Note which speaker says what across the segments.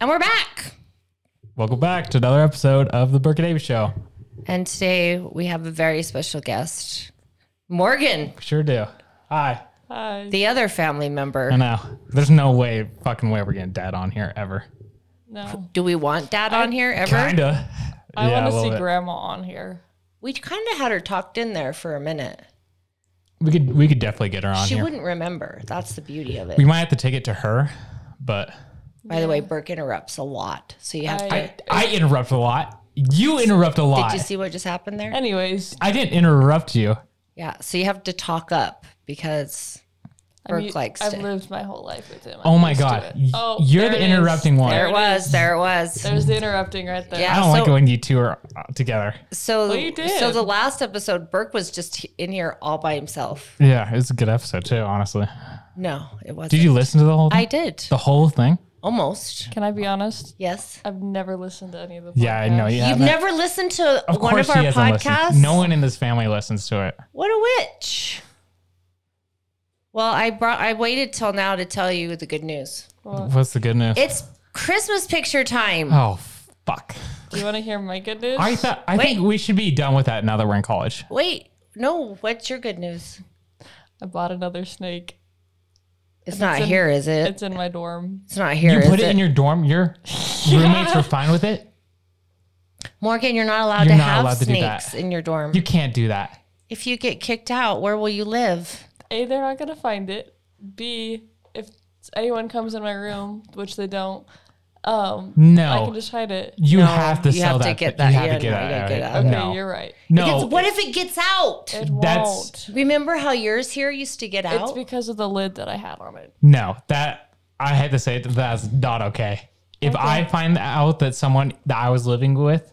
Speaker 1: And we're back.
Speaker 2: Welcome back to another episode of the Burke and Davis Show.
Speaker 1: And today we have a very special guest, Morgan,
Speaker 2: Sure do. Hi.
Speaker 3: Uh,
Speaker 1: the other family member.
Speaker 2: I know. There's no way, fucking way, we're getting dad on here ever.
Speaker 3: No.
Speaker 1: Do we want dad on here ever?
Speaker 2: Kinda.
Speaker 3: I
Speaker 2: Yeah, a
Speaker 3: want to
Speaker 2: little
Speaker 3: see
Speaker 2: bit.
Speaker 3: grandma on here.
Speaker 1: We kind of had her tucked in there for a minute.
Speaker 2: We could we could definitely get her on
Speaker 1: she
Speaker 2: here.
Speaker 1: wouldn't remember. That's the beauty of it.
Speaker 2: We might have to take it to her, but
Speaker 1: By the way, Burke interrupts a lot. So you have
Speaker 3: I-
Speaker 1: to.
Speaker 2: I, I interrupt a lot. You interrupt a lot.
Speaker 1: Did you see what just happened there?
Speaker 3: Anyways,
Speaker 2: I didn't interrupt you.
Speaker 1: Yeah. So you have to talk up because
Speaker 3: I
Speaker 1: Burke
Speaker 3: mean,
Speaker 1: likes
Speaker 3: I've
Speaker 1: to.
Speaker 3: lived my whole life with him. I'm
Speaker 2: Oh my
Speaker 3: used to
Speaker 2: god.
Speaker 3: it.
Speaker 2: Y-
Speaker 3: Oh,
Speaker 2: You're
Speaker 3: there
Speaker 2: the
Speaker 3: it is.
Speaker 2: interrupting one.
Speaker 1: there it was. There it was.
Speaker 3: There's the interrupting right there.
Speaker 1: Yeah.
Speaker 2: I don't like
Speaker 1: So-
Speaker 2: it when you two are uh, together.
Speaker 1: So,
Speaker 3: Well, you did.
Speaker 1: so the last episode, Burke was just in here all by himself.
Speaker 2: Yeah, it's a good episode too, honestly.
Speaker 1: No, it wasn't.
Speaker 2: Did you listen to the whole thing?
Speaker 1: I did.
Speaker 2: the whole thing?
Speaker 1: Almost.
Speaker 3: Can I be honest?
Speaker 1: Yes.
Speaker 3: I've never listened to any of the podcasts.
Speaker 2: Yeah, I know. You
Speaker 1: You've
Speaker 2: haven't.
Speaker 1: never listened to
Speaker 2: Of
Speaker 1: one
Speaker 2: course,
Speaker 1: of our
Speaker 2: he hasn't listened.
Speaker 1: podcasts?
Speaker 2: No one in this family listens to it.
Speaker 1: What a witch. Well, I brought I waited till now to tell you the good news.
Speaker 3: Well,
Speaker 2: What's the good news?
Speaker 1: It's Christmas picture time.
Speaker 2: oh fuck!
Speaker 3: do you want to hear my good news?
Speaker 2: I thought I think
Speaker 1: Wait.
Speaker 2: we should be done with that now that we're in college.
Speaker 1: Wait, no, what's your good news?
Speaker 3: I bought another snake.
Speaker 1: It's not
Speaker 3: in-
Speaker 1: here, is it? It's,
Speaker 3: It's in my dorm.
Speaker 1: not here.
Speaker 2: you
Speaker 1: is
Speaker 2: put it, in your dorm. Your roommates were fine with it.
Speaker 1: Morgan, you're not allowed
Speaker 2: You're
Speaker 1: to
Speaker 2: not
Speaker 1: have
Speaker 2: allowed to do that.
Speaker 1: snakes in your dorm.
Speaker 2: You can't do that.
Speaker 1: if you get kicked out, where will you live?
Speaker 3: A, they're not gonna find it. B, if anyone comes in my room, which they don't, um, I
Speaker 2: No,
Speaker 3: can just hide it.
Speaker 2: you
Speaker 1: No,
Speaker 2: have to
Speaker 1: you
Speaker 2: sell
Speaker 1: have to
Speaker 2: that.
Speaker 1: get
Speaker 2: thing. You
Speaker 1: that.
Speaker 2: have
Speaker 1: Yeah,
Speaker 2: to get
Speaker 1: no,
Speaker 2: that.
Speaker 1: you gotta get
Speaker 2: out.
Speaker 1: out.
Speaker 3: Okay,
Speaker 2: No,
Speaker 3: you're right.
Speaker 2: no.
Speaker 1: Because what if it gets out?
Speaker 3: It
Speaker 2: That's-
Speaker 3: won't.
Speaker 1: Remember how yours here used to get
Speaker 3: It's
Speaker 1: out?
Speaker 3: because of the lid that I had on it.
Speaker 2: No, that I had to say that that's not okay. If I find out that someone that I was living with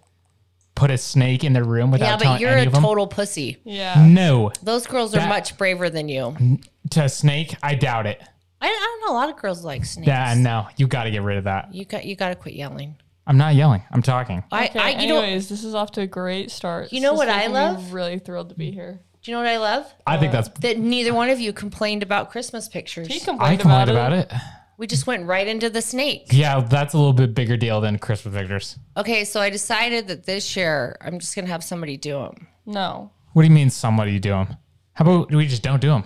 Speaker 2: put a snake in their room without
Speaker 1: yeah, but
Speaker 2: telling
Speaker 1: you're
Speaker 2: any
Speaker 1: a
Speaker 2: of them,
Speaker 1: total pussy.
Speaker 3: Yeah.
Speaker 2: no,
Speaker 1: Those girls are
Speaker 2: That-
Speaker 1: much braver than you.
Speaker 2: to a snake, I doubt it.
Speaker 1: I, I don't know. A lot of girls like snakes.
Speaker 2: Yeah, no, you got to get rid of that.
Speaker 1: You got you got to quit yelling.
Speaker 2: I'm not yelling. I'm talking.
Speaker 3: Okay,
Speaker 1: I, I you know
Speaker 3: anyways, this is off to a great start.
Speaker 1: You know
Speaker 3: This
Speaker 1: what
Speaker 3: is
Speaker 1: I
Speaker 3: making me
Speaker 1: love?
Speaker 3: Really thrilled to be here.
Speaker 1: do you know what I love?
Speaker 2: I think that's.
Speaker 1: That neither one of you complained about Christmas pictures.
Speaker 3: He
Speaker 2: I
Speaker 3: complained,
Speaker 2: complained about it.
Speaker 1: We just went right into the snake.
Speaker 2: Yeah, that's a little bit bigger deal than Christmas pictures.
Speaker 1: Okay, so I decided that this year I'm just gonna have somebody do them.
Speaker 3: No,
Speaker 2: What do you mean somebody do them? How about we just don't do them?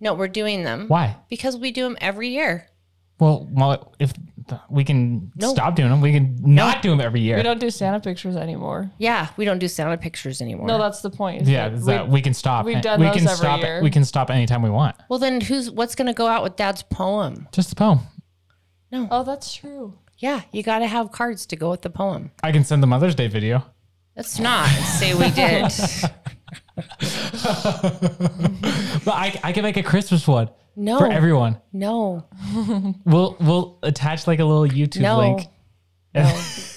Speaker 1: No, we're doing them.
Speaker 2: Why?
Speaker 1: Because we do them every year.
Speaker 2: Well, well if th- we can
Speaker 1: No.
Speaker 2: stop doing them, we can not do them every year.
Speaker 3: we don't do Santa pictures anymore.
Speaker 1: Yeah, we don't do Santa pictures anymore.
Speaker 3: No, that's the point. is
Speaker 2: Yeah,
Speaker 3: that
Speaker 2: is
Speaker 3: we-
Speaker 2: that we can stop.
Speaker 3: we've
Speaker 2: and-
Speaker 3: done
Speaker 2: we
Speaker 3: those
Speaker 2: can
Speaker 3: every
Speaker 2: stop
Speaker 3: year.
Speaker 2: We can stop anytime we want.
Speaker 1: well, then who's what's gonna go out with Dad's poem?
Speaker 2: Just the poem.
Speaker 3: oh, that's true.
Speaker 1: Yeah, you got to have cards to go with the poem.
Speaker 2: I can send the Mother's Day video.
Speaker 1: Let's not say we did.
Speaker 2: But I, I can make a Christmas one
Speaker 1: No,
Speaker 2: for everyone.
Speaker 1: no,
Speaker 2: We'll we'll attach like a little YouTube
Speaker 1: no.
Speaker 2: link.
Speaker 1: No,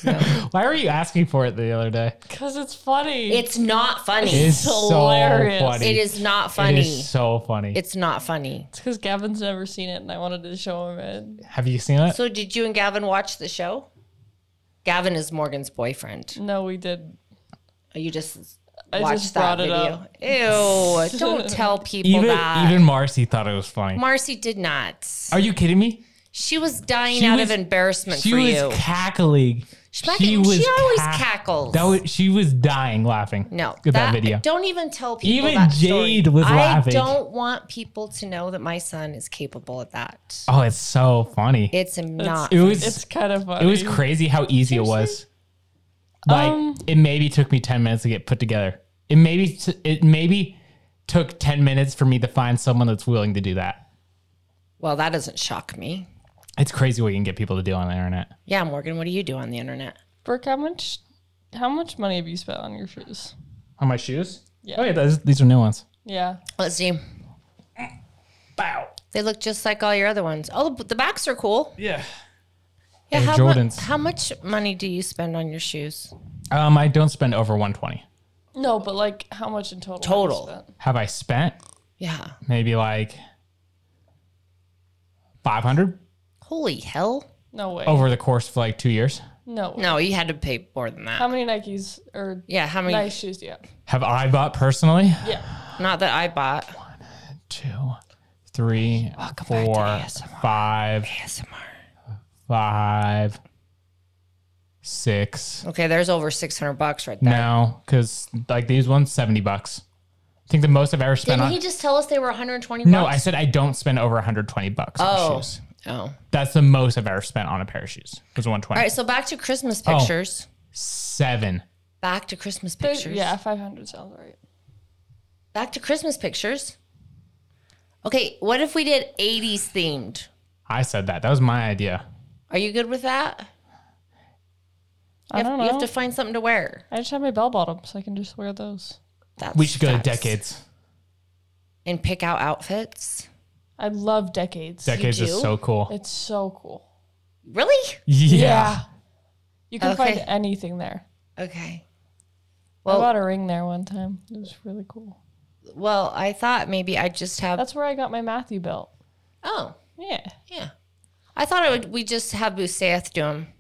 Speaker 1: no.
Speaker 2: Why were you asking for it the other day?
Speaker 3: Because it's funny.
Speaker 1: It's not funny.
Speaker 2: It
Speaker 1: It's
Speaker 2: is so funny.
Speaker 3: hilarious.
Speaker 1: not
Speaker 2: It
Speaker 1: funny.
Speaker 2: is so funny.
Speaker 1: It's not funny.
Speaker 3: It's because Gavin's never seen it, and I wanted to show him it.
Speaker 2: Have you seen it?
Speaker 1: So, did you and Gavin watch the show? Gavin is Morgan's boyfriend.
Speaker 3: No, we did.
Speaker 1: You just
Speaker 3: I
Speaker 1: watched
Speaker 3: just
Speaker 1: that
Speaker 3: brought it
Speaker 1: video. Ew! Don't tell people
Speaker 2: even
Speaker 1: that.
Speaker 2: even Marcy thought it was funny.
Speaker 1: Marcy did not.
Speaker 2: Are you kidding me?
Speaker 1: She was dying
Speaker 2: She
Speaker 1: out
Speaker 2: was-
Speaker 1: of embarrassment
Speaker 2: She
Speaker 1: for
Speaker 2: was
Speaker 1: you.
Speaker 2: cackling.
Speaker 1: She, she always
Speaker 2: cack-
Speaker 1: cackles.
Speaker 2: That was, she was dying laughing.
Speaker 1: No,
Speaker 2: at that, video.
Speaker 1: Don't even tell people.
Speaker 2: Even
Speaker 1: that story.
Speaker 2: Jade was laughing.
Speaker 1: I don't want people to know that my son is capable of that.
Speaker 2: Oh, it's so funny. It,
Speaker 1: It's not.
Speaker 2: it was
Speaker 3: It's kind of funny.
Speaker 2: it was crazy how easy it was. Like
Speaker 1: Um,
Speaker 2: it maybe took me ten minutes to get put together. It maybe t- it maybe took ten minutes for me to find someone that's willing to do that.
Speaker 1: well, that doesn't shock me.
Speaker 2: It's crazy what you can get people to do on the internet.
Speaker 1: Yeah, Morgan, what do you do on the internet?
Speaker 3: Brooke, how much, how much money have you spent on your shoes?
Speaker 2: On my shoes?
Speaker 3: Yeah.
Speaker 2: Oh yeah, those, these are new ones.
Speaker 3: Yeah.
Speaker 1: Let's see.
Speaker 2: Bow.
Speaker 1: They look just like all your other ones. Oh, but the backs are cool.
Speaker 2: Yeah.
Speaker 1: Yeah,
Speaker 2: They're
Speaker 1: how, mu-
Speaker 2: Jordans.
Speaker 1: how much money do you spend on your shoes?
Speaker 2: Um, I don't spend over 120.
Speaker 3: No, but like, how much in total? have you
Speaker 1: Total.
Speaker 3: spent?
Speaker 2: Have I spent
Speaker 1: Yeah.
Speaker 2: maybe like 500
Speaker 1: Holy hell.
Speaker 3: No way.
Speaker 2: over the course of like two years?
Speaker 3: No. Way.
Speaker 1: No, you had to pay more than
Speaker 3: How
Speaker 1: that.
Speaker 3: many Nikes or
Speaker 1: Yeah, how many?
Speaker 3: nice shoes do you have?
Speaker 2: Have I bought personally?
Speaker 3: Yeah.
Speaker 1: Not that I bought.
Speaker 2: Two, three,
Speaker 1: back to
Speaker 2: four,
Speaker 1: ASMR.
Speaker 2: five,
Speaker 1: ASMR.
Speaker 2: five, six.
Speaker 1: Okay, there's over 600 bucks right there.
Speaker 2: No, because like these ones, 70 bucks. I think the most I've ever spent
Speaker 1: Didn't
Speaker 2: on.
Speaker 1: he just tell us they were 120
Speaker 2: no, I
Speaker 1: bucks?
Speaker 2: said I don't spend over 120 bucks on
Speaker 1: Oh.
Speaker 2: shoes.
Speaker 1: Oh.
Speaker 2: That's the most I've ever spent on a pair of shoes. Was 120.
Speaker 1: All right, so back to Christmas
Speaker 2: Oh.
Speaker 1: pictures.
Speaker 2: Seven.
Speaker 1: Back to Christmas
Speaker 3: There's-
Speaker 1: pictures.
Speaker 3: Yeah, 500 sounds right.
Speaker 1: Back to Christmas pictures. Okay, what if we did 80s themed?
Speaker 2: I said that. That was my idea.
Speaker 1: Are you good with that?
Speaker 3: I
Speaker 1: you, have,
Speaker 3: don't
Speaker 1: you
Speaker 3: know.
Speaker 1: have to find something to wear.
Speaker 3: I just have my bell bottoms. I can just wear those.
Speaker 1: That's
Speaker 2: We should go
Speaker 1: facts.
Speaker 2: to decades.
Speaker 1: and pick out outfits.
Speaker 3: I love decades.
Speaker 2: Decades is
Speaker 1: do?
Speaker 2: so cool.
Speaker 3: It's so cool.
Speaker 1: Really?
Speaker 2: Yeah.
Speaker 3: You can
Speaker 1: Okay.
Speaker 3: find anything there.
Speaker 1: Okay.
Speaker 3: I
Speaker 1: Well-
Speaker 3: bought a ring there one time. It was really cool.
Speaker 1: Well, I thought maybe I'd just have.
Speaker 3: That's where I got my Matthew belt.
Speaker 1: oh,
Speaker 3: Yeah.
Speaker 1: yeah. I thought I would. We just have Busath do them.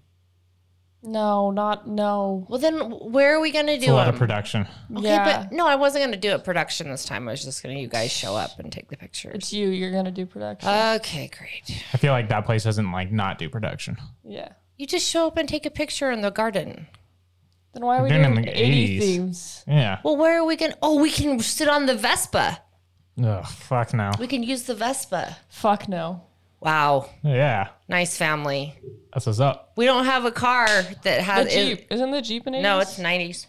Speaker 3: No, not no.
Speaker 1: Well, then where are we gonna
Speaker 2: It's a
Speaker 1: do
Speaker 2: lot of
Speaker 1: them?
Speaker 2: production.
Speaker 1: okay,
Speaker 3: yeah.
Speaker 1: but no, I wasn't gonna do it production this time. I was just gonna you guys show up and take the pictures.
Speaker 3: it's you. You're gonna do production.
Speaker 1: Okay, great.
Speaker 2: I feel like that place doesn't like not do production.
Speaker 3: yeah.
Speaker 1: You just show up and take a picture in the garden.
Speaker 3: Then why are we
Speaker 2: Been in
Speaker 3: doing
Speaker 2: the
Speaker 3: 80
Speaker 2: 80s.
Speaker 3: themes?
Speaker 2: Yeah.
Speaker 1: Well, where are we gonna? Oh, we can sit on the Vespa.
Speaker 2: Oh fuck no.
Speaker 1: We can use the Vespa.
Speaker 3: Fuck no.
Speaker 1: Wow,
Speaker 2: Yeah.
Speaker 1: nice family.
Speaker 2: That's what's up.
Speaker 1: We don't have a car that
Speaker 3: The
Speaker 1: has.
Speaker 3: Jeep. is Isn't the Jeep an 80s?
Speaker 1: no, it's nineties.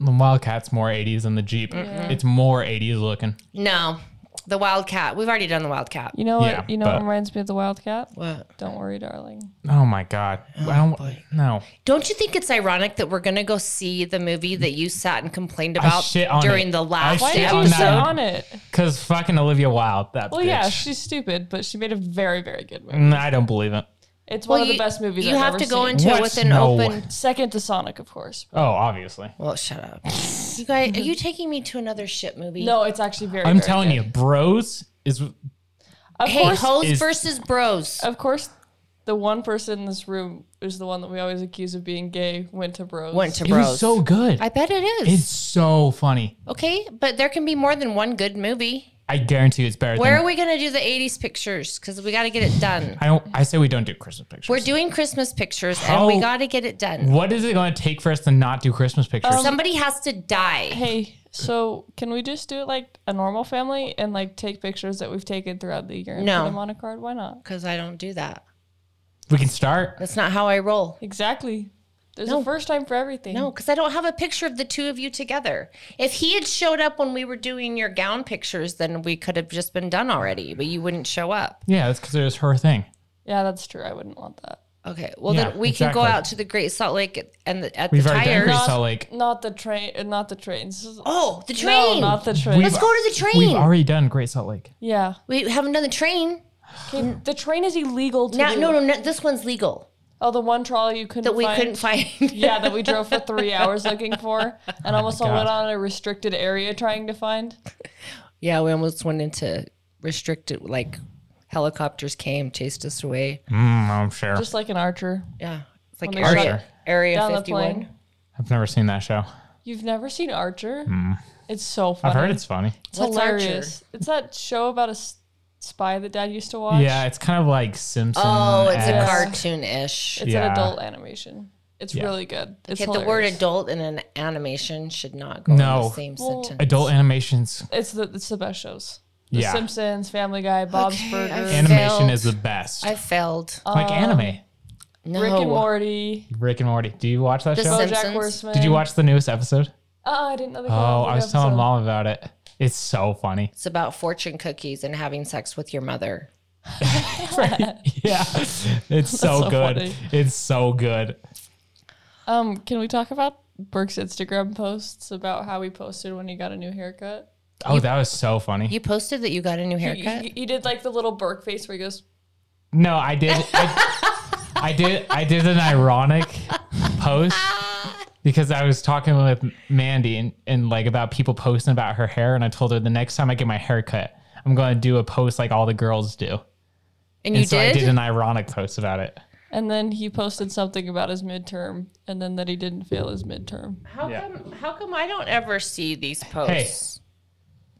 Speaker 2: The Wildcat's more 80s than the Jeep. It's more 80s looking.
Speaker 1: No, the Wildcat. We've already done the Wildcat.
Speaker 3: You know what?
Speaker 2: Yeah,
Speaker 3: you know what
Speaker 2: but-
Speaker 3: reminds me of the Wildcat?
Speaker 1: What?
Speaker 3: Don't worry, darling.
Speaker 2: Oh my god. I don't no.
Speaker 1: Don't you think it's ironic that we're gonna go see the movie that you sat and complained about
Speaker 2: shit on
Speaker 1: during
Speaker 2: it.
Speaker 1: the
Speaker 2: I
Speaker 1: last
Speaker 3: Why
Speaker 2: shit
Speaker 3: did
Speaker 2: on
Speaker 3: you sit
Speaker 2: that.
Speaker 3: on it?
Speaker 2: Cause fucking Olivia Wilde, that
Speaker 3: Well,
Speaker 2: bitch.
Speaker 3: yeah, she's stupid, but she made a very, very good movie.
Speaker 2: Mm, I don't believe it.
Speaker 3: It's
Speaker 1: Well,
Speaker 3: one of the best movies.
Speaker 1: You
Speaker 3: I've
Speaker 1: have
Speaker 3: ever
Speaker 1: to go
Speaker 3: seen.
Speaker 1: into
Speaker 2: What?
Speaker 1: it with an
Speaker 2: No.
Speaker 1: open.
Speaker 3: second to Sonic, of course.
Speaker 2: Oh, obviously.
Speaker 1: Well, shut up. You guys, are you taking me to another shit movie?
Speaker 3: No, it's actually very.
Speaker 2: I'm
Speaker 3: very
Speaker 2: telling
Speaker 3: good.
Speaker 2: you, Bros is
Speaker 3: Of
Speaker 1: Hey,
Speaker 3: course,
Speaker 1: hoes
Speaker 2: is-
Speaker 1: versus bros.
Speaker 3: of course, the one person in this room is the one that we always accuse of being gay. Went to bros.
Speaker 1: Went to
Speaker 2: it
Speaker 1: bros.
Speaker 2: was so good.
Speaker 1: I bet it is.
Speaker 2: it's so funny.
Speaker 1: Okay, but there can be more than one good movie.
Speaker 2: I guarantee you it's better
Speaker 1: Where
Speaker 2: than
Speaker 1: are we gonna do the '80s pictures? Because we got to get it done.
Speaker 2: I don't I say we don't do Christmas pictures.
Speaker 1: We're doing Christmas pictures, and
Speaker 2: How-
Speaker 1: we got to get it done.
Speaker 2: what is it going to take for us to not do Christmas pictures?
Speaker 1: Somebody has to die.
Speaker 3: Hey, so can we just do it like a normal family and like take pictures that we've taken throughout the year and
Speaker 1: No.
Speaker 3: put them on a card? Why not?
Speaker 1: because I don't do that.
Speaker 2: we can start.
Speaker 1: That's not how I roll.
Speaker 3: Exactly. There's
Speaker 1: No.
Speaker 3: a first time for everything.
Speaker 1: No, because I don't have a picture of the two of you together. If he had showed up when we were doing your gown pictures, then we could have just been done already, but you wouldn't show up.
Speaker 2: Yeah, that's because it was her thing.
Speaker 3: Yeah, that's true. I wouldn't want that.
Speaker 1: Okay. Well,
Speaker 2: Yeah,
Speaker 1: then we can go
Speaker 2: exactly.
Speaker 1: out to the Great Salt Lake and the, at
Speaker 2: We've
Speaker 1: the
Speaker 2: already done
Speaker 1: tires.
Speaker 2: Great Salt Lake.
Speaker 3: Not the train. uh, Not the trains.
Speaker 1: Oh, the
Speaker 3: No,
Speaker 1: train.
Speaker 3: not the train.
Speaker 1: Let's go to the
Speaker 2: We've
Speaker 1: train.
Speaker 2: already done Great Salt Lake.
Speaker 3: yeah.
Speaker 1: we haven't done the train.
Speaker 3: Okay, the train is illegal to
Speaker 1: Now,
Speaker 3: do.
Speaker 1: no, no, no. This one's legal
Speaker 3: Oh, the one trolley you couldn't
Speaker 1: that we
Speaker 3: find.
Speaker 1: couldn't find.
Speaker 3: yeah, that we drove for three hours looking for, and almost all
Speaker 2: God.
Speaker 3: went on a restricted area trying to find.
Speaker 1: yeah, we almost went into restricted, like helicopters came, chased us away.
Speaker 2: Mm, I'm sure.
Speaker 3: Just like an archer
Speaker 1: Yeah. It's like
Speaker 3: When they
Speaker 1: Area,
Speaker 2: shot
Speaker 1: area
Speaker 3: down the
Speaker 1: 51.
Speaker 3: plane.
Speaker 2: I've never seen that show.
Speaker 3: You've never seen Archer? It's so funny.
Speaker 2: Hmm. I've heard it's funny.
Speaker 3: It's
Speaker 1: What's
Speaker 3: hilarious. It's that show about a s- spy that Dad used to watch.
Speaker 2: Yeah, it's kind of like Simpson.
Speaker 1: Oh, it's
Speaker 2: as-
Speaker 1: a cartoon ish.
Speaker 3: it's
Speaker 2: Yeah.
Speaker 3: an adult animation. It's really good. It's
Speaker 1: Okay, the word
Speaker 3: hilarious.
Speaker 1: adult in an animation should not go in
Speaker 2: No.
Speaker 1: the same
Speaker 3: Well,
Speaker 1: sentence.
Speaker 2: Adult animations.
Speaker 3: It's the it's the best shows. The
Speaker 2: Yeah.
Speaker 3: Simpsons, Family Guy, Bob's
Speaker 1: Okay,
Speaker 3: Burgers,
Speaker 1: I-
Speaker 2: Animation
Speaker 1: Failed.
Speaker 2: is the best.
Speaker 1: I failed.
Speaker 2: like anime.
Speaker 1: No.
Speaker 3: Rick and Morty,
Speaker 2: Rick and Morty. Do you watch that
Speaker 1: The
Speaker 2: show?
Speaker 1: Sim-
Speaker 3: BoJack
Speaker 1: Simpsons.
Speaker 3: Horseman.
Speaker 2: Did you watch the newest episode?
Speaker 3: Oh, I didn't know they came out
Speaker 2: Oh,
Speaker 3: with
Speaker 2: I
Speaker 3: an
Speaker 2: was telling
Speaker 3: episode.
Speaker 2: mom about it. It's so funny.
Speaker 1: It's about fortune cookies and having sex with your mother.
Speaker 2: Yeah. It's so,
Speaker 3: so
Speaker 2: good.
Speaker 3: funny.
Speaker 2: It's so good.
Speaker 3: Um, can we talk about Burke's Instagram posts about how he posted when he got a new haircut?
Speaker 2: Oh, that was so funny.
Speaker 1: You posted that you got a new
Speaker 3: He,
Speaker 1: haircut.
Speaker 3: he- he did like the little Burke face where he goes,
Speaker 2: No, I did. I, I did. I did an ironic post because I was talking with Mandy and, and like about people posting about her hair, and I told her the next time I get my hair cut, I'm going to do a post like all the girls do.
Speaker 1: and
Speaker 2: And
Speaker 1: you
Speaker 2: so
Speaker 1: did?
Speaker 2: I did an ironic post about it.
Speaker 3: and then he posted something about his midterm, and then that he didn't fail his midterm.
Speaker 1: How
Speaker 2: Yeah.
Speaker 1: come how come I don't ever see these posts?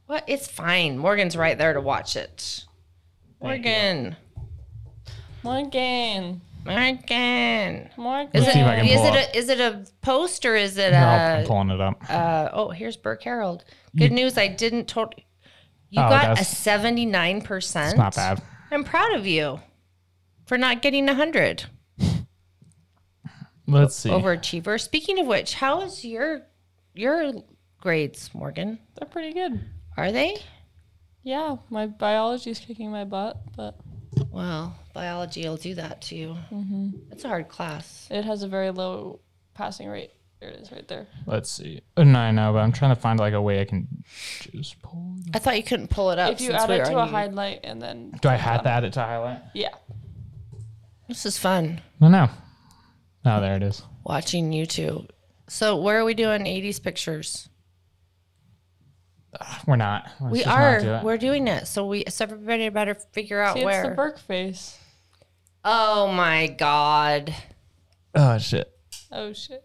Speaker 1: What it's fine. Morgan's right there to watch it. Morgan.
Speaker 3: Morgan,
Speaker 1: Morgan.
Speaker 3: Morgan.
Speaker 1: Is
Speaker 2: Let's
Speaker 1: it,
Speaker 2: see if I can
Speaker 1: is
Speaker 2: pull
Speaker 1: it
Speaker 2: up.
Speaker 1: a, is it a post or is it
Speaker 2: No, I'm
Speaker 1: a
Speaker 2: pulling it up.
Speaker 1: uh, oh here's Burke Herald. Good news I didn't told you
Speaker 2: Oh,
Speaker 1: got a
Speaker 2: that's-
Speaker 1: seventy nine percent.
Speaker 2: It's not bad.
Speaker 1: I'm proud of you for not getting a hundred.
Speaker 2: Let's see.
Speaker 1: Overachiever. Speaking of which, how is your your grades, Morgan?
Speaker 3: They're pretty good.
Speaker 1: Are they?
Speaker 3: Yeah, my biology's kicking my butt, but
Speaker 1: Well, biology will do that to you. It's a hard class.
Speaker 3: it has a very low passing rate. There it is right there.
Speaker 2: Let's see. Uh, No, I know, but I'm trying to find like a way I can just pull. It.
Speaker 1: I thought you couldn't pull it up.
Speaker 3: If you
Speaker 1: Oh, since
Speaker 3: add
Speaker 1: we
Speaker 3: it
Speaker 1: were
Speaker 3: to a
Speaker 1: on you.
Speaker 3: highlight and then
Speaker 2: Do I have to add it to highlight?
Speaker 3: yeah,
Speaker 1: This is fun
Speaker 2: No, no. Oh, there it is.
Speaker 1: watching you two. So where are we doing 80s pictures?
Speaker 2: We're not. Let's
Speaker 1: we
Speaker 2: just not
Speaker 1: are.
Speaker 2: do it.
Speaker 1: We're doing it. So we so everybody better figure out
Speaker 3: see it's
Speaker 1: where.
Speaker 3: the Burke face.
Speaker 1: oh my god.
Speaker 2: Oh shit.
Speaker 3: Oh shit.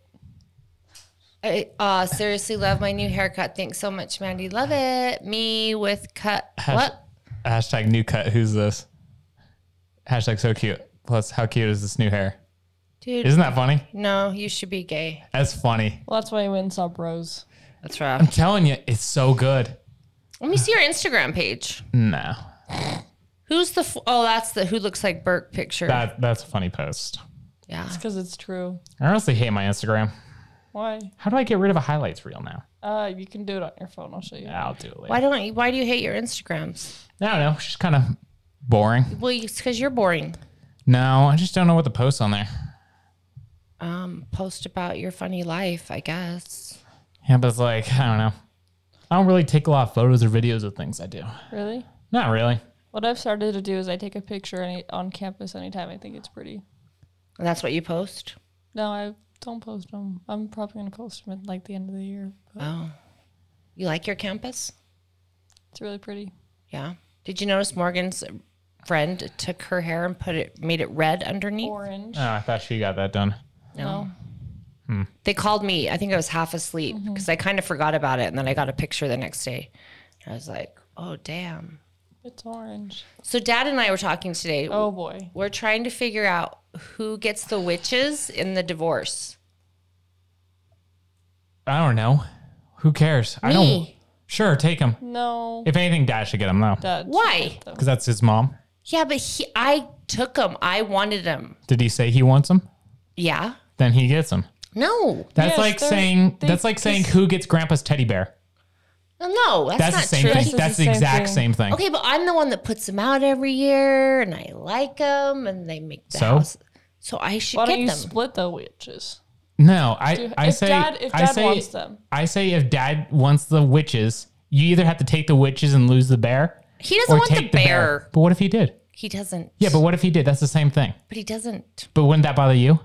Speaker 1: I uh, seriously love my new haircut. Thanks so much, Mandy. Love it. Me with cut. What?
Speaker 2: Hashtag new cut. Who's this? Hashtag so cute. Plus, how cute is this new hair?
Speaker 1: Dude,
Speaker 2: Isn't that funny?
Speaker 1: no, you should be gay.
Speaker 2: That's funny.
Speaker 3: Well, that's why he wins sub rose.
Speaker 1: That's rough.
Speaker 2: I'm telling you, it's so good.
Speaker 1: Let me see your Instagram page.
Speaker 2: No,
Speaker 1: Who's the? F- oh, that's the who looks like Burke picture.
Speaker 2: that that's a funny post.
Speaker 1: yeah.
Speaker 3: Because it's true.
Speaker 2: I honestly hate my Instagram.
Speaker 3: Why?
Speaker 2: How do I get rid of a highlights reel now?
Speaker 3: Uh, you can do it on your phone. I'll show you.
Speaker 2: I'll do it later.
Speaker 1: Why don't you? Why do you hate your Instagrams?
Speaker 2: I don't know. It's just kind of boring.
Speaker 1: Well, it's because you're boring.
Speaker 2: No, I just don't know what to post on there.
Speaker 1: Um, post about your funny life, I guess.
Speaker 2: Yeah, but it's like I don't know. I don't really take a lot of photos or videos of things I do.
Speaker 3: Really?
Speaker 2: Not really.
Speaker 3: What I've started to do is I take a picture any, on campus anytime I think it's pretty.
Speaker 1: And that's what you post.
Speaker 3: No, I don't post them. I'm probably gonna post them at like the end of the year. But
Speaker 1: Oh, you like your campus?
Speaker 3: it's really pretty.
Speaker 1: Yeah. Did you notice Morgan's friend took her hair and put it, made it red underneath?
Speaker 3: Orange.
Speaker 2: Oh, I thought she got that done.
Speaker 3: no.
Speaker 1: They called me. I think I was half asleep
Speaker 3: Mm-hmm.
Speaker 1: because I kind of forgot about it, and then I got a picture the next day. I was like, "Oh, damn."
Speaker 3: It's orange.
Speaker 1: So Dad and I were talking today.
Speaker 3: Oh boy.
Speaker 1: We're trying to figure out who gets the witches in the divorce.
Speaker 2: I don't know. Who cares? I don't.
Speaker 1: Me.
Speaker 2: Sure, take him.
Speaker 3: No.
Speaker 2: If anything, Dad should get him though,
Speaker 3: Dad.
Speaker 1: Why?
Speaker 2: because that's his mom.
Speaker 1: Yeah, but he, I took him. I wanted him.
Speaker 2: Did he say he wants him?
Speaker 1: Yeah.
Speaker 2: Then he gets him.
Speaker 1: No.
Speaker 2: That's
Speaker 3: Yes,
Speaker 2: like
Speaker 3: they're-
Speaker 2: saying
Speaker 3: they-
Speaker 2: that's like saying
Speaker 3: this-
Speaker 2: who gets Grandpa's teddy bear.
Speaker 1: No, that's,
Speaker 2: That's the
Speaker 1: not
Speaker 2: same
Speaker 1: true.
Speaker 2: thing.
Speaker 3: is
Speaker 2: That's
Speaker 3: the
Speaker 2: the,
Speaker 3: same
Speaker 2: exact
Speaker 3: thing.
Speaker 2: same thing.
Speaker 1: Okay, but I'm the one that puts them out every year, and I like them, and they make the
Speaker 2: So?
Speaker 1: house. So I should
Speaker 3: Why
Speaker 1: get
Speaker 3: don't you
Speaker 1: them.
Speaker 3: split the witches?
Speaker 2: No, I,
Speaker 3: Do-
Speaker 2: I
Speaker 3: if
Speaker 2: say
Speaker 3: Dad- if
Speaker 2: I
Speaker 3: Dad
Speaker 2: say
Speaker 3: wants them.
Speaker 2: I say if Dad wants the witches, you either have to take the witches and lose the bear,
Speaker 1: he doesn't want the bear.
Speaker 2: take But what if he did?
Speaker 1: He doesn't.
Speaker 2: Yeah, but what if he did? That's the same thing.
Speaker 1: but he doesn't.
Speaker 2: But wouldn't that bother you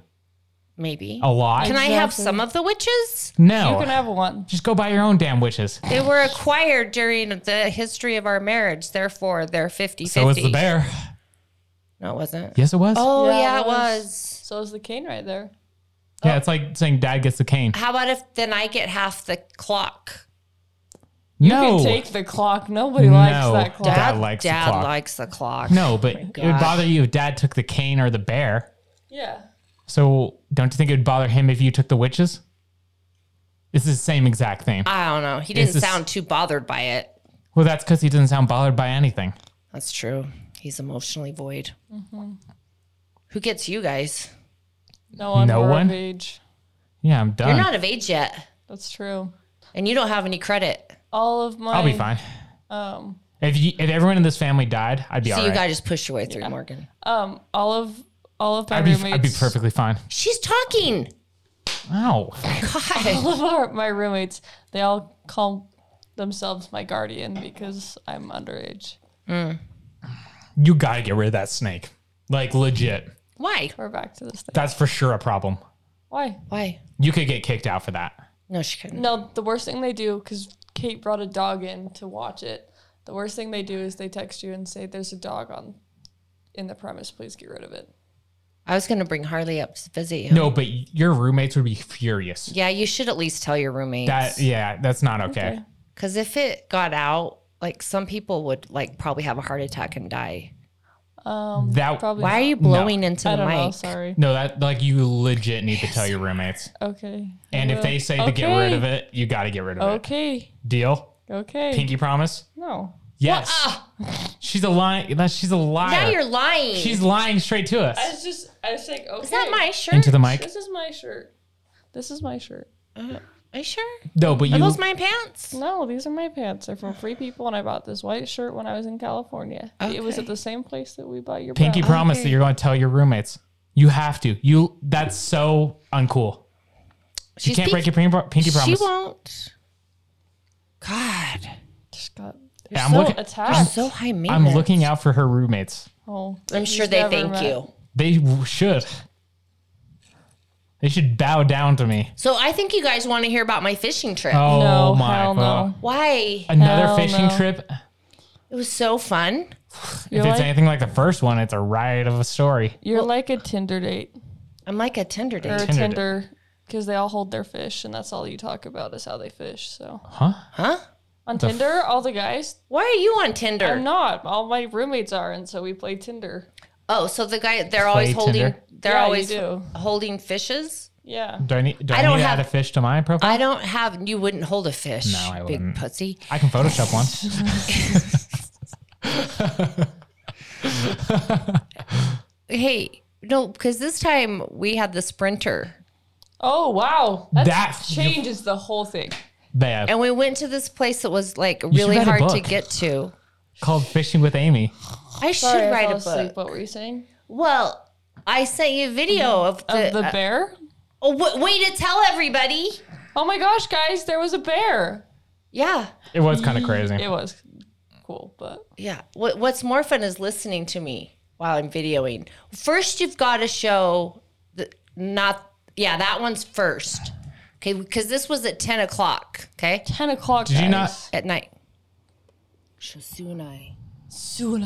Speaker 1: Maybe.
Speaker 2: a lot?
Speaker 1: Can I have
Speaker 3: Exactly.
Speaker 1: some of the witches?
Speaker 2: no,
Speaker 3: You can have one.
Speaker 2: just go buy your own damn witches.
Speaker 1: They were acquired during the history of our marriage. Therefore, they're 50
Speaker 2: So it's the bear.
Speaker 1: No, it wasn't.
Speaker 2: Yes, it was.
Speaker 1: Oh, yeah, it
Speaker 3: was.
Speaker 1: was.
Speaker 3: So is the cane right there. oh.
Speaker 2: Yeah, it's like saying Dad gets the cane.
Speaker 1: How about if then I get half the clock?
Speaker 2: No,
Speaker 3: You can take the clock. Nobody likes
Speaker 2: No.
Speaker 3: that clock.
Speaker 2: Dad likes the
Speaker 1: Dad
Speaker 2: clock.
Speaker 1: likes the clock.
Speaker 2: no, but it would
Speaker 1: Oh gosh.
Speaker 2: bother you if Dad took the cane or the bear.
Speaker 3: Yeah.
Speaker 2: So don't you think it would bother him if you took the witches? It's the same exact thing.
Speaker 1: I don't know. He didn't
Speaker 2: It's a s-
Speaker 1: sound too bothered by it.
Speaker 2: Well, that's because he doesn't sound bothered by anything.
Speaker 1: That's true. He's emotionally void. Mm-hmm. Who gets you guys?
Speaker 3: No one.
Speaker 2: No
Speaker 3: No
Speaker 2: one?
Speaker 3: one. Of age.
Speaker 2: Yeah, I'm
Speaker 1: You're
Speaker 2: done.
Speaker 1: not of age yet,
Speaker 3: That's true.
Speaker 1: and you don't have any credit.
Speaker 3: All of my.
Speaker 2: I'll be fine.
Speaker 3: Um.
Speaker 2: If you, if everyone in this family died, I'd be
Speaker 1: So
Speaker 2: all
Speaker 1: you
Speaker 2: right.
Speaker 1: gotta just push your way through, Morgan.
Speaker 3: Um. All of. All of my
Speaker 2: I'd be,
Speaker 3: roommates.
Speaker 2: I'd be perfectly fine.
Speaker 1: She's talking.
Speaker 2: Ow.
Speaker 1: God.
Speaker 3: all of our, my roommates, they all call themselves my guardian because I'm underage.
Speaker 2: You gotta get rid of that snake. Like legit.
Speaker 1: Why?
Speaker 3: We're back to this thing.
Speaker 2: That's for sure a problem.
Speaker 3: Why?
Speaker 1: Why?
Speaker 2: You could get kicked out for that.
Speaker 1: No, she couldn't.
Speaker 3: No, the worst thing they do, because Kate brought a dog in to watch it. The worst thing they do is they text you and say, "There's a dog on in the premise. Please get rid of it."
Speaker 1: I was gonna bring Harley up to visit you.
Speaker 2: No, but your roommates would be furious.
Speaker 1: Yeah, you should at least tell your roommates.
Speaker 2: That yeah, that's not okay.
Speaker 1: Because if it got out, like some people would like probably have a heart attack and die.
Speaker 3: Um,
Speaker 2: That-
Speaker 3: probably.
Speaker 1: Why are you
Speaker 2: No.
Speaker 1: blowing into
Speaker 3: I
Speaker 1: the
Speaker 3: don't know.
Speaker 1: mic?
Speaker 3: Sorry.
Speaker 2: No, that like you legit need to tell your roommates.
Speaker 3: Okay. I
Speaker 2: And
Speaker 3: will.
Speaker 1: Uh,
Speaker 2: if they say to get rid of
Speaker 3: Okay.
Speaker 2: it, you got to get rid of it.
Speaker 3: Okay.
Speaker 2: Deal?
Speaker 3: Okay.
Speaker 2: Pinky promise?
Speaker 3: No.
Speaker 2: Yes. She's a lying. She's a liar.
Speaker 1: Now you're lying.
Speaker 2: She's lying straight to us.
Speaker 3: I was just. I was like, okay.
Speaker 1: Is that my shirt?
Speaker 2: Into the mic.
Speaker 3: This is my shirt. This is my shirt.
Speaker 1: Are you sure?
Speaker 2: No, but
Speaker 1: Are
Speaker 2: you.
Speaker 1: those my pants?
Speaker 3: No, these are my pants. They're from Free People, and I bought this white shirt when I was in California. It was
Speaker 1: Okay.
Speaker 3: at the same place that we bought your
Speaker 2: Pinky
Speaker 3: bra.
Speaker 2: promise
Speaker 1: Okay.
Speaker 2: that you're going to tell your roommates. You have to. You. That's so uncool. you
Speaker 1: She's
Speaker 2: can't break
Speaker 1: pinky-
Speaker 2: your pinky, pro- pinky promise.
Speaker 1: She won't. God.
Speaker 3: Just got
Speaker 2: Yeah, I'm
Speaker 3: so
Speaker 2: looking-
Speaker 3: attacked.
Speaker 1: I'm so high
Speaker 2: I'm
Speaker 1: maintenance.
Speaker 2: looking out for her roommates.
Speaker 3: Oh,
Speaker 1: I'm
Speaker 3: he's
Speaker 1: sure they
Speaker 3: never
Speaker 1: thank
Speaker 3: met.
Speaker 1: you.
Speaker 2: They w- should. They should bow down to me.
Speaker 1: So I think you guys want to hear about my fishing trip.
Speaker 2: Oh
Speaker 3: No,
Speaker 2: my!
Speaker 3: hell no.
Speaker 2: well,
Speaker 1: Why?
Speaker 2: Another
Speaker 3: Hell
Speaker 2: fishing
Speaker 3: no.
Speaker 2: trip.
Speaker 1: It was so fun.
Speaker 3: You're
Speaker 2: if it's
Speaker 3: like,
Speaker 2: anything like the first one, it's a riot of a story.
Speaker 3: you're like a Tinder date
Speaker 1: I'm like a Tinder
Speaker 3: or
Speaker 1: date.
Speaker 3: a
Speaker 2: Tinder date.
Speaker 3: Tinder because they all hold their fish, and that's all you talk about is how they fish. So
Speaker 2: Huh?
Speaker 1: Huh?
Speaker 3: on Tinder, all the guys
Speaker 1: Why are you on Tinder?
Speaker 3: are not. All my roommates are, and so we play Tinder.
Speaker 1: oh, so the guy they're always holding
Speaker 2: Tinder.
Speaker 1: they're
Speaker 3: Yeah, you
Speaker 1: always
Speaker 3: do.
Speaker 1: holding fishes?
Speaker 3: Yeah.
Speaker 2: Do I need? Do I,
Speaker 1: I don't
Speaker 2: need
Speaker 1: have-
Speaker 2: to add a fish to my profile?
Speaker 1: I don't have you wouldn't hold a fish.
Speaker 2: No, I
Speaker 1: big
Speaker 2: wouldn't.
Speaker 1: pussy.
Speaker 2: I can Photoshop one.
Speaker 1: Hey, no, because this time we had the sprinter.
Speaker 3: Oh wow, that
Speaker 2: That's-
Speaker 3: changes the whole thing.
Speaker 2: Bad.
Speaker 1: And we went to this place that was like really
Speaker 2: write a
Speaker 1: hard to
Speaker 2: book.
Speaker 1: get to.
Speaker 2: Called fishing with Amy.
Speaker 1: I should
Speaker 3: Sorry, I
Speaker 1: write
Speaker 3: fell
Speaker 1: a book.
Speaker 3: asleep. What were you saying?
Speaker 1: Well, I sent you a
Speaker 2: Mm-hmm.
Speaker 1: video of the. uh,
Speaker 3: Of the bear?
Speaker 1: oh, w- way to tell everybody.
Speaker 3: Oh my gosh, guys, there was a bear.
Speaker 1: Yeah.
Speaker 2: It was kind
Speaker 1: Mm.
Speaker 2: of crazy.
Speaker 3: It was cool, but
Speaker 1: Yeah. What, what's more fun is listening to me while I'm videoing. First, you've got to show the not. Yeah, that one's first. Okay. Because this was at 10 o'clock. Okay.
Speaker 3: ten o'clock.
Speaker 2: Did you not-
Speaker 3: guys.
Speaker 1: At night. Shosunai.
Speaker 3: Soon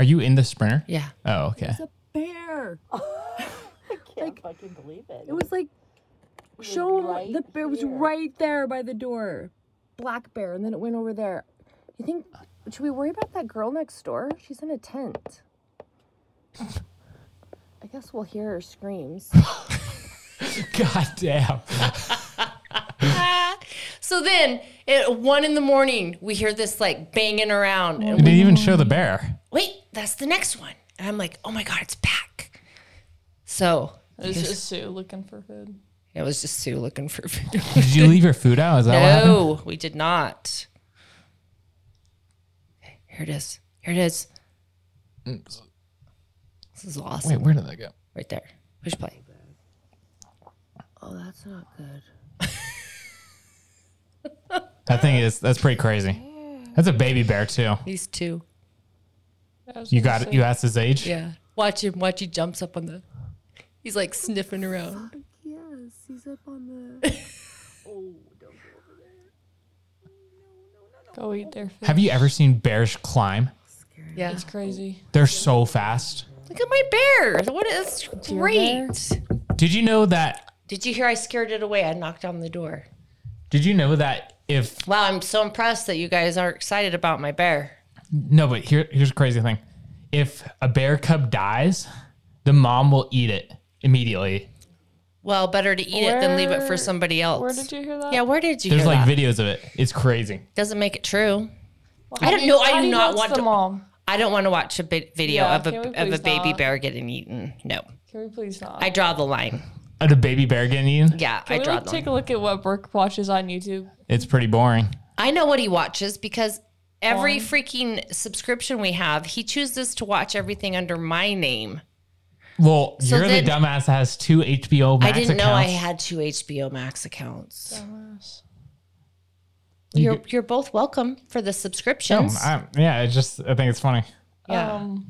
Speaker 2: Are you in the sprinter?
Speaker 1: Yeah.
Speaker 2: Oh, okay.
Speaker 4: a bear. I can't fucking believe it. It was like, show the bear was right there by the door, black bear, and then it went over there. You think should we worry about that girl next door? She's in a tent. I guess we'll hear her screams.
Speaker 2: God damn.
Speaker 1: So then at one in the morning, we hear this like banging around. And
Speaker 2: It didn't even show the bear.
Speaker 1: wait, that's the next one. And I'm like, oh my God, it's back. So
Speaker 3: It's just Sue looking for food.
Speaker 1: it was just Sue looking for food.
Speaker 2: Did you leave your food out? Is that what happened?
Speaker 1: no, we did not. Okay, Here it is. Here it is. This is awesome.
Speaker 2: Wait, where did that go?
Speaker 1: Right there. Push play.
Speaker 4: oh, that's not good.
Speaker 2: That thing is that's pretty crazy. That's a baby bear too.
Speaker 1: These two.
Speaker 3: I was
Speaker 2: You
Speaker 3: gonna
Speaker 2: got it.
Speaker 3: say,
Speaker 2: You asked his age.
Speaker 1: Yeah. Watch him. Watch he jumps up on the. He's like sniffing around.
Speaker 4: Yes, he's up on the. oh, don't go over there.
Speaker 3: Go eat their food.
Speaker 2: Have you ever seen bears climb?
Speaker 1: Yeah.
Speaker 3: It's crazy.
Speaker 2: They're so fast.
Speaker 1: Look at my bear. What is
Speaker 3: Your bear?
Speaker 1: great?
Speaker 2: Did you know that?
Speaker 1: Did you hear? I scared it away. I knocked on the door.
Speaker 2: Did you know that if
Speaker 1: Wow, I'm so impressed that you guys are excited about my bear.
Speaker 2: no? But here, here's a crazy thing. If a bear cub dies, the mom will eat it immediately.
Speaker 1: Well, better to eat it than leave it for
Speaker 3: Where-
Speaker 1: somebody else.
Speaker 3: Where did you hear that?
Speaker 1: Yeah, where did you?
Speaker 2: There's
Speaker 1: hear
Speaker 2: like
Speaker 1: that?
Speaker 2: videos of it. It's crazy.
Speaker 1: doesn't make it true.
Speaker 3: Well,
Speaker 1: I don't know. I
Speaker 3: how
Speaker 1: do
Speaker 3: you
Speaker 1: not
Speaker 3: watch
Speaker 1: want
Speaker 3: the
Speaker 1: to-
Speaker 3: mom.
Speaker 1: I don't want to watch a bit video
Speaker 3: Yeah,
Speaker 1: of a
Speaker 3: can we
Speaker 1: of a
Speaker 3: please
Speaker 1: baby
Speaker 3: not?
Speaker 1: bear getting eaten. No,
Speaker 3: Can we please not?
Speaker 1: I draw the line.
Speaker 2: Uh, the baby bear getting eaten.
Speaker 1: Yeah,
Speaker 3: Can
Speaker 1: I
Speaker 3: we
Speaker 1: draw
Speaker 3: like,
Speaker 1: the
Speaker 3: take
Speaker 1: line.
Speaker 3: a look at what Brooke watches on YouTube?
Speaker 2: It's pretty boring.
Speaker 1: I know what he watches because every freaking subscription we have, he chooses to watch everything under my name.
Speaker 2: Well,
Speaker 1: So
Speaker 2: you're
Speaker 1: then-
Speaker 2: the dumbass that has two HBO Max
Speaker 1: I didn't know I
Speaker 2: accounts.
Speaker 1: had two HBO Max accounts.
Speaker 2: You
Speaker 1: You're you're both welcome for the subscriptions.
Speaker 2: Um, I- yeah, it's just I think it's funny.
Speaker 1: yeah.
Speaker 3: Um,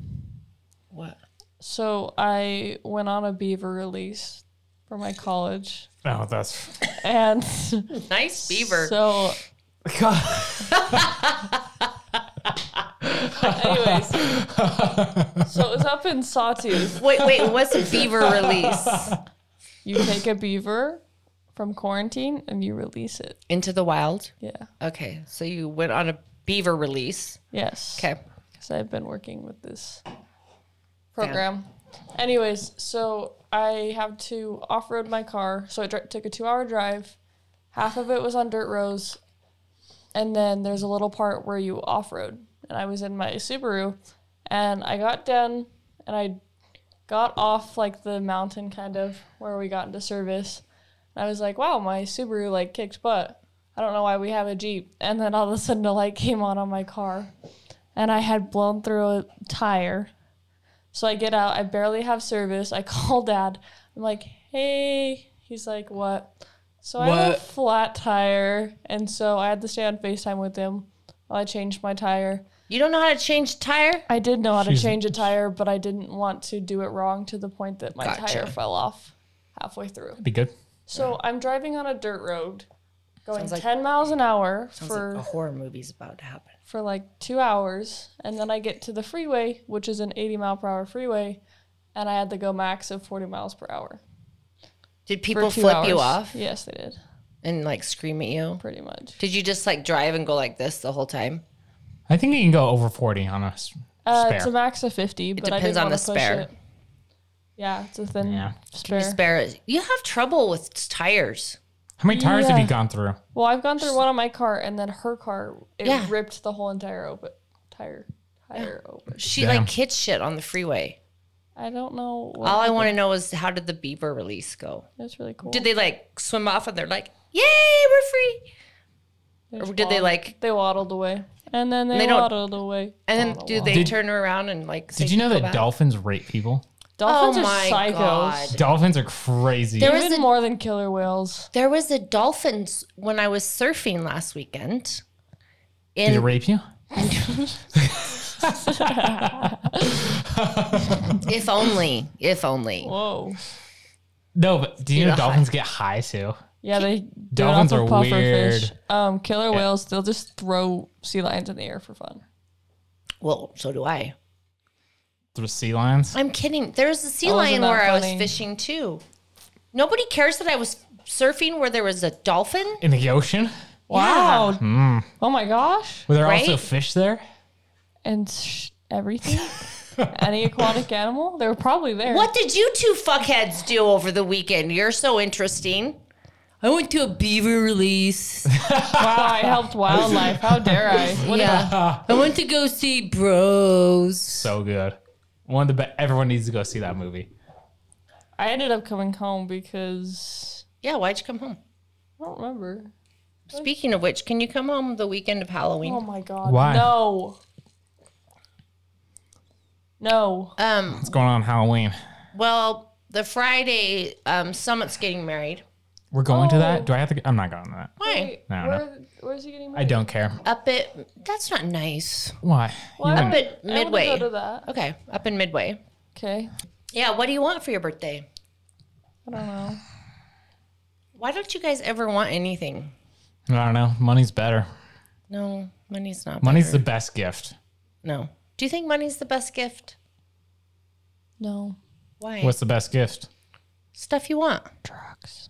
Speaker 1: what?
Speaker 3: so I went on a beaver release for my college,
Speaker 2: Oh, that's
Speaker 3: and
Speaker 1: Nice beaver.
Speaker 3: So Anyways, so it was up in Sawtooth.
Speaker 1: wait, wait. What's a beaver release?
Speaker 3: You take a beaver from quarantine and you release it.
Speaker 1: Into the wild.
Speaker 3: Yeah.
Speaker 1: Okay, so you went on a beaver release.
Speaker 3: Yes.
Speaker 1: Okay.
Speaker 3: because I've been working with this program. Anyways, so I have to off road my car. So I dri took a two hour drive. Half of it was on dirt roads. And then there's a little part where you off road. And I was in my Subaru and I got done and I got off like the mountain kind of where we got into service. And I was like, wow, my Subaru like kicked butt. I don't know why we have a Jeep. And then all of a sudden the light came on on my car and I had blown through a tire. So I get out, I barely have service. I call dad. I'm like, hey. He's like, what? So I have a
Speaker 2: What?
Speaker 3: flat tire. And so I had to stay on FaceTime with him while I changed my tire.
Speaker 1: You don't know how to change tire?
Speaker 3: I did know how to
Speaker 2: She's-
Speaker 3: change a tire, but I didn't want to do it wrong to the point that my
Speaker 1: Gotcha.
Speaker 3: tire fell off halfway through.
Speaker 2: Be good.
Speaker 3: So I'm driving on a dirt road going
Speaker 1: Sounds like-
Speaker 3: 10 miles an hour
Speaker 1: Sounds like oh.
Speaker 3: for,
Speaker 1: a horror movie's about to happen.
Speaker 3: for like two hours. And then I get to the freeway, which is an 80 mile per hour freeway. And I had to go max of 40 miles per hour.
Speaker 1: Did
Speaker 3: for
Speaker 1: people
Speaker 3: two
Speaker 1: flip you
Speaker 3: hours.
Speaker 1: off
Speaker 3: Yes, they did.
Speaker 1: and like scream at you?
Speaker 3: Pretty much.
Speaker 1: Did you just like drive and go like this the whole time?
Speaker 2: I think you can go over 40 on a s-
Speaker 3: Uh,
Speaker 2: spare.
Speaker 3: it's a max of 50, but I
Speaker 1: depends
Speaker 3: didn't
Speaker 1: on
Speaker 3: want
Speaker 1: the
Speaker 3: to push
Speaker 1: spare.
Speaker 3: it. Yeah, it's a thin
Speaker 2: Yeah.
Speaker 3: spare.
Speaker 1: Spare. You have trouble with tires.
Speaker 2: How many tires have
Speaker 3: Yeah.
Speaker 2: you gone through?
Speaker 3: Well, I've gone through one on my car, and then her car it
Speaker 1: Yeah.
Speaker 3: ripped the whole entire open tire tire open.
Speaker 1: She
Speaker 2: Damn.
Speaker 1: like hits shit on the freeway.
Speaker 3: I don't know. What
Speaker 1: All I want to know is how did the Bieber release go?
Speaker 3: That's really cool.
Speaker 1: Did they like swim off and they're like, "Yay, we're free"?
Speaker 3: They
Speaker 1: Or
Speaker 3: just
Speaker 1: did they
Speaker 3: waddled-
Speaker 1: like?
Speaker 3: They waddled away, and then they,
Speaker 1: They don't-
Speaker 3: waddled away.
Speaker 1: And then do they
Speaker 2: Did-
Speaker 1: turn around and like? say,
Speaker 2: Did you know
Speaker 1: "Go
Speaker 2: that
Speaker 1: back"?
Speaker 2: dolphins rape people?
Speaker 3: Dolphins
Speaker 1: Oh
Speaker 3: are
Speaker 1: my
Speaker 3: psychos.
Speaker 1: God.
Speaker 2: Dolphins are crazy.
Speaker 1: There was
Speaker 3: Even
Speaker 1: a-
Speaker 3: more than killer whales.
Speaker 1: There was a dolphins when I was surfing last weekend.
Speaker 2: Did it
Speaker 1: In
Speaker 2: rape you?
Speaker 1: if only, if only.
Speaker 3: Whoa.
Speaker 2: No, but do you know
Speaker 1: Dude,
Speaker 2: dolphins get high too?
Speaker 3: Yeah, they do it
Speaker 2: Dolphins
Speaker 3: off of
Speaker 2: are
Speaker 3: puffer
Speaker 2: weird.
Speaker 3: Fish. Um, killer whales, they'll just throw sea lions in the air for fun.
Speaker 1: Well, so do I.
Speaker 2: Through sea lions?
Speaker 1: I'm kidding. There was a sea
Speaker 3: Oh,
Speaker 1: lion
Speaker 3: isn't that
Speaker 1: where I was
Speaker 3: funny?
Speaker 1: fishing too. Nobody cares that I was surfing where there was a dolphin.
Speaker 2: In the ocean?
Speaker 3: Wow.
Speaker 2: Hmm.
Speaker 3: Oh my gosh.
Speaker 2: Were there also
Speaker 1: Right?
Speaker 2: fish there?
Speaker 3: And sh- everything. Any aquatic animal, they were probably there.
Speaker 1: What did you two fuckheads do over the weekend? You're so interesting. I went to a beaver release.
Speaker 3: Wow, I helped wildlife. How dare I? What
Speaker 1: yeah. I went to go see bros.
Speaker 2: So good. One of the best. Everyone needs to go see that movie.
Speaker 3: I ended up coming home because
Speaker 1: Yeah, why'd you come home?
Speaker 3: I don't remember.
Speaker 1: Speaking of which, can you come home the weekend of Halloween?
Speaker 3: Oh my god.
Speaker 2: Why?
Speaker 3: No. No.
Speaker 1: Um,
Speaker 2: What's going on Halloween?
Speaker 1: well, the Friday, um, Summit's getting married.
Speaker 2: We're going to
Speaker 3: Oh.
Speaker 2: that? Do I have to? I'm not going to that.
Speaker 1: Why?
Speaker 3: Wait,
Speaker 2: No, no.
Speaker 3: where, where's he getting
Speaker 2: I
Speaker 3: married?
Speaker 2: don't care.
Speaker 1: Up at that's not nice.
Speaker 2: Why?
Speaker 3: Why?
Speaker 2: You
Speaker 3: Up
Speaker 1: Up at
Speaker 2: wouldn't-
Speaker 3: I wanna
Speaker 1: Midway.
Speaker 3: go to that.
Speaker 1: Okay, up in Midway.
Speaker 3: Okay.
Speaker 1: Yeah, what do you want for your birthday?
Speaker 3: I don't know.
Speaker 1: Why don't you guys ever want anything?
Speaker 2: I don't know. Money's better.
Speaker 1: No, money's not.
Speaker 2: Money's
Speaker 1: better.
Speaker 2: the best gift.
Speaker 1: no. Do you think money's the best gift?
Speaker 3: No.
Speaker 1: Why?
Speaker 2: What's the best gift?
Speaker 1: Stuff you want.
Speaker 3: Drugs.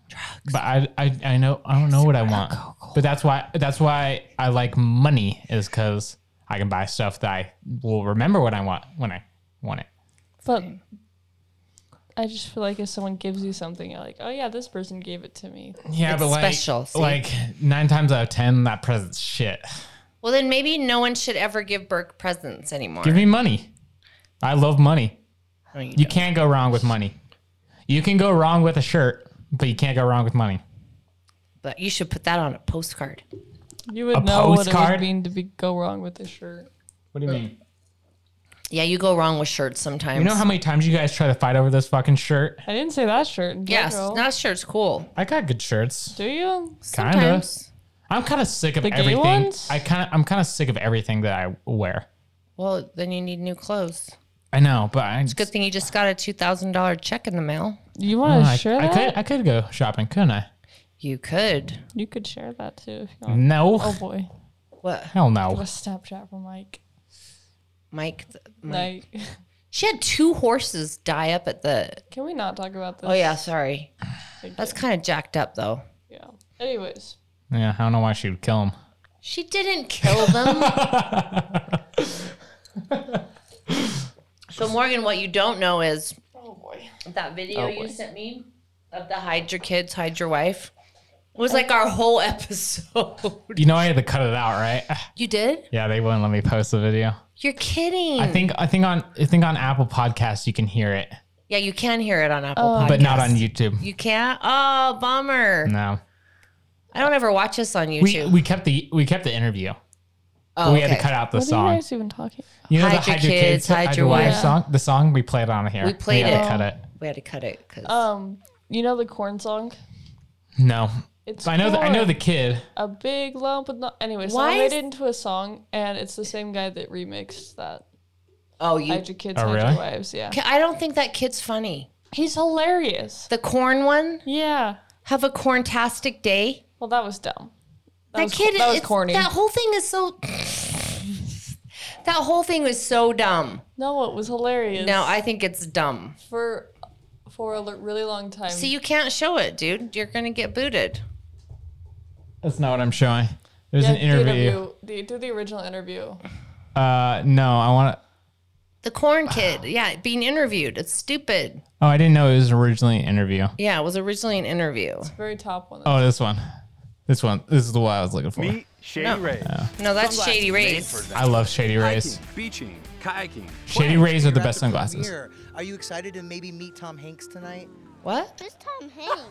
Speaker 2: But I, I, I know I don't know what I want. But that's why that's why I like money is because I can buy stuff that I will remember what I want when I want it.
Speaker 3: But I just feel like if someone gives you something, you're like, oh yeah, this person gave it to me.
Speaker 2: Yeah,
Speaker 1: It's
Speaker 2: but like
Speaker 1: special, see?
Speaker 2: like nine times out of ten, that present's shit.
Speaker 1: Well, then maybe no one should ever give Burke presents anymore.
Speaker 2: Give me money. I love money.
Speaker 1: No, you
Speaker 2: You
Speaker 1: don't.
Speaker 2: can't go wrong with money. You can go wrong with a shirt, but you can't go wrong with money.
Speaker 1: But you should put that on a postcard.
Speaker 3: You would
Speaker 2: A
Speaker 3: know what it
Speaker 2: postcard?
Speaker 3: would mean to be, go wrong with a shirt.
Speaker 2: What do you mean?
Speaker 1: Yeah, you go wrong with shirts sometimes.
Speaker 2: You know how many times you guys try to fight over this fucking shirt?
Speaker 3: I didn't say that shirt. in
Speaker 1: Yes,
Speaker 3: general.
Speaker 1: not shirts. Cool.
Speaker 2: I got good shirts.
Speaker 3: Do you?
Speaker 2: Kinda.
Speaker 1: Sometimes.
Speaker 2: I'm kind of sick of
Speaker 3: The gay
Speaker 2: everything.
Speaker 3: ones?
Speaker 2: I kind of I'm kind of sick of everything that I wear.
Speaker 1: Well, then you need new clothes.
Speaker 2: I know, but I
Speaker 1: Good thing you just got a two thousand dollar check in the mail.
Speaker 3: You want to
Speaker 2: I,
Speaker 3: share
Speaker 2: I
Speaker 3: that?
Speaker 2: could I could go shopping, couldn't I?
Speaker 1: You could.
Speaker 3: You could share that too if you want.
Speaker 2: No,
Speaker 3: Oh boy.
Speaker 1: What,
Speaker 2: hell
Speaker 3: What a
Speaker 2: no.
Speaker 3: Snapchat for Mike.
Speaker 1: Mike? th- Mike.
Speaker 3: Like,
Speaker 1: She had two horses die up at the.
Speaker 3: can we not talk about this?
Speaker 1: Oh yeah, sorry.
Speaker 3: Thank
Speaker 1: That's
Speaker 3: you.
Speaker 1: kind of jacked up though.
Speaker 3: yeah. Anyways,
Speaker 2: Yeah, I don't know why she would kill him.
Speaker 1: She didn't kill them. So Morgan, what you don't know is
Speaker 3: Oh boy.
Speaker 1: that video
Speaker 3: Oh,
Speaker 1: you
Speaker 3: boy.
Speaker 1: sent me of the hide your kids, hide your wife was like our whole episode.
Speaker 2: You know I had to cut it out, right?
Speaker 1: you did?
Speaker 2: Yeah, they wouldn't let me post the video.
Speaker 1: You're kidding.
Speaker 2: I think I think on I think on Apple Podcasts you can hear it,
Speaker 1: yeah, you can hear it on Apple Podcasts.
Speaker 2: but not on YouTube.
Speaker 1: You can't? Oh, bummer.
Speaker 2: No,
Speaker 1: I don't ever watch this on
Speaker 2: we
Speaker 1: YouTube.
Speaker 2: we kept the we kept the interview.
Speaker 1: oh,
Speaker 2: We had to
Speaker 1: okay.
Speaker 2: cut out the
Speaker 3: What
Speaker 2: song.
Speaker 3: are
Speaker 2: You,
Speaker 3: you guys even talking about?
Speaker 2: know the
Speaker 1: Hide your
Speaker 2: hide your
Speaker 1: kids,
Speaker 2: kids,
Speaker 1: hide your
Speaker 2: wife
Speaker 1: wife.
Speaker 2: song. The song we played on here.
Speaker 1: We played
Speaker 2: had to
Speaker 1: it.
Speaker 2: Cut it.
Speaker 1: We had to cut it because
Speaker 3: Um, you know the corn song?
Speaker 2: No,
Speaker 3: It's
Speaker 2: I know the, I know
Speaker 3: corn.
Speaker 2: the kid.
Speaker 3: a big lump of no- anyway, so
Speaker 1: Why
Speaker 3: I made
Speaker 1: is-
Speaker 3: it into a song and it's the same guy that remixed that.
Speaker 1: oh, you.
Speaker 3: Hide your kids,
Speaker 2: Oh,
Speaker 3: hide
Speaker 2: really?
Speaker 3: your wives, yeah.
Speaker 1: I don't think that kid's funny.
Speaker 3: He's hilarious.
Speaker 1: The corn one.
Speaker 3: Yeah.
Speaker 1: Have a corntastic day.
Speaker 3: Well that was dumb. That,
Speaker 1: That,
Speaker 3: was,
Speaker 1: kid.
Speaker 3: that was
Speaker 1: it's-
Speaker 3: corny.
Speaker 1: That whole thing is so. that whole thing was so dumb.
Speaker 3: no, it was hilarious.
Speaker 1: No, I think it's dumb.
Speaker 3: for for a l- really long time.
Speaker 1: See, you can't show it, dude. You're gonna get booted.
Speaker 2: That's not what I'm showing. There's
Speaker 3: Yeah,
Speaker 2: an interview.
Speaker 3: The, interview- the- do the original interview.
Speaker 2: Uh, no, I want to.
Speaker 1: The corn kid. Yeah, being interviewed. It's stupid.
Speaker 2: Oh, I didn't know it was originally an interview.
Speaker 1: Yeah, it was originally an interview.
Speaker 3: Very top one.
Speaker 2: Oh, this one. This one. This is the one I was looking for.
Speaker 5: Meet Shady
Speaker 1: No.
Speaker 5: Ray.
Speaker 1: No, that's
Speaker 6: Sunglasses
Speaker 1: Shady
Speaker 6: made
Speaker 1: Rays.
Speaker 6: for them.
Speaker 2: I love Shady Rays.
Speaker 6: Hiking, beaching, kayaking.
Speaker 2: Shady
Speaker 6: playing.
Speaker 2: Rays are the
Speaker 7: You're at
Speaker 2: best sunglasses.
Speaker 7: premiere. Are you excited to maybe meet Tom Hanks tonight?
Speaker 1: What?
Speaker 8: Who's Tom Hanks?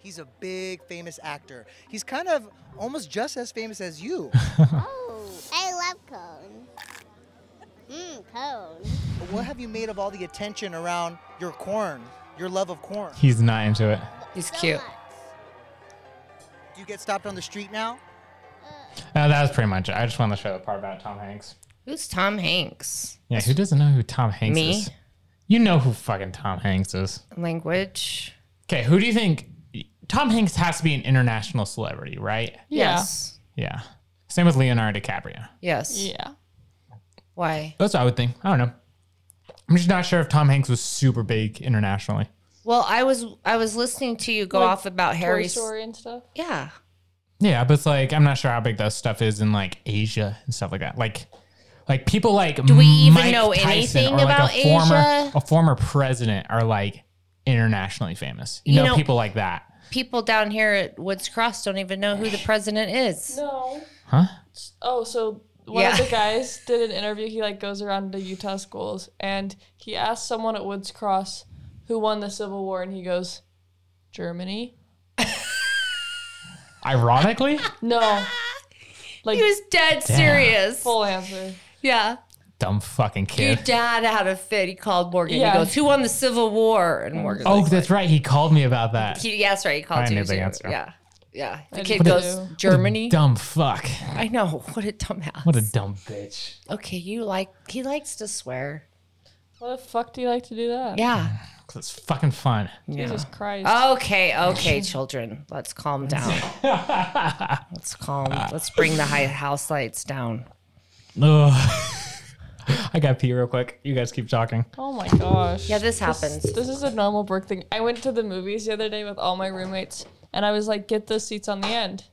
Speaker 7: He's a big famous actor. He's kind of almost just as famous as you.
Speaker 8: oh, I love cone. Mmm, cone.
Speaker 7: But what have you made of all the attention around your corn, your love of corn?
Speaker 2: He's not into it.
Speaker 1: He's
Speaker 8: So
Speaker 1: cute.
Speaker 8: much.
Speaker 7: Do you get stopped on the street now?
Speaker 2: No, Uh, that was pretty much it. I just wanted to show the part about Tom Hanks.
Speaker 1: Who's Tom Hanks?
Speaker 2: Yeah, who doesn't know who Tom Hanks
Speaker 1: Me?
Speaker 2: is? You know who fucking Tom Hanks is.
Speaker 1: Language.
Speaker 2: Okay, who do you think? Tom Hanks has to be an international celebrity, right?
Speaker 3: Yeah.
Speaker 1: Yes.
Speaker 2: Yeah. Same with Leonardo DiCaprio.
Speaker 1: Yes.
Speaker 3: Yeah.
Speaker 1: Why?
Speaker 2: That's what I would think. I don't know. I'm just not sure if Tom Hanks was super big internationally.
Speaker 1: Well, I was I was listening to you go
Speaker 3: Like
Speaker 1: off about
Speaker 3: Toy
Speaker 1: Harry's.
Speaker 3: Story and stuff.
Speaker 1: Yeah.
Speaker 2: Yeah, but it's like I'm not sure how big that stuff is in like Asia and stuff like that. Like, like people like do
Speaker 1: we even know anything about
Speaker 2: a former,
Speaker 1: Asia?
Speaker 2: A former president are like internationally famous. You,
Speaker 1: You
Speaker 2: know,
Speaker 1: know-
Speaker 2: people like that.
Speaker 1: People down here at Woods Cross don't even know who the president is.
Speaker 3: No.
Speaker 2: Huh?
Speaker 3: Oh, so one
Speaker 1: Yeah.
Speaker 3: of the guys did an interview. He like goes around to Utah schools and he asked someone at Woods Cross who won the Civil War, and he goes, "Germany."
Speaker 2: Ironically,
Speaker 3: No, like
Speaker 1: He was dead serious.
Speaker 3: full answer.
Speaker 1: Yeah.
Speaker 2: dumb fucking
Speaker 1: Your
Speaker 2: kid.
Speaker 1: dad had a fit. He called Morgan.
Speaker 3: Yeah.
Speaker 1: He goes, "Who won the Civil War?" And Morgan.
Speaker 2: Oh, that's right. He called me about that.
Speaker 1: He, yeah, that's right. He called
Speaker 2: I
Speaker 1: you.
Speaker 2: knew the
Speaker 1: too.
Speaker 2: answer.
Speaker 1: Yeah. Yeah. The
Speaker 3: I
Speaker 1: kid
Speaker 3: did
Speaker 1: goes,
Speaker 3: too.
Speaker 1: Germany.
Speaker 2: Dumb fuck.
Speaker 1: I know. What a dumbass.
Speaker 2: What a dumb bitch.
Speaker 1: okay, you like he likes to swear.
Speaker 3: What the fuck do you like to do that?
Speaker 1: Yeah. Uh,
Speaker 2: It's fucking fun.
Speaker 3: Jesus Christ.
Speaker 1: Okay, okay, children. Let's calm down. let's calm. Let's bring the high house lights down.
Speaker 2: Ugh. I got pee real quick. You guys keep talking.
Speaker 3: oh my gosh.
Speaker 1: Yeah, this happens.
Speaker 3: This is a normal work thing. I went to the movies the other day with all my roommates, and I was like, "Get the seats on the end,"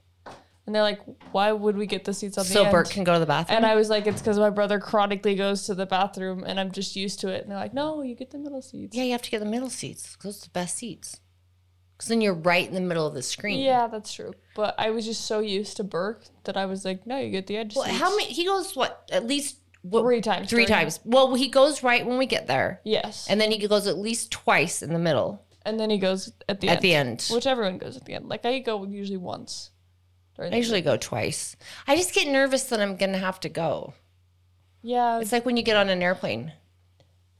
Speaker 3: and they're like, "Why would we get the seats on the
Speaker 1: So
Speaker 3: end?"
Speaker 1: Bert can go to the bathroom.
Speaker 3: And I was like, it's because my brother chronically goes to the bathroom and I'm just used to it. And they're like, no, you get the middle seats.
Speaker 1: yeah, you have to get the middle seats. Those are the best seats. Because then you're right in the middle of the screen.
Speaker 3: Yeah, that's true. But I was just so used to Burke that I was like, no, you get the edge
Speaker 1: Well,
Speaker 3: seats.
Speaker 1: how many? He goes what? At least what,
Speaker 3: Three times
Speaker 1: Three
Speaker 3: during-
Speaker 1: times. Well, he goes right when we get there,
Speaker 3: Yes. And,
Speaker 1: and then he goes at least twice in the middle
Speaker 3: then he goes at the
Speaker 1: at
Speaker 3: end.
Speaker 1: the end.
Speaker 3: Which everyone goes at the end. Like I go usually once. during
Speaker 1: I
Speaker 3: the
Speaker 1: usually go twice. I just get nervous that I'm gonna have to go.
Speaker 3: Yeah.
Speaker 1: It's like when you get on an airplane.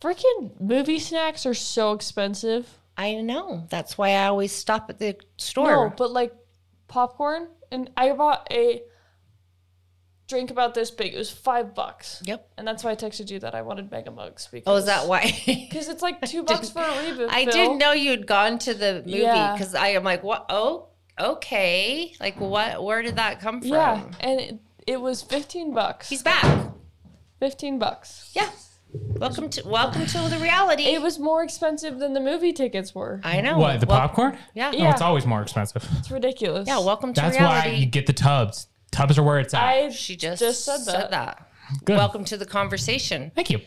Speaker 3: Freaking movie snacks are so expensive.
Speaker 1: I know. That's why I always stop at the store.
Speaker 3: No, but like popcorn. And I bought a drink about this big. It was five bucks.
Speaker 1: Yep.
Speaker 3: And that's why I texted you that I wanted mega mugs. Because
Speaker 1: Oh, is that why?
Speaker 3: Because it's like two bucks for a reboot.
Speaker 1: I
Speaker 3: Phil.
Speaker 1: didn't know you'd gone to the movie
Speaker 3: Yeah.
Speaker 1: because I am like, what? Oh, okay. Like, what? Where did that come from?
Speaker 3: Yeah, and it, it was fifteen bucks.
Speaker 1: He's back.
Speaker 3: fifteen bucks.
Speaker 1: Yeah. Welcome to welcome to the reality.
Speaker 3: It was more expensive than the movie tickets were.
Speaker 1: I know.
Speaker 2: What, the
Speaker 1: Wel-
Speaker 2: popcorn?
Speaker 1: Oh, Yeah.
Speaker 2: Oh,
Speaker 3: Yeah.
Speaker 2: it's always more expensive.
Speaker 3: It's ridiculous.
Speaker 1: Yeah. Welcome to
Speaker 2: That's why
Speaker 1: reality.
Speaker 2: you get the tubs. Tubs are where it's at.
Speaker 3: I
Speaker 1: she just
Speaker 3: just said that.
Speaker 1: that.
Speaker 2: Good.
Speaker 1: Welcome to the conversation.
Speaker 2: Thank you.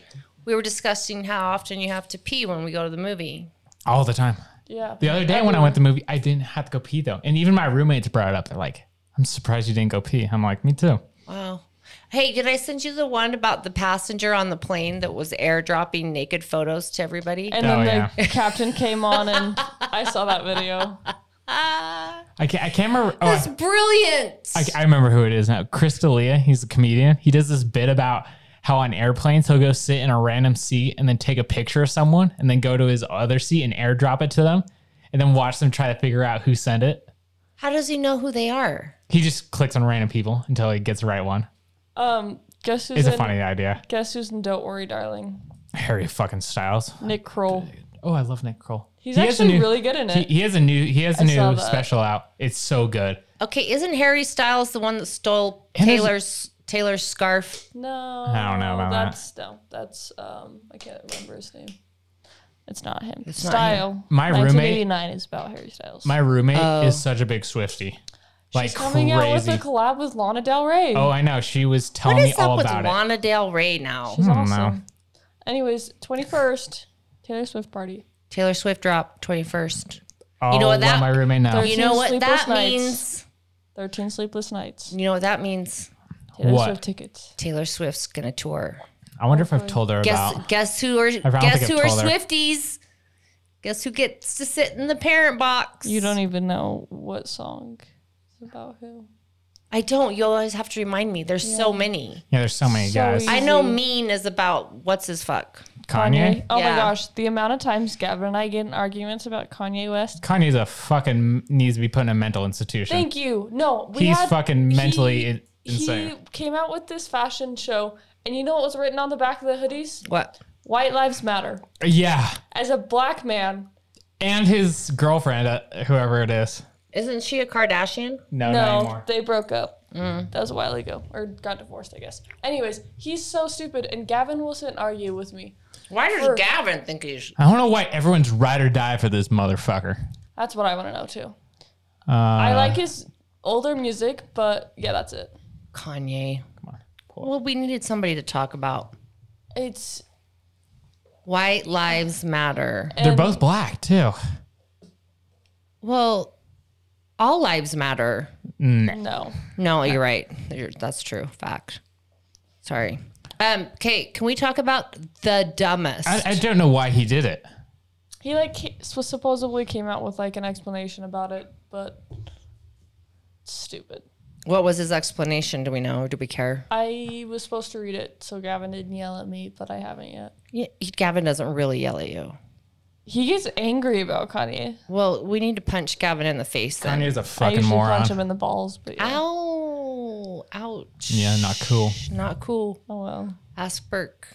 Speaker 1: We were discussing how often you have to pee when we go to the movie.
Speaker 2: All the time.
Speaker 3: Yeah.
Speaker 2: The other day when I went to the movie, I didn't have to go pee though. And even my roommates brought it up. They're like, I'm surprised you didn't go pee. I'm like, me too.
Speaker 1: Wow. Hey, did I send you the one about the passenger on the plane that was airdropping naked photos to everybody?
Speaker 3: and
Speaker 2: Oh,
Speaker 3: then the captain came on, and I saw that video.
Speaker 2: I can't, I can't remember. Oh, I-
Speaker 1: That's brilliant.
Speaker 2: I, I remember who it is now. Chris D'Elia. He's a comedian. He does this bit about how on airplanes he'll go sit in a random seat and then take a picture of someone and then go to his other seat and airdrop it to them and then watch them try to figure out who sent it.
Speaker 1: How does he know who they are?
Speaker 2: He just clicks on random people until he gets the right one.
Speaker 3: Um, guess who's
Speaker 2: It's
Speaker 3: in?
Speaker 2: a funny idea.
Speaker 3: Guess who's in? Don't worry, darling.
Speaker 2: Harry fucking Styles.
Speaker 3: Nick Kroll.
Speaker 2: Oh, I love Nick Kroll.
Speaker 3: He's
Speaker 2: He has a
Speaker 3: actually
Speaker 2: new-
Speaker 3: really good in
Speaker 2: He, e-
Speaker 3: it.
Speaker 2: he has a new he has a
Speaker 3: saw
Speaker 2: new
Speaker 3: that.
Speaker 2: special out. It's so good.
Speaker 1: Okay, isn't Harry Styles the one that stole
Speaker 2: And there's-
Speaker 1: Taylor's Taylor's scarf?
Speaker 3: no,
Speaker 2: I don't know about that.
Speaker 3: that's no, that's um, I can't remember his name. It's not him.
Speaker 1: not
Speaker 3: Style.
Speaker 2: My roommate-
Speaker 3: 1989 is about Harry Styles.
Speaker 2: My roommate is such a big Swifty. Like
Speaker 3: Oh. She's coming out with
Speaker 2: crazy.
Speaker 3: a collab with Lana Del Rey.
Speaker 2: oh, I know. She was telling
Speaker 1: What
Speaker 2: me
Speaker 1: is up
Speaker 2: all
Speaker 1: with
Speaker 2: about it.
Speaker 1: Lana Del Rey now?
Speaker 3: She's
Speaker 2: don't know.
Speaker 3: awesome. Anyways, 21st, Taylor Swift party.
Speaker 1: Taylor Swift drop twenty first.
Speaker 2: Oh,
Speaker 1: You know what that-
Speaker 2: my roommate now.
Speaker 3: There's-
Speaker 1: You know what
Speaker 3: Sleepless
Speaker 1: that
Speaker 3: nights.
Speaker 1: means?
Speaker 3: 13 sleepless nights.
Speaker 1: You know what that means?
Speaker 3: Taylor
Speaker 2: What?
Speaker 3: Swift tickets.
Speaker 1: Taylor Swift's gonna tour.
Speaker 2: I wonder if I've told her
Speaker 1: Guess
Speaker 2: about.
Speaker 1: guess who are
Speaker 2: don't
Speaker 1: guess
Speaker 2: think
Speaker 1: who
Speaker 2: I've
Speaker 1: are
Speaker 2: told her.
Speaker 1: Swifties? Guess who gets to sit in the parent box?
Speaker 3: You don't even know what song is about who.
Speaker 1: I don't. You always have to remind me. There's so many.
Speaker 2: Yeah, there's so many
Speaker 3: So
Speaker 2: guys.
Speaker 3: easy.
Speaker 1: I know mean is about what's his fuck.
Speaker 2: Kanye.
Speaker 3: Oh
Speaker 1: Yeah.
Speaker 3: my gosh, the amount of times Gavin and I get in arguments about Kanye West.
Speaker 2: Kanye's a fucking needs to be put in a mental institution.
Speaker 3: Thank you. No, we
Speaker 2: He's
Speaker 3: had-
Speaker 2: fucking
Speaker 3: he-
Speaker 2: mentally in- insane.
Speaker 3: He came out with this fashion show, and you know what was written on the back of the hoodies?
Speaker 1: What?
Speaker 3: White Lives Matter.
Speaker 2: yeah,
Speaker 3: As a black man,
Speaker 2: and his girlfriend, uh, whoever it is.
Speaker 1: Isn't she a Kardashian?
Speaker 2: No, not
Speaker 3: No,
Speaker 2: anymore.
Speaker 3: they broke up. That was a while ago, or got divorced, I guess. Anyways, he's so stupid, and Gavin will sit and argue with me.
Speaker 1: Why does
Speaker 3: Her.
Speaker 1: Gavin think he's?
Speaker 2: I don't know why everyone's ride or die for this motherfucker.
Speaker 3: That's what I want to know too.
Speaker 2: Uh,
Speaker 3: I like his older music, but yeah, that's it.
Speaker 1: Kanye. Well, we needed somebody to talk about.
Speaker 3: It's
Speaker 1: White lives matter.
Speaker 2: They're
Speaker 3: and-
Speaker 2: both black too.
Speaker 1: Well, all lives matter.
Speaker 3: no.
Speaker 1: No, you're right. You're, that's true. Fact. Sorry. Um, Kate, can we talk about the dumbest?
Speaker 2: I, I don't know why he did it.
Speaker 3: He like ca- so supposedly came out with like an explanation about it, but stupid.
Speaker 1: what was his explanation? Do we know? Do we care?
Speaker 3: I was supposed to read it, so Gavin didn't yell at me, but I haven't yet.
Speaker 1: Yeah, he- Gavin doesn't really yell at you.
Speaker 3: He gets angry about Kanye.
Speaker 1: Well, we need to punch Gavin in the face then.
Speaker 2: Kanye's a
Speaker 3: I
Speaker 2: fucking
Speaker 3: usually punch him
Speaker 2: moron.
Speaker 3: in the balls, but yeah.
Speaker 1: Ow. Ouch.
Speaker 2: Yeah, not cool.
Speaker 1: Not cool.
Speaker 3: Oh well.
Speaker 1: Ask Burke.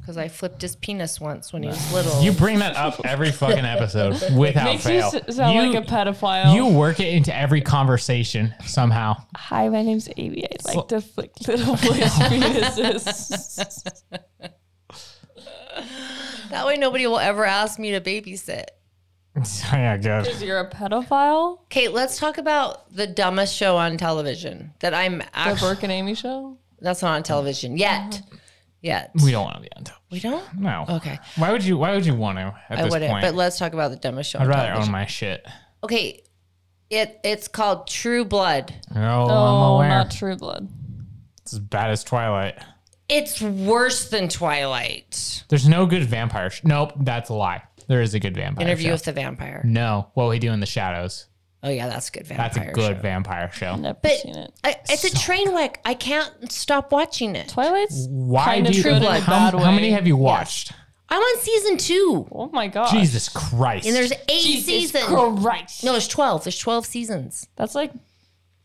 Speaker 1: Because I flipped his penis once when he was little.
Speaker 2: You bring that up every fucking episode without
Speaker 3: Makes you
Speaker 2: fail.
Speaker 3: s- sound
Speaker 2: You-
Speaker 3: like a pedophile.
Speaker 2: You work it into every conversation somehow.
Speaker 3: Hi, my name's Amy. I like to flick little boys' penises.
Speaker 1: that way nobody will ever ask me to babysit.
Speaker 2: yeah, good.
Speaker 3: You're a pedophile?
Speaker 1: Kate, let's talk about the dumbest show on television that I'm
Speaker 3: The
Speaker 1: actually.
Speaker 3: Burke and Amy show?
Speaker 1: That's not on television yet. Yet.
Speaker 2: Mm-hmm. We don't want to be on top.
Speaker 1: We don't?
Speaker 2: No.
Speaker 1: Okay.
Speaker 2: Why would you? Why would you want to at
Speaker 1: I
Speaker 2: this
Speaker 1: wouldn't.
Speaker 2: point?
Speaker 1: But let's talk about the dumbest show
Speaker 2: I'd
Speaker 1: on
Speaker 2: rather
Speaker 1: television.
Speaker 2: own my shit.
Speaker 1: Okay. It, it's called True Blood.
Speaker 2: Oh, I'm
Speaker 3: Oh,
Speaker 2: aware.
Speaker 3: not True Blood.
Speaker 2: It's as bad as Twilight.
Speaker 1: It's worse than Twilight.
Speaker 2: There's no good vampire. Sh- nope, that's a lie. There is a good vampire.
Speaker 1: Interview
Speaker 2: show.
Speaker 1: with the Vampire.
Speaker 2: no, what we do in the shadows.
Speaker 1: Oh yeah, that's a good vampire.
Speaker 2: Mm. That's a good
Speaker 1: show.
Speaker 2: vampire show.
Speaker 3: Never
Speaker 1: But
Speaker 3: seen it.
Speaker 1: I, it's a train wreck. I can't stop watching it.
Speaker 3: Twilight's
Speaker 2: Why
Speaker 3: kind
Speaker 2: do
Speaker 3: of
Speaker 2: you?
Speaker 3: true blood.
Speaker 2: how,
Speaker 3: bad
Speaker 2: how many
Speaker 3: way.
Speaker 2: have you watched?
Speaker 1: I'm on season two,
Speaker 3: Oh my god.
Speaker 2: Jesus Christ!
Speaker 1: and there's eight seasons.
Speaker 3: Christ.
Speaker 1: No, there's twelve. There's twelve seasons.
Speaker 3: That's like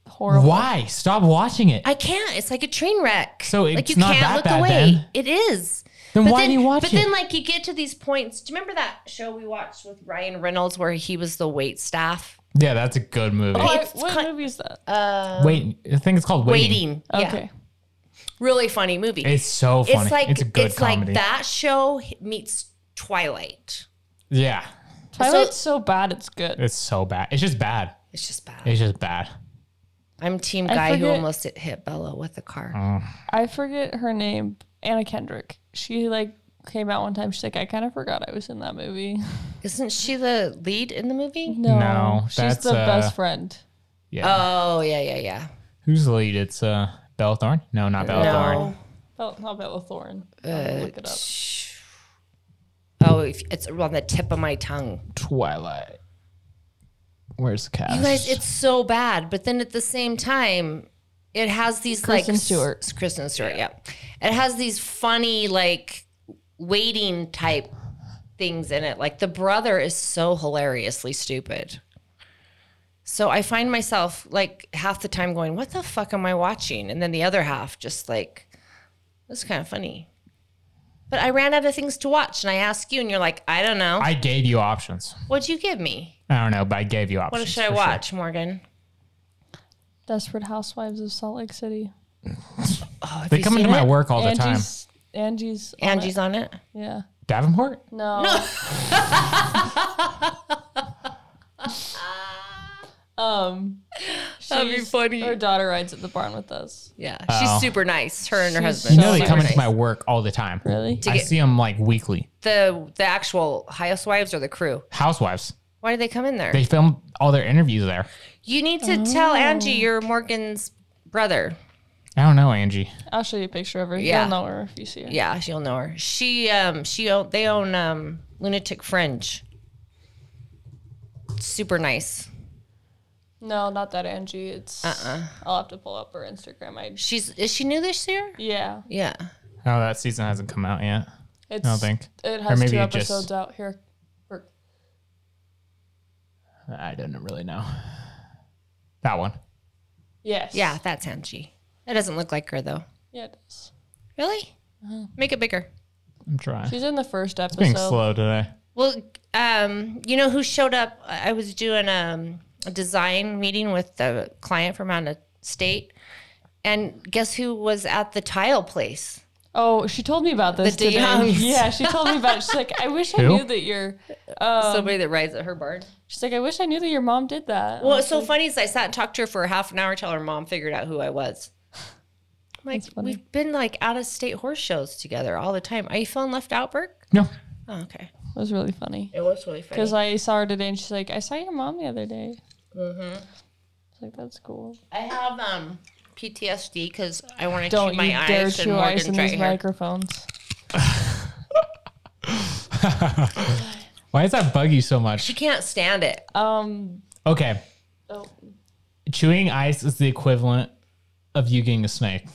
Speaker 3: horrible.
Speaker 2: why? Stop watching it.
Speaker 1: I can't. It's like a train wreck.
Speaker 2: So
Speaker 1: like
Speaker 2: it's not that bad then?
Speaker 1: It is.
Speaker 2: Then
Speaker 1: But
Speaker 2: why do you watch
Speaker 1: But
Speaker 2: it?
Speaker 1: then, like, you get to these points. Do you remember that show we watched with Ryan Reynolds where he was the wait staff?
Speaker 2: yeah, that's a good movie.
Speaker 3: Why-
Speaker 1: It's
Speaker 3: what
Speaker 1: ki-
Speaker 3: movie is that?
Speaker 2: Wait, I think it's called Waiting.
Speaker 1: um, Waiting. Yeah.
Speaker 3: okay.
Speaker 1: Really funny movie.
Speaker 2: It's so funny.
Speaker 1: it's like
Speaker 2: it's a good
Speaker 1: it's like
Speaker 2: comedy.
Speaker 1: that show meets Twilight.
Speaker 2: Yeah,
Speaker 3: Twilight's so bad it's good.
Speaker 2: it's so bad. It's just bad.
Speaker 1: It's just bad.
Speaker 2: It's just bad.
Speaker 1: I'm team
Speaker 3: I
Speaker 1: guy who
Speaker 3: forget-
Speaker 1: almost hit- hit Bella with a car.
Speaker 2: Uh-huh.
Speaker 3: I forget her name. Anna Kendrick. She like came out one time. She's like, I kind of forgot I was in that movie.
Speaker 1: Isn't she the lead in the
Speaker 2: Mm-hmm.
Speaker 1: movie?
Speaker 3: No,
Speaker 2: No,
Speaker 3: she's
Speaker 2: that's,
Speaker 3: the
Speaker 2: uh,
Speaker 3: best friend.
Speaker 2: Yeah.
Speaker 1: Oh yeah, yeah, yeah.
Speaker 2: Who's the lead? It's uh, Belle Thorne? No, not Belle Thorne.
Speaker 1: No.
Speaker 3: Bella, not Bella Thorne. I'll look it up.
Speaker 2: Uh,
Speaker 1: Oh, if, it's on the tip of my tongue.
Speaker 2: Twilight. Where's the cast?
Speaker 1: You guys, it's so bad. But then at the same time, it has these
Speaker 3: Kristen
Speaker 1: like
Speaker 3: Stewart.
Speaker 1: s- Kristen Stewart, yeah. It has these funny like waiting type things in it. Like the brother is so hilariously stupid. So I find myself like half the time going, "What the fuck am I watching?" And then the other half just like, "That's kind of funny." But I ran out of things to watch, and I ask you, and you're like, "I don't know."
Speaker 2: I gave you options.
Speaker 1: What'd you give me?
Speaker 2: I don't know, but I gave you options.
Speaker 1: What should I
Speaker 2: for
Speaker 1: watch, Morgan?
Speaker 3: Desperate Housewives of Salt Lake City.
Speaker 1: Oh, have
Speaker 2: Sure. They
Speaker 1: you
Speaker 2: come
Speaker 1: seen
Speaker 2: into my
Speaker 1: it?
Speaker 2: work all the time.
Speaker 3: Angie's, Angie's. on it.
Speaker 1: Angie's on it.
Speaker 3: Yeah.
Speaker 2: Davenport?
Speaker 3: No. um,
Speaker 1: That'd be
Speaker 3: she's-
Speaker 1: funny.
Speaker 3: Her daughter rides at the barn with us.
Speaker 1: Yeah,
Speaker 2: Oh.
Speaker 1: she's super nice. Her and her
Speaker 3: She's
Speaker 1: husband.
Speaker 2: You know they
Speaker 3: Super
Speaker 2: come into
Speaker 1: nice.
Speaker 2: my work all the time.
Speaker 3: Really?
Speaker 2: I
Speaker 1: get-
Speaker 2: see them like weekly.
Speaker 1: the the actual housewives or the crew.
Speaker 2: Housewives.
Speaker 1: Why do they come in there?
Speaker 2: They film all their interviews there.
Speaker 1: you need to tell Angie you're Morgan's brother.
Speaker 2: I don't know, Angie.
Speaker 3: I'll show you a picture of her.
Speaker 1: Yeah.
Speaker 3: You'll know her if you see her.
Speaker 1: Yeah, she'll know her. She um she own, they own um Lunatic Fringe. Super nice.
Speaker 3: No, not that Angie. It's. Uh-uh. I'll have to pull up her Instagram. I.
Speaker 1: She's is she new this year?
Speaker 3: Yeah.
Speaker 1: Yeah.
Speaker 2: Oh, that season hasn't come out yet.
Speaker 3: It's,
Speaker 2: I don't think.
Speaker 3: It has
Speaker 2: maybe
Speaker 3: two
Speaker 2: it just-
Speaker 3: episodes out here. Or-
Speaker 2: I don't really know. That one.
Speaker 3: Yes.
Speaker 1: Yeah, that's Angie. That doesn't look like her though.
Speaker 3: Yeah, it is.
Speaker 1: Really? Make it bigger.
Speaker 2: I'm trying.
Speaker 3: She's in the first episode.
Speaker 2: Being slow today.
Speaker 1: Well, um, you know who showed up? I I was doing um, a design meeting with the client from out of state, and guess who was at the tile place?
Speaker 3: Oh, she told me about this
Speaker 1: The
Speaker 3: today.
Speaker 1: DeYoungs.
Speaker 3: Yeah, she told me about. It. She's like, I wish I
Speaker 2: Who?
Speaker 3: knew that your. Um,
Speaker 1: Somebody that rides at her barn.
Speaker 3: she's like, I wish I knew that your mom did that.
Speaker 1: Well, what's so funny is I sat and talked to her for half an hour till her mom figured out who I was. I'm Like
Speaker 3: funny.
Speaker 1: we've been like out of state horse shows together all the time. Are you feeling left out, Burke?
Speaker 2: No.
Speaker 1: Oh, okay.
Speaker 3: It was really funny
Speaker 1: It was really funny.
Speaker 3: because I saw her today, and she's like, I saw your mom the other day.
Speaker 1: Mm-hmm.
Speaker 3: It's like that's cool.
Speaker 1: I have um PTSD because I want to
Speaker 3: Don't
Speaker 1: chew my
Speaker 3: you
Speaker 1: eyes
Speaker 3: dare
Speaker 1: and
Speaker 3: chew
Speaker 1: Morgan's
Speaker 3: ice in
Speaker 1: right
Speaker 3: these
Speaker 1: here.
Speaker 3: microphones.
Speaker 2: Why does that bug you so much?
Speaker 1: She can't stand it.
Speaker 3: Um,
Speaker 2: Okay.
Speaker 3: oh,
Speaker 2: Chewing ice is the equivalent of you getting a snake.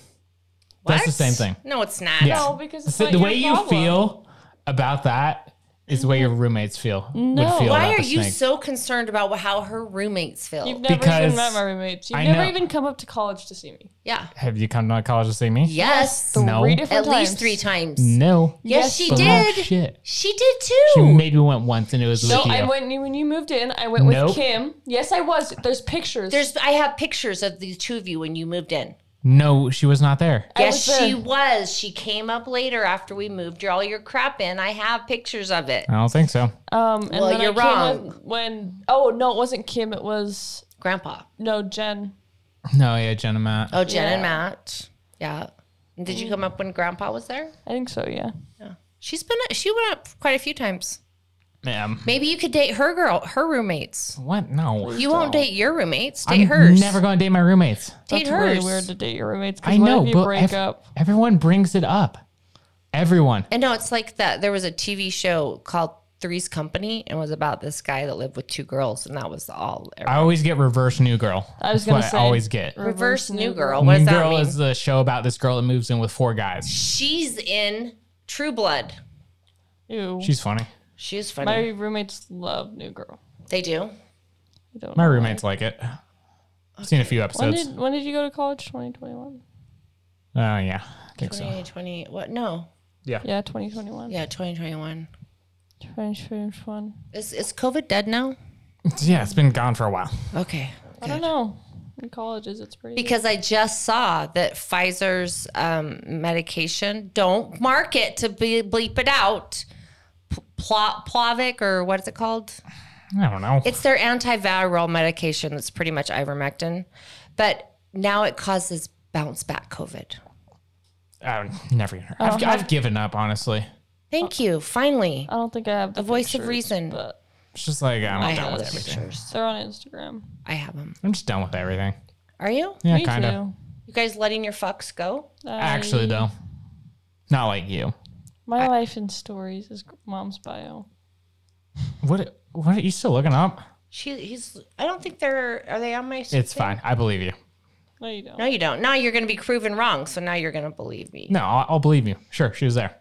Speaker 2: That's the
Speaker 1: What?
Speaker 2: same thing.
Speaker 1: No, it's not.
Speaker 2: Yeah.
Speaker 3: no, oh, because it's
Speaker 2: So
Speaker 3: not
Speaker 2: the
Speaker 3: your
Speaker 2: way
Speaker 3: problem.
Speaker 2: you feel about that is the way your roommates feel.
Speaker 3: No.
Speaker 2: Would feel
Speaker 1: Why
Speaker 2: about
Speaker 1: are
Speaker 2: the
Speaker 1: you
Speaker 2: snake.
Speaker 1: so concerned about wh- how her roommates feel?
Speaker 3: You've never
Speaker 2: Because
Speaker 3: even met my roommates. You've
Speaker 2: I
Speaker 3: never
Speaker 2: know-
Speaker 3: even come up to college to see me.
Speaker 1: yeah.
Speaker 2: Have you come to my college to see me?
Speaker 1: Yes.
Speaker 3: Three
Speaker 2: No.
Speaker 3: different
Speaker 1: At
Speaker 3: times.
Speaker 1: least three times.
Speaker 2: No.
Speaker 1: Yes, she
Speaker 2: Bullshit.
Speaker 1: did. She did too.
Speaker 2: She maybe went once and it was
Speaker 3: No,
Speaker 2: with you.
Speaker 3: I went when you moved in. I went
Speaker 2: Nope.
Speaker 3: with Kim. Yes, I was. There's pictures.
Speaker 1: There's. I have pictures of the two of you when you moved in.
Speaker 2: no, she was not there.
Speaker 1: yes,
Speaker 3: was
Speaker 1: she
Speaker 3: there.
Speaker 1: was. She came up later after we moved your- all your crap in. I have pictures of it.
Speaker 2: I don't think so.
Speaker 3: Um, and
Speaker 1: Well,
Speaker 3: then I
Speaker 1: you're
Speaker 3: came with- when oh no, it wasn't Kim. It was
Speaker 1: Grandpa.
Speaker 3: no Jen.
Speaker 2: No, yeah, Jenna Matt.
Speaker 1: Oh, Jen and Matt. Yeah. And Did you come up when Grandpa was there?
Speaker 3: I think so. Yeah.
Speaker 1: She's been. She went up quite a few times.
Speaker 2: Ma'am.
Speaker 1: Maybe you could date her girl, her roommates.
Speaker 2: What? No.
Speaker 1: You won't date your roommates. Date
Speaker 2: I'm
Speaker 1: hers.
Speaker 2: never going to date my roommates.
Speaker 1: date
Speaker 3: That's
Speaker 1: hers.
Speaker 3: really weird to date your roommates. 'cause
Speaker 2: I
Speaker 3: what
Speaker 2: know,
Speaker 3: if you
Speaker 2: but
Speaker 3: break
Speaker 2: ev-
Speaker 3: up.
Speaker 2: everyone brings it up. Everyone.
Speaker 1: And no, it's like that. There was a TV show called Three's Company, and it was about this guy that lived with two girls, and that was all.
Speaker 2: I always get reverse new girl.
Speaker 3: I was
Speaker 2: That's what
Speaker 3: gonna say
Speaker 2: I always get.
Speaker 1: Reverse New Girl. What
Speaker 2: New
Speaker 1: does that
Speaker 2: girl
Speaker 1: mean?
Speaker 2: is the show about this girl that moves in with four guys.
Speaker 1: She's in True Blood.
Speaker 3: Ew.
Speaker 2: She's funny.
Speaker 1: She is funny.
Speaker 3: my roommates love New Girl.
Speaker 1: they do.
Speaker 3: I don't.
Speaker 2: My
Speaker 3: know why.
Speaker 2: roommates like it. I've seen a few
Speaker 3: When
Speaker 2: episodes.
Speaker 3: did when did you go to college? 2021.
Speaker 2: Oh yeah, I think so.
Speaker 1: 2020. What? No.
Speaker 3: Yeah, 2021.
Speaker 1: Yeah, 2021.
Speaker 3: 2021.
Speaker 1: Is is COVID dead now?
Speaker 2: Yeah, it's been gone for a while.
Speaker 1: Okay.
Speaker 3: I don't know. In colleges, it's pretty.
Speaker 1: Because I just saw that Pfizer's um, medication don't mark it to be, bleep it out. P- Pla- Plavix or what is it called?
Speaker 2: I don't know.
Speaker 1: It's their antiviral medication that's pretty much ivermectin. But now it causes bounce back COVID.
Speaker 2: I'm never gonna. I've,
Speaker 3: Uh-huh.
Speaker 2: I've given up, honestly.
Speaker 1: Thank you. Finally,
Speaker 3: I don't think I have the
Speaker 1: A voice of
Speaker 3: pictures,
Speaker 1: reason.
Speaker 3: But
Speaker 2: It's just like I'm
Speaker 1: I
Speaker 2: done
Speaker 1: have
Speaker 2: with
Speaker 1: the
Speaker 2: everything.
Speaker 1: pictures.
Speaker 3: they're on Instagram.
Speaker 1: I have them.
Speaker 2: I'm just done with everything.
Speaker 1: Are you?
Speaker 2: Yeah,
Speaker 3: Me
Speaker 2: kind of.
Speaker 3: too.
Speaker 1: You guys letting your fucks go?
Speaker 3: I-
Speaker 2: Actually, though, not like you.
Speaker 3: my life in stories is mom's bio.
Speaker 2: What? What are you still looking up?
Speaker 1: She, he's. I don't think they're. Are they on my?
Speaker 2: It's fine. I believe you.
Speaker 3: No, you don't.
Speaker 1: No, you don't. Now you're going to be proven wrong. So now you're going to believe me.
Speaker 2: No, I'll, I'll believe you. Sure, she was there.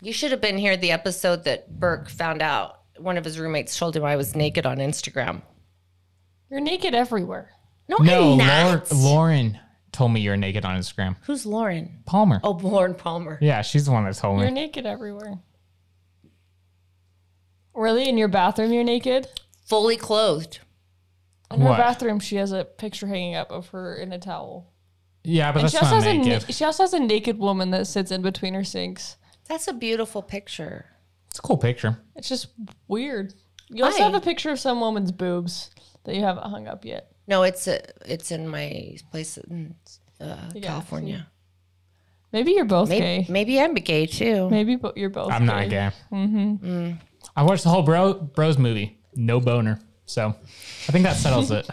Speaker 1: You should have been here the episode that Burke found out one of his roommates told him I was naked on Instagram.
Speaker 3: You're naked everywhere.
Speaker 1: No,
Speaker 2: No,
Speaker 1: I'm
Speaker 2: Laur-
Speaker 1: not.
Speaker 2: Lauren told me you're naked on Instagram.
Speaker 1: Who's Lauren?
Speaker 2: Palmer.
Speaker 1: Oh, Lauren Palmer.
Speaker 2: Yeah, she's the one that told
Speaker 3: You're
Speaker 2: me.
Speaker 3: naked everywhere. Really? In your bathroom, you're naked?
Speaker 1: Fully clothed.
Speaker 3: In her
Speaker 2: What?
Speaker 3: bathroom, she has a picture hanging up of her in a towel.
Speaker 2: Yeah, but
Speaker 3: And
Speaker 2: that's
Speaker 3: she also,
Speaker 2: not
Speaker 3: has a, na-
Speaker 2: naked.
Speaker 3: she also has a naked woman that sits in between her sinks.
Speaker 1: That's a beautiful picture.
Speaker 2: it's a cool picture.
Speaker 3: It's just weird. You also
Speaker 1: Why?
Speaker 3: have a picture of some woman's boobs that you haven't hung up yet.
Speaker 1: No, it's a, it's in my place in uh,
Speaker 3: Yeah,
Speaker 1: California.
Speaker 3: Maybe you're both
Speaker 1: Maybe,
Speaker 3: gay.
Speaker 1: maybe I'm gay too.
Speaker 3: Maybe bo- you're both.
Speaker 2: I'm not gay. Mm-hmm. I watched the whole bro bros movie. No boner. So I think that settles it.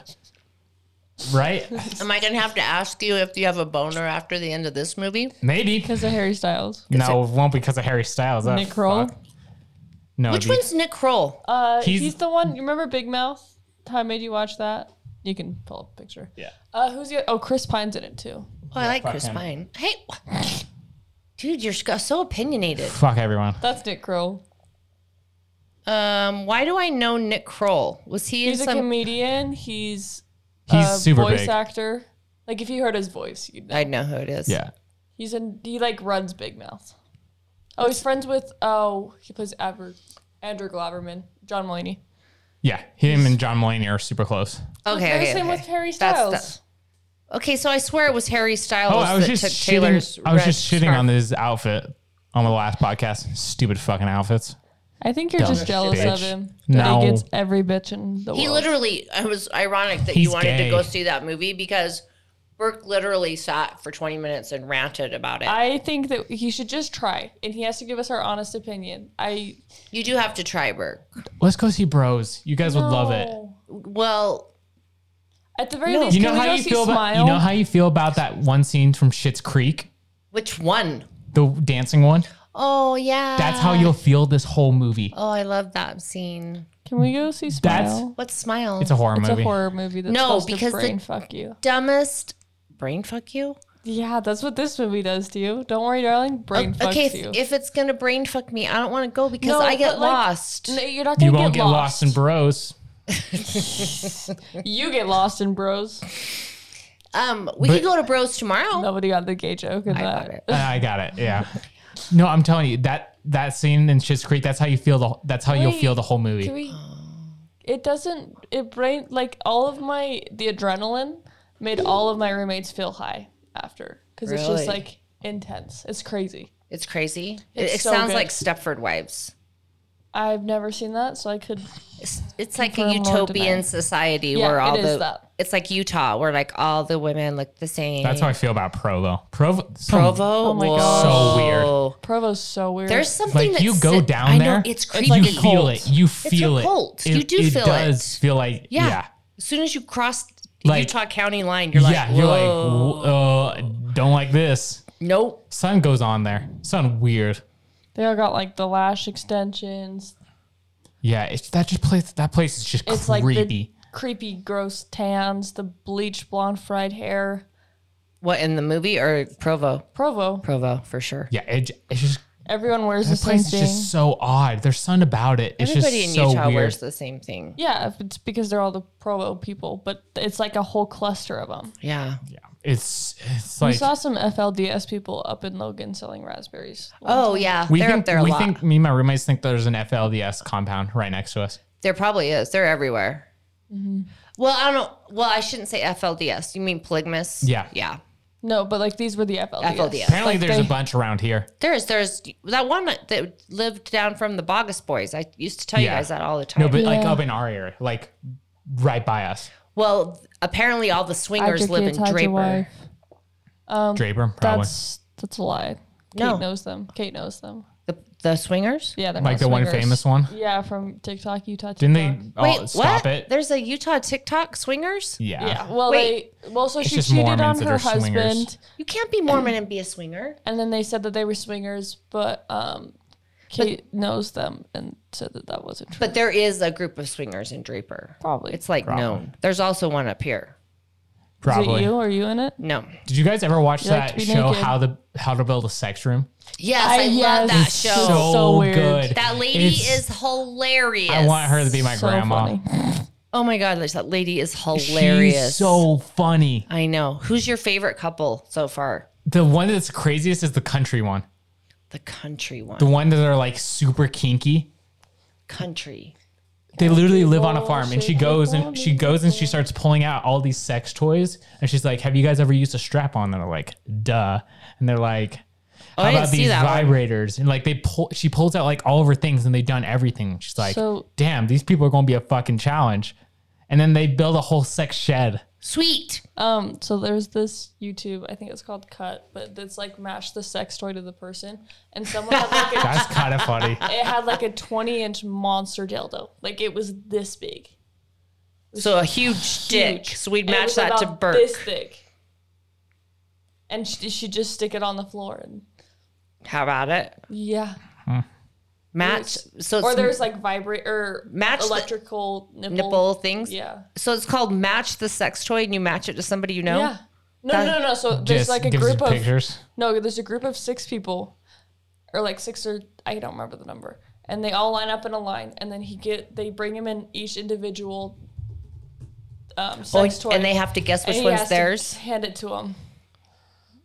Speaker 2: Right?
Speaker 1: Am I going to have to ask you if you have a boner after the end of this movie?
Speaker 2: Maybe.
Speaker 3: Because of Harry Styles.
Speaker 2: No, it won't because of Harry Styles. Oh,
Speaker 3: Nick Kroll?
Speaker 2: fuck. No,
Speaker 1: Which
Speaker 2: it'd be-
Speaker 1: one's Nick Kroll?
Speaker 3: Uh,
Speaker 2: He's-
Speaker 3: he's, the one. You remember Big Mouth? How I made you watch that? You can pull up a picture.
Speaker 2: Yeah.
Speaker 3: Uh, who's the? Oh, Chris Pine's in it too.
Speaker 1: Oh, I like
Speaker 2: fuck
Speaker 1: Chris
Speaker 2: him.
Speaker 1: Pine. Hey, dude, you're sc- so opinionated.
Speaker 2: Fuck everyone.
Speaker 3: That's Nick Kroll.
Speaker 1: Um, why do I know Nick Kroll? Was he
Speaker 3: He's
Speaker 1: in
Speaker 3: a
Speaker 1: some?
Speaker 3: comedian. He's
Speaker 2: He's
Speaker 3: a
Speaker 2: super
Speaker 3: voice
Speaker 2: big.
Speaker 3: actor. Like if you heard his voice, you'd know.
Speaker 1: I know who it is.
Speaker 2: Yeah.
Speaker 3: He's in. He like runs Big Mouth. Oh, he's friends with. Oh, he plays Adver, Andrew Glaberman, John Mulaney.
Speaker 2: Yeah. Him and John Mulaney are super close.
Speaker 1: Okay.
Speaker 3: Very
Speaker 1: okay,
Speaker 3: same
Speaker 1: okay.
Speaker 3: with Harry
Speaker 1: That's-
Speaker 3: Styles.
Speaker 1: that's- okay. So I swear it was Harry Styles
Speaker 2: Oh, I was
Speaker 1: that
Speaker 2: just
Speaker 1: took
Speaker 2: shitting,
Speaker 1: Taylor's.
Speaker 2: I was
Speaker 1: red
Speaker 2: just shitting
Speaker 1: scarf.
Speaker 2: on his outfit on the last podcast. Stupid fucking outfits.
Speaker 3: I think you're
Speaker 2: Dumb
Speaker 3: just jealous of
Speaker 2: bitch.
Speaker 3: him.
Speaker 2: No.
Speaker 3: That he gets every bitch in the
Speaker 1: He
Speaker 3: world.
Speaker 1: literally. It was ironic that
Speaker 2: He's
Speaker 1: you wanted
Speaker 2: gay.
Speaker 1: to go see that movie because Burke literally sat for 20 minutes and ranted about it.
Speaker 3: I think that he should just try, and he has to give us our honest opinion. I
Speaker 1: you do have to try Burke.
Speaker 2: Let's go see Bros. You guys would love it.
Speaker 3: No.
Speaker 1: Well,
Speaker 3: At the very least,
Speaker 2: You know
Speaker 3: can we
Speaker 2: how
Speaker 3: go
Speaker 2: you
Speaker 3: see
Speaker 2: feel about
Speaker 3: Smile?
Speaker 2: you know how you feel about that one scene from Shit's Creek,
Speaker 1: which one?
Speaker 2: the dancing one.
Speaker 1: Oh yeah.
Speaker 2: That's how
Speaker 3: Uh,
Speaker 2: you'll feel this whole movie.
Speaker 1: Oh, I love that scene.
Speaker 3: can we go see
Speaker 2: That's-
Speaker 3: Smile?
Speaker 1: What's smile?
Speaker 2: It's a horror
Speaker 3: It's
Speaker 2: movie.
Speaker 3: a horror movie. That's
Speaker 1: No,
Speaker 3: supposed
Speaker 1: because
Speaker 3: to
Speaker 1: the-
Speaker 3: brain fuck you.
Speaker 1: dumbest brain fuck you.
Speaker 3: Yeah, that's what this movie does to you. Don't worry, darling. Brain fucks
Speaker 1: okay, if,
Speaker 3: you.
Speaker 1: if it's gonna brain fuck me, I don't want to go because
Speaker 3: No,
Speaker 1: I get
Speaker 3: but, like,
Speaker 1: lost.
Speaker 3: No, you're not
Speaker 2: You
Speaker 3: gonna
Speaker 2: won't get lost. in
Speaker 3: bros.
Speaker 2: Bros.
Speaker 3: you get lost in bros.
Speaker 1: Um, we
Speaker 2: But-
Speaker 1: could go to Bros tomorrow.
Speaker 3: Nobody got the gay joke in
Speaker 1: I
Speaker 3: that.
Speaker 1: got it.
Speaker 2: Uh, I got it. Yeah. No, I'm telling you that that scene in Shit's Creek. That's how you feel the. That's how you'll
Speaker 3: Wait,
Speaker 2: feel the whole movie.
Speaker 3: Can we?
Speaker 1: Oh.
Speaker 3: It doesn't. It brain like all of my the adrenaline made all of my roommates feel high after because it's
Speaker 1: Really?
Speaker 3: just like intense. It's crazy.
Speaker 1: It's crazy. It-
Speaker 3: It's
Speaker 1: it
Speaker 3: so
Speaker 1: sounds
Speaker 3: good.
Speaker 1: like Stepford Wives.
Speaker 3: I've never seen that, so I could.
Speaker 1: It's, it's like a
Speaker 3: Confirm or deny.
Speaker 1: utopian society
Speaker 3: Yeah,
Speaker 1: where all
Speaker 3: it is
Speaker 1: the
Speaker 3: that.
Speaker 1: it's like Utah where like all the women look the same.
Speaker 2: That's how I feel about Provo. Provo. some-
Speaker 1: Provo. Oh
Speaker 3: my
Speaker 1: Whoa.
Speaker 3: gosh.
Speaker 2: So weird.
Speaker 3: Provo's so weird.
Speaker 1: There's something
Speaker 2: Like
Speaker 1: that
Speaker 2: you go
Speaker 1: sit-
Speaker 2: down
Speaker 1: I know,
Speaker 2: there.
Speaker 1: it's
Speaker 2: and
Speaker 1: creepy.
Speaker 2: You feel it. You feel
Speaker 1: a
Speaker 2: it.
Speaker 1: cult.
Speaker 2: it.
Speaker 1: You do
Speaker 2: it
Speaker 1: feel
Speaker 2: does
Speaker 1: it.
Speaker 2: feel like
Speaker 1: yeah.
Speaker 2: yeah. Yeah.
Speaker 1: As soon as you cross
Speaker 2: Like-
Speaker 1: Utah county line, you're like,
Speaker 2: you're like,
Speaker 1: Whoa.
Speaker 2: "Whoa, uh, don't like this.
Speaker 1: nope.
Speaker 2: Sun goes on there. Sun weird.
Speaker 3: they all got like the lash extensions.
Speaker 2: Yeah, it's that just place. That place is just
Speaker 3: It's like the
Speaker 2: creepy.
Speaker 3: creepy, gross tans, the bleach blonde fried hair.
Speaker 1: What in the movie or Provo?
Speaker 3: Provo.
Speaker 1: Provo for sure.
Speaker 2: yeah, it, j- it's just
Speaker 3: Everyone wears the
Speaker 2: that
Speaker 3: same
Speaker 2: place is
Speaker 3: thing.
Speaker 2: just so odd. There's something about it. It's
Speaker 1: Everybody
Speaker 2: just
Speaker 1: in
Speaker 2: so
Speaker 1: Utah
Speaker 2: weird.
Speaker 1: wears the same thing.
Speaker 3: yeah, if it's because they're all the Provo people, but it's like a whole cluster of them.
Speaker 1: Yeah.
Speaker 2: yeah, it's it's
Speaker 3: We
Speaker 2: like
Speaker 3: saw some FLDS people up in Logan selling raspberries.
Speaker 1: Oh yeah.
Speaker 2: we
Speaker 1: They're
Speaker 2: think
Speaker 1: up there a
Speaker 2: we
Speaker 1: lot.
Speaker 2: think me and my roommates think there's an FLDS compound right next to us.
Speaker 1: There probably is. They're everywhere.
Speaker 3: Mm-hmm.
Speaker 1: Well, I don't know. Well, I shouldn't say FLDS. You mean polygamous?
Speaker 2: Yeah.
Speaker 1: Yeah.
Speaker 3: No, but like these were the FLDS.
Speaker 1: FLDS.
Speaker 2: Apparently,
Speaker 3: Like
Speaker 2: there's a
Speaker 3: they-
Speaker 2: bunch around here.
Speaker 1: There's there's that one that lived down from the Bogus Boys. I used to tell
Speaker 2: Yeah.
Speaker 1: you guys that all the time.
Speaker 2: No, but like
Speaker 3: Yeah.
Speaker 2: up in our area, like right by us.
Speaker 1: Well, apparently all the swingers live in Draper.
Speaker 2: Draper, probably.
Speaker 3: That's that's a lie. Kate
Speaker 1: No.
Speaker 3: knows them. Kate knows them.
Speaker 1: The, the swingers?
Speaker 3: Yeah, they're
Speaker 2: Like
Speaker 3: not
Speaker 2: the one
Speaker 3: swingers.
Speaker 2: famous one?
Speaker 3: Yeah, from TikTok, Utah.
Speaker 2: Didn't
Speaker 3: TikTok.
Speaker 2: they all Oh, stop it?
Speaker 1: There's a Utah TikTok swingers?
Speaker 2: Yeah.
Speaker 3: Yeah. Well,
Speaker 1: Wait.
Speaker 3: they well, so she
Speaker 2: Ah. just
Speaker 3: cheated
Speaker 2: Mormons
Speaker 3: on
Speaker 2: that
Speaker 3: her
Speaker 2: are swingers.
Speaker 3: husband,
Speaker 1: You can't be Mormon and be a swinger.
Speaker 3: and then they said that they were swingers, but um, Kate knows them and said that that wasn't true.
Speaker 1: But there is a group of swingers in Draper.
Speaker 3: Probably.
Speaker 1: It's like
Speaker 2: Probably.
Speaker 1: known. There's also one up here.
Speaker 3: Is it
Speaker 2: Probably.
Speaker 3: you? Are you in it?
Speaker 1: No.
Speaker 2: Did you guys ever watch
Speaker 3: You like to
Speaker 2: that
Speaker 3: be
Speaker 2: show
Speaker 3: naked.
Speaker 2: how the how to build a sex room?
Speaker 1: Yes, I, love
Speaker 3: yes.
Speaker 1: that
Speaker 3: It's
Speaker 1: show.
Speaker 2: So,
Speaker 3: So weird.
Speaker 2: good.
Speaker 1: that lady
Speaker 2: It's-
Speaker 1: is hilarious.
Speaker 2: I want her to be my
Speaker 3: so
Speaker 2: grandma.
Speaker 3: funny.
Speaker 1: Oh my god, Liz, that lady is hilarious.
Speaker 2: She's so funny.
Speaker 1: I know. Who's your favorite couple so far?
Speaker 2: The one that's craziest is the country one.
Speaker 1: The country one.
Speaker 2: The one that are like super kinky.
Speaker 1: country.
Speaker 2: They literally live on a
Speaker 3: roll,
Speaker 2: farm, and she
Speaker 3: shake it
Speaker 2: goes
Speaker 3: for
Speaker 2: and she
Speaker 3: me.
Speaker 2: goes and she starts pulling out all these sex toys, and she's like, "Have you guys ever used a strap on?" And they're like, "Duh," and they're like,
Speaker 1: Oh,
Speaker 2: "How
Speaker 1: I didn't
Speaker 2: about
Speaker 1: see
Speaker 2: these
Speaker 1: that one.
Speaker 2: vibrators?" And like they pull, she pulls out like all of her things, and they've done everything. She's like,
Speaker 3: So-
Speaker 2: "Damn, these people are gonna be a fucking challenge," and then they build a whole sex shed.
Speaker 1: Sweet.
Speaker 3: Um, so there's this YouTube, I think it's called Cut, but it's like match the sex toy to the person, and someone had like a,
Speaker 2: That's kind of funny.
Speaker 3: it had like a 20 inch monster dildo, like it was this big,
Speaker 1: So a huge dick.
Speaker 3: Huge.
Speaker 1: So we'd
Speaker 3: And it
Speaker 1: match
Speaker 3: was
Speaker 1: that to
Speaker 3: about
Speaker 1: Burke.
Speaker 3: This thick, and she she just stick it on the floor, and
Speaker 1: How about it?
Speaker 3: yeah,
Speaker 1: Match. So it's
Speaker 3: or there's like vibrate or
Speaker 1: Match the-
Speaker 3: electrical nipple.
Speaker 1: nipple things.
Speaker 3: Yeah.
Speaker 1: So it's called match the sex toy, and you match it to somebody you know.
Speaker 3: Yeah. No, no, no, no. So there's
Speaker 2: Just
Speaker 3: like a
Speaker 2: gives us
Speaker 3: group of
Speaker 2: pictures.
Speaker 3: no, there's a group of six people, or like six or I don't remember the number, and they all line up in a line, and then he get they bring him in each individual um,
Speaker 1: Oh,
Speaker 3: sex toy,
Speaker 1: and they have to guess
Speaker 3: and
Speaker 1: which
Speaker 3: he
Speaker 1: one's
Speaker 3: has to
Speaker 1: theirs.
Speaker 3: hand it to him.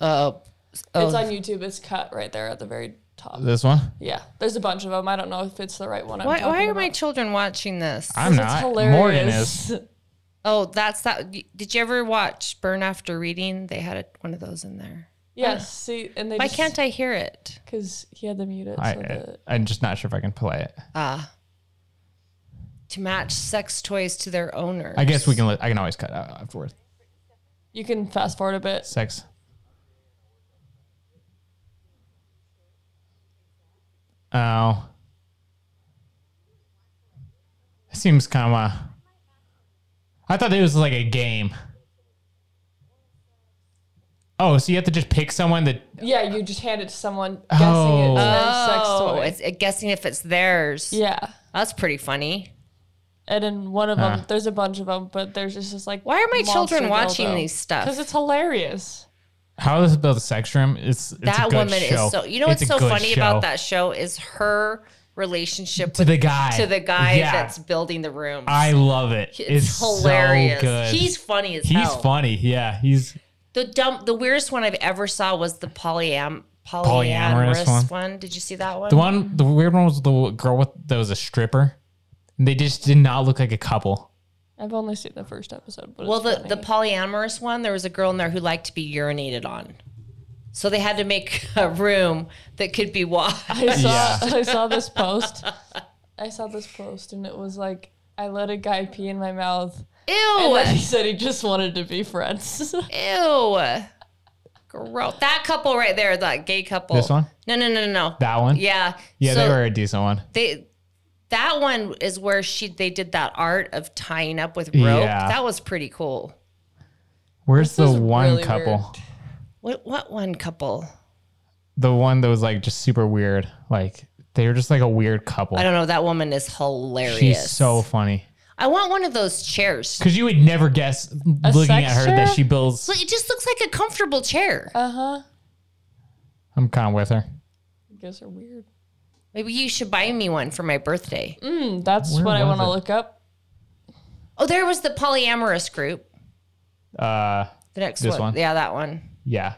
Speaker 1: Uh, oh,
Speaker 3: It's on YouTube. It's cut right there at the very top.
Speaker 2: This one,
Speaker 3: Yeah, there's a bunch of them. I don't know if it's the right one. I'm
Speaker 1: why, why
Speaker 3: talking
Speaker 1: are my
Speaker 3: about.
Speaker 1: children watching this?
Speaker 2: I'm
Speaker 3: It's
Speaker 2: not.
Speaker 3: hilarious.
Speaker 2: Morgan is.
Speaker 1: oh, that's that. Did you ever watch Burn After Reading? They had a, one of those in there.
Speaker 3: Yes. See, and they
Speaker 1: Why
Speaker 3: just,
Speaker 1: can't I hear it?
Speaker 3: Because he had to mute it. so
Speaker 2: I, eh.
Speaker 3: the,
Speaker 2: I'm just not sure if I can play it.
Speaker 1: To match sex toys to their owners.
Speaker 2: I guess we can. li- I can always cut out afterwards.
Speaker 3: you can fast forward a bit.
Speaker 2: Sex. Oh. It seems kind of. Uh, I thought it was like a game. Oh, so you have to just pick someone that.
Speaker 3: Yeah, you just hand it to someone guessing
Speaker 2: Oh.
Speaker 3: it's their sex
Speaker 1: Oh,
Speaker 3: toy.
Speaker 1: it's uh, guessing if it's theirs.
Speaker 3: yeah.
Speaker 1: That's pretty funny.
Speaker 3: And in one of
Speaker 2: Ah.
Speaker 3: them, there's a bunch of them, but there's just this like.
Speaker 1: Why are my children watching these stuff?
Speaker 3: Because it's hilarious.
Speaker 2: How does it build a sex room? It's, it's a
Speaker 1: that
Speaker 2: good
Speaker 1: woman
Speaker 2: show.
Speaker 1: is so. You know
Speaker 2: It's
Speaker 1: what's
Speaker 2: a
Speaker 1: so
Speaker 2: good
Speaker 1: funny about
Speaker 2: show.
Speaker 1: that show is her relationship
Speaker 2: To
Speaker 1: with
Speaker 2: the guy.
Speaker 1: to the guy
Speaker 2: Yeah.
Speaker 1: that's building the rooms.
Speaker 2: I love it.
Speaker 1: it's,
Speaker 2: It's,
Speaker 1: hilarious.
Speaker 2: So good.
Speaker 1: He's funny as
Speaker 2: He's
Speaker 1: hell.
Speaker 2: funny. Yeah, he's
Speaker 1: The dumb, the weirdest one I've ever saw was the polyam polyamorous,
Speaker 2: Polyamorous
Speaker 1: one.
Speaker 2: one.
Speaker 1: Did you see that one?
Speaker 2: the one. The weird one was the girl with that was a stripper. And They just did not look like a couple.
Speaker 3: I've only seen the first episode, but
Speaker 1: Well,
Speaker 3: it's
Speaker 1: the the polyamorous one. There was a girl in there who liked to be urinated on, so they had to make a room that could be washed.
Speaker 3: funny. I saw
Speaker 2: Yeah.
Speaker 3: I saw this post. I saw this post, and it was like I let a guy pee in my mouth, and
Speaker 1: Ew,
Speaker 3: then he said he just wanted to be friends.
Speaker 1: ew, gross. That couple right there, that gay couple.
Speaker 2: This one?
Speaker 1: No, no, no, no, no.
Speaker 2: That one.
Speaker 1: Yeah.
Speaker 2: Yeah,
Speaker 1: So
Speaker 2: they were a decent one.
Speaker 1: They that one is where she they did that art of tying up with rope.
Speaker 2: Yeah.
Speaker 1: That was pretty cool.
Speaker 2: Where's the
Speaker 3: is
Speaker 2: one
Speaker 3: really
Speaker 2: couple?
Speaker 3: weird.
Speaker 1: What what one couple?
Speaker 2: The one that was like just super weird. Like they were just like a weird couple.
Speaker 1: I don't know. That woman is hilarious.
Speaker 2: She's so funny.
Speaker 1: I want one of those chairs.
Speaker 2: Because you would never guess looking
Speaker 3: sex
Speaker 2: at her
Speaker 3: chair?
Speaker 2: that she builds.
Speaker 1: So It just looks like a comfortable chair.
Speaker 3: uh huh.
Speaker 2: I'm kind of with her.
Speaker 3: You guys are weird.
Speaker 1: Maybe you should buy me one for my birthday.
Speaker 3: Hmm, that's
Speaker 2: Where
Speaker 3: what I
Speaker 2: was
Speaker 3: want to
Speaker 2: it?
Speaker 3: look up.
Speaker 1: Oh, there was the polyamorous group.
Speaker 2: Uh,
Speaker 1: The next
Speaker 2: This
Speaker 1: one.
Speaker 2: one?
Speaker 1: Yeah, that one.
Speaker 2: yeah.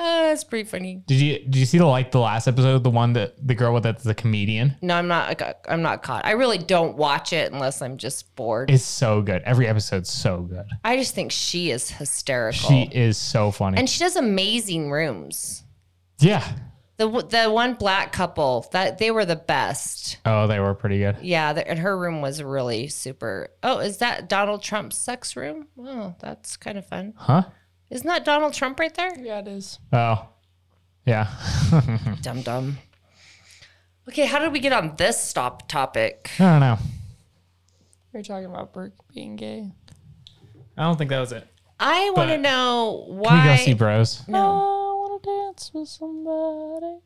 Speaker 1: Uh, that's pretty funny.
Speaker 2: Did you did you see the like the last episode? The one that the girl with that's the comedian.
Speaker 1: No, I'm not. I got- I'm not caught. I really don't watch it unless I'm just bored.
Speaker 2: It's so good. Every episode's so good.
Speaker 1: I just think she is hysterical.
Speaker 2: She is so funny.
Speaker 1: and she does amazing rooms.
Speaker 2: yeah.
Speaker 1: The w- the one black couple that they were the best.
Speaker 2: Oh, they were pretty good.
Speaker 1: Yeah, the, and her room was really super. Oh, is that Donald Trump's sex room? Oh, that's kind of fun.
Speaker 2: Huh?
Speaker 1: Isn't that Donald Trump right there?
Speaker 3: Yeah, it is.
Speaker 2: Oh, yeah.
Speaker 1: Dum dum. Okay, how did we get on this stop topic?
Speaker 2: I don't know.
Speaker 3: You're talking about Brooke being gay.
Speaker 2: I don't think that was it.
Speaker 1: I want to
Speaker 2: But-
Speaker 1: know
Speaker 2: Can we
Speaker 1: why.
Speaker 2: go see Bros?
Speaker 3: Oh, I wanna dance with somebody.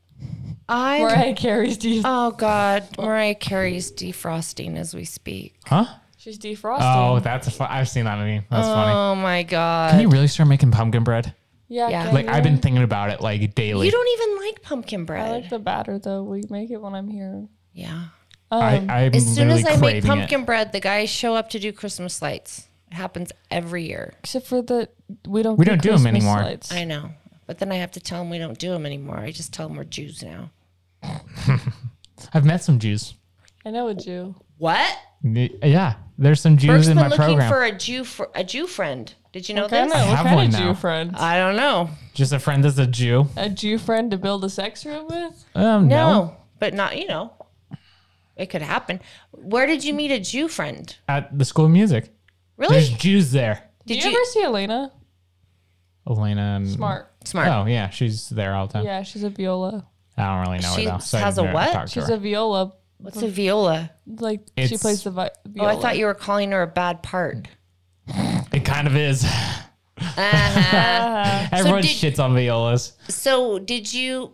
Speaker 1: I
Speaker 3: Mariah Carey's de-
Speaker 1: oh god, Mariah Carey's defrosting as we speak.
Speaker 2: Huh?
Speaker 3: she's defrosting.
Speaker 2: Oh, that's a fun. I've seen that meme. That's funny.
Speaker 1: Oh my
Speaker 2: Can
Speaker 1: god.
Speaker 2: you really start making pumpkin bread?
Speaker 3: yeah,
Speaker 1: Yeah.
Speaker 3: can
Speaker 2: Like I've
Speaker 3: you?
Speaker 2: been thinking about it like daily.
Speaker 1: You don't even like pumpkin
Speaker 3: I
Speaker 1: bread.
Speaker 3: like the batter though. We make it when I'm here.
Speaker 1: yeah.
Speaker 2: I,
Speaker 3: Um,
Speaker 2: I'm
Speaker 1: Oh. As soon
Speaker 2: literally
Speaker 1: as I make
Speaker 2: craving
Speaker 1: pumpkin
Speaker 2: it.
Speaker 1: bread, the guys show up to do Christmas lights. It happens every year.
Speaker 3: except for the we don't
Speaker 2: We
Speaker 3: get
Speaker 2: don't do 'em
Speaker 3: Christmas
Speaker 2: anymore.
Speaker 3: Lights.
Speaker 1: I know. But then I have to tell them we don't do them anymore. I just tell them we're Jews now.
Speaker 2: I've met some Jews.
Speaker 3: I know a Jew.
Speaker 1: What?
Speaker 2: N- Yeah, there's some Jews
Speaker 1: Burke's
Speaker 2: in
Speaker 1: been
Speaker 2: my
Speaker 1: looking
Speaker 2: program.
Speaker 1: for a Jew for a Jew friend. Did you know
Speaker 3: Okay, I
Speaker 1: this?
Speaker 3: know. What
Speaker 2: have
Speaker 3: kind
Speaker 2: one
Speaker 3: of
Speaker 2: now.
Speaker 3: Jew friend?
Speaker 1: I don't know.
Speaker 2: Just a friend that's a Jew.
Speaker 3: A Jew friend to build a sex room with?
Speaker 2: Um,
Speaker 1: No,
Speaker 2: no.
Speaker 1: but not you know. It could happen. Where did you meet a Jew friend?
Speaker 2: at the school of music.
Speaker 1: Really?
Speaker 2: There's Jews there.
Speaker 3: Did
Speaker 1: did
Speaker 3: you,
Speaker 1: you,
Speaker 3: ever see Elena?
Speaker 2: Elena um,
Speaker 3: Smart.
Speaker 1: smart?
Speaker 2: Oh yeah, she's there all the time.
Speaker 3: Yeah, she's a viola.
Speaker 2: I don't really know
Speaker 1: She
Speaker 2: her though. I
Speaker 1: has
Speaker 2: didn't
Speaker 1: a
Speaker 2: really
Speaker 1: what?
Speaker 2: talk to
Speaker 3: She's
Speaker 2: her.
Speaker 3: a viola.
Speaker 1: What's a viola?
Speaker 3: Like she
Speaker 2: It's-
Speaker 3: plays the vi-
Speaker 1: Oh,
Speaker 3: viola.
Speaker 1: I thought you were calling her a bad part.
Speaker 2: It kind of is.
Speaker 1: Uh-huh.
Speaker 2: Everyone
Speaker 1: did-
Speaker 2: shits on violas.
Speaker 1: so did you?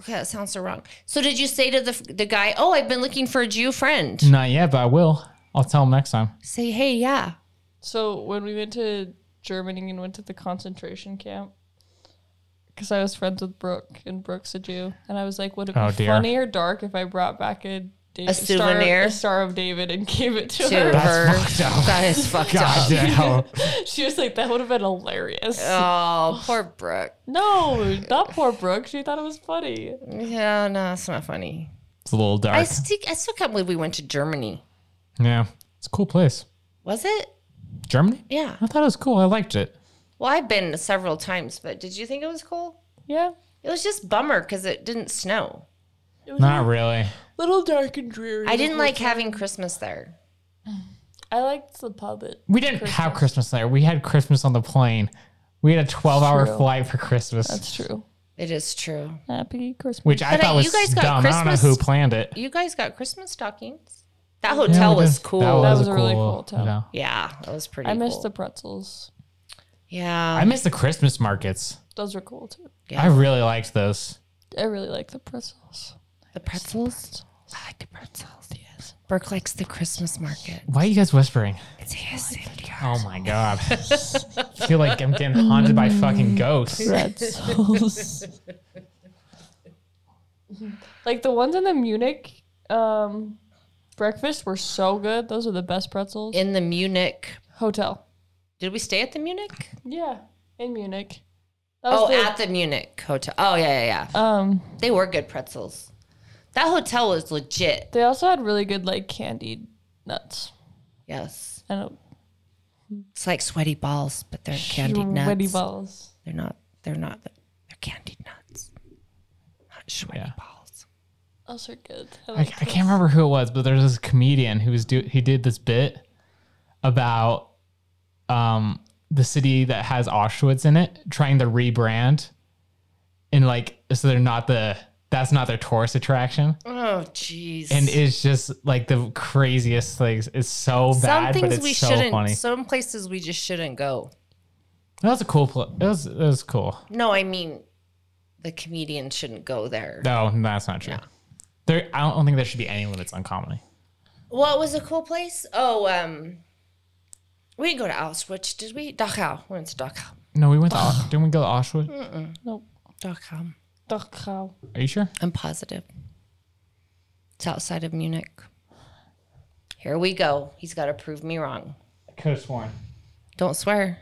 Speaker 1: Okay, that sounds so wrong. So did you say to the the guy, "Oh, I've been looking for a Jew friend"?
Speaker 2: Not yet, but I will. I'll tell him next time.
Speaker 1: Say, "Hey, yeah,
Speaker 3: So when we went to Germany and went to the concentration camp, because I was friends with Brooke and Brooke's a Jew, and I was like, would it be
Speaker 2: Oh, dear.
Speaker 3: funny or dark if I brought back a David,
Speaker 1: souvenir?
Speaker 3: star, a Star of David, and gave it to
Speaker 1: to
Speaker 3: her?
Speaker 1: her."
Speaker 2: That's fucked up.
Speaker 1: That is fucked
Speaker 2: God
Speaker 1: up.
Speaker 2: damn.
Speaker 3: She was like, that would have been hilarious.
Speaker 1: Oh, poor Brooke.
Speaker 3: no, not poor Brooke. She thought it was funny.
Speaker 1: Yeah, no, it's not funny.
Speaker 2: it's a little dark.
Speaker 1: I still, I still can't believe we went to Germany.
Speaker 2: yeah, it's a cool place.
Speaker 1: Was it?
Speaker 2: Germany?
Speaker 1: Yeah.
Speaker 2: I thought it was cool. I liked it.
Speaker 1: Well, I've been several times, but did you think it was cool?
Speaker 3: Yeah,
Speaker 1: It was just bummer because it didn't snow. Mm-hmm.
Speaker 2: Not really.
Speaker 3: little dark and dreary.
Speaker 1: I didn't like having Christmas there.
Speaker 3: I liked the puppet.
Speaker 2: We didn't have Christmas there. We had Christmas on the plane. We had a 12 hour
Speaker 3: True.
Speaker 2: flight for Christmas,
Speaker 3: That's true.
Speaker 1: It is true.
Speaker 3: Happy Christmas.
Speaker 2: which I
Speaker 1: But I-
Speaker 2: thought was
Speaker 1: you guys got
Speaker 2: dumb. I don't know who
Speaker 1: Christmas-
Speaker 2: planned it.
Speaker 1: You guys got Christmas stockings. That hotel
Speaker 2: Yeah, we
Speaker 1: was
Speaker 2: did.
Speaker 1: cool.
Speaker 3: was a really cool hotel.
Speaker 2: hotel.
Speaker 1: yeah, that was pretty.
Speaker 3: I missed
Speaker 1: cool.
Speaker 3: the pretzels.
Speaker 1: Yeah,
Speaker 2: I miss the Christmas markets.
Speaker 3: Those were cool too.
Speaker 2: I really liked those.
Speaker 3: I really like the pretzels.
Speaker 1: the pretzels.
Speaker 3: I like the pretzels. Yes.
Speaker 1: Burke likes the Christmas market.
Speaker 2: Why are you guys whispering?
Speaker 1: It's his.
Speaker 2: Oh my god. I feel like I'm getting haunted by fucking ghosts.
Speaker 3: Pretzels. like the ones in the Munich um, breakfast were so good. Those are the best pretzels.
Speaker 1: In the Munich.
Speaker 3: Hotel.
Speaker 1: Did we stay at the Munich?
Speaker 3: Yeah, in Munich. That
Speaker 1: Oh,
Speaker 3: was the-
Speaker 1: at the Munich hotel. Oh yeah, yeah, yeah.
Speaker 3: um.
Speaker 1: They were good pretzels. That hotel was legit.
Speaker 3: They also had really good like candied nuts.
Speaker 1: Yes.
Speaker 3: And uh,
Speaker 1: It's like sweaty balls, but they're candied nuts.
Speaker 3: sweaty balls.
Speaker 1: They're not. They're not. They're candied nuts. Not sweaty
Speaker 2: Yeah.
Speaker 1: balls.
Speaker 3: Those are good.
Speaker 2: I, I can't remember who it was, but there's this comedian who was do he did this bit about um the city that has Auschwitz in it trying to rebrand and like so they're not the that's not their tourist attraction
Speaker 1: Oh, jeez.
Speaker 2: and it's just like the craziest things. It's so
Speaker 1: some
Speaker 2: bad, but
Speaker 1: things
Speaker 2: it's
Speaker 1: we
Speaker 2: so
Speaker 1: shouldn't.
Speaker 2: funny.
Speaker 1: Some places we just shouldn't go.
Speaker 2: That was a cool. Pl- it was it was cool.
Speaker 1: No, I mean, the comedian shouldn't go there.
Speaker 2: No, that's not true. There, I don't think there should be any limits on comedy.
Speaker 1: What was a cool place? Oh, um, we didn't go to Auschwitz, did we? Dachau. We went to Dachau.
Speaker 2: No, we went to Au- didn't we go to Auschwitz?
Speaker 3: Nope.
Speaker 1: Dachau.
Speaker 3: Dachau.
Speaker 2: Are you sure?
Speaker 1: I'm positive. It's outside of Munich. Here we go. He's got to prove me wrong.
Speaker 2: I could have sworn.
Speaker 1: Don't swear.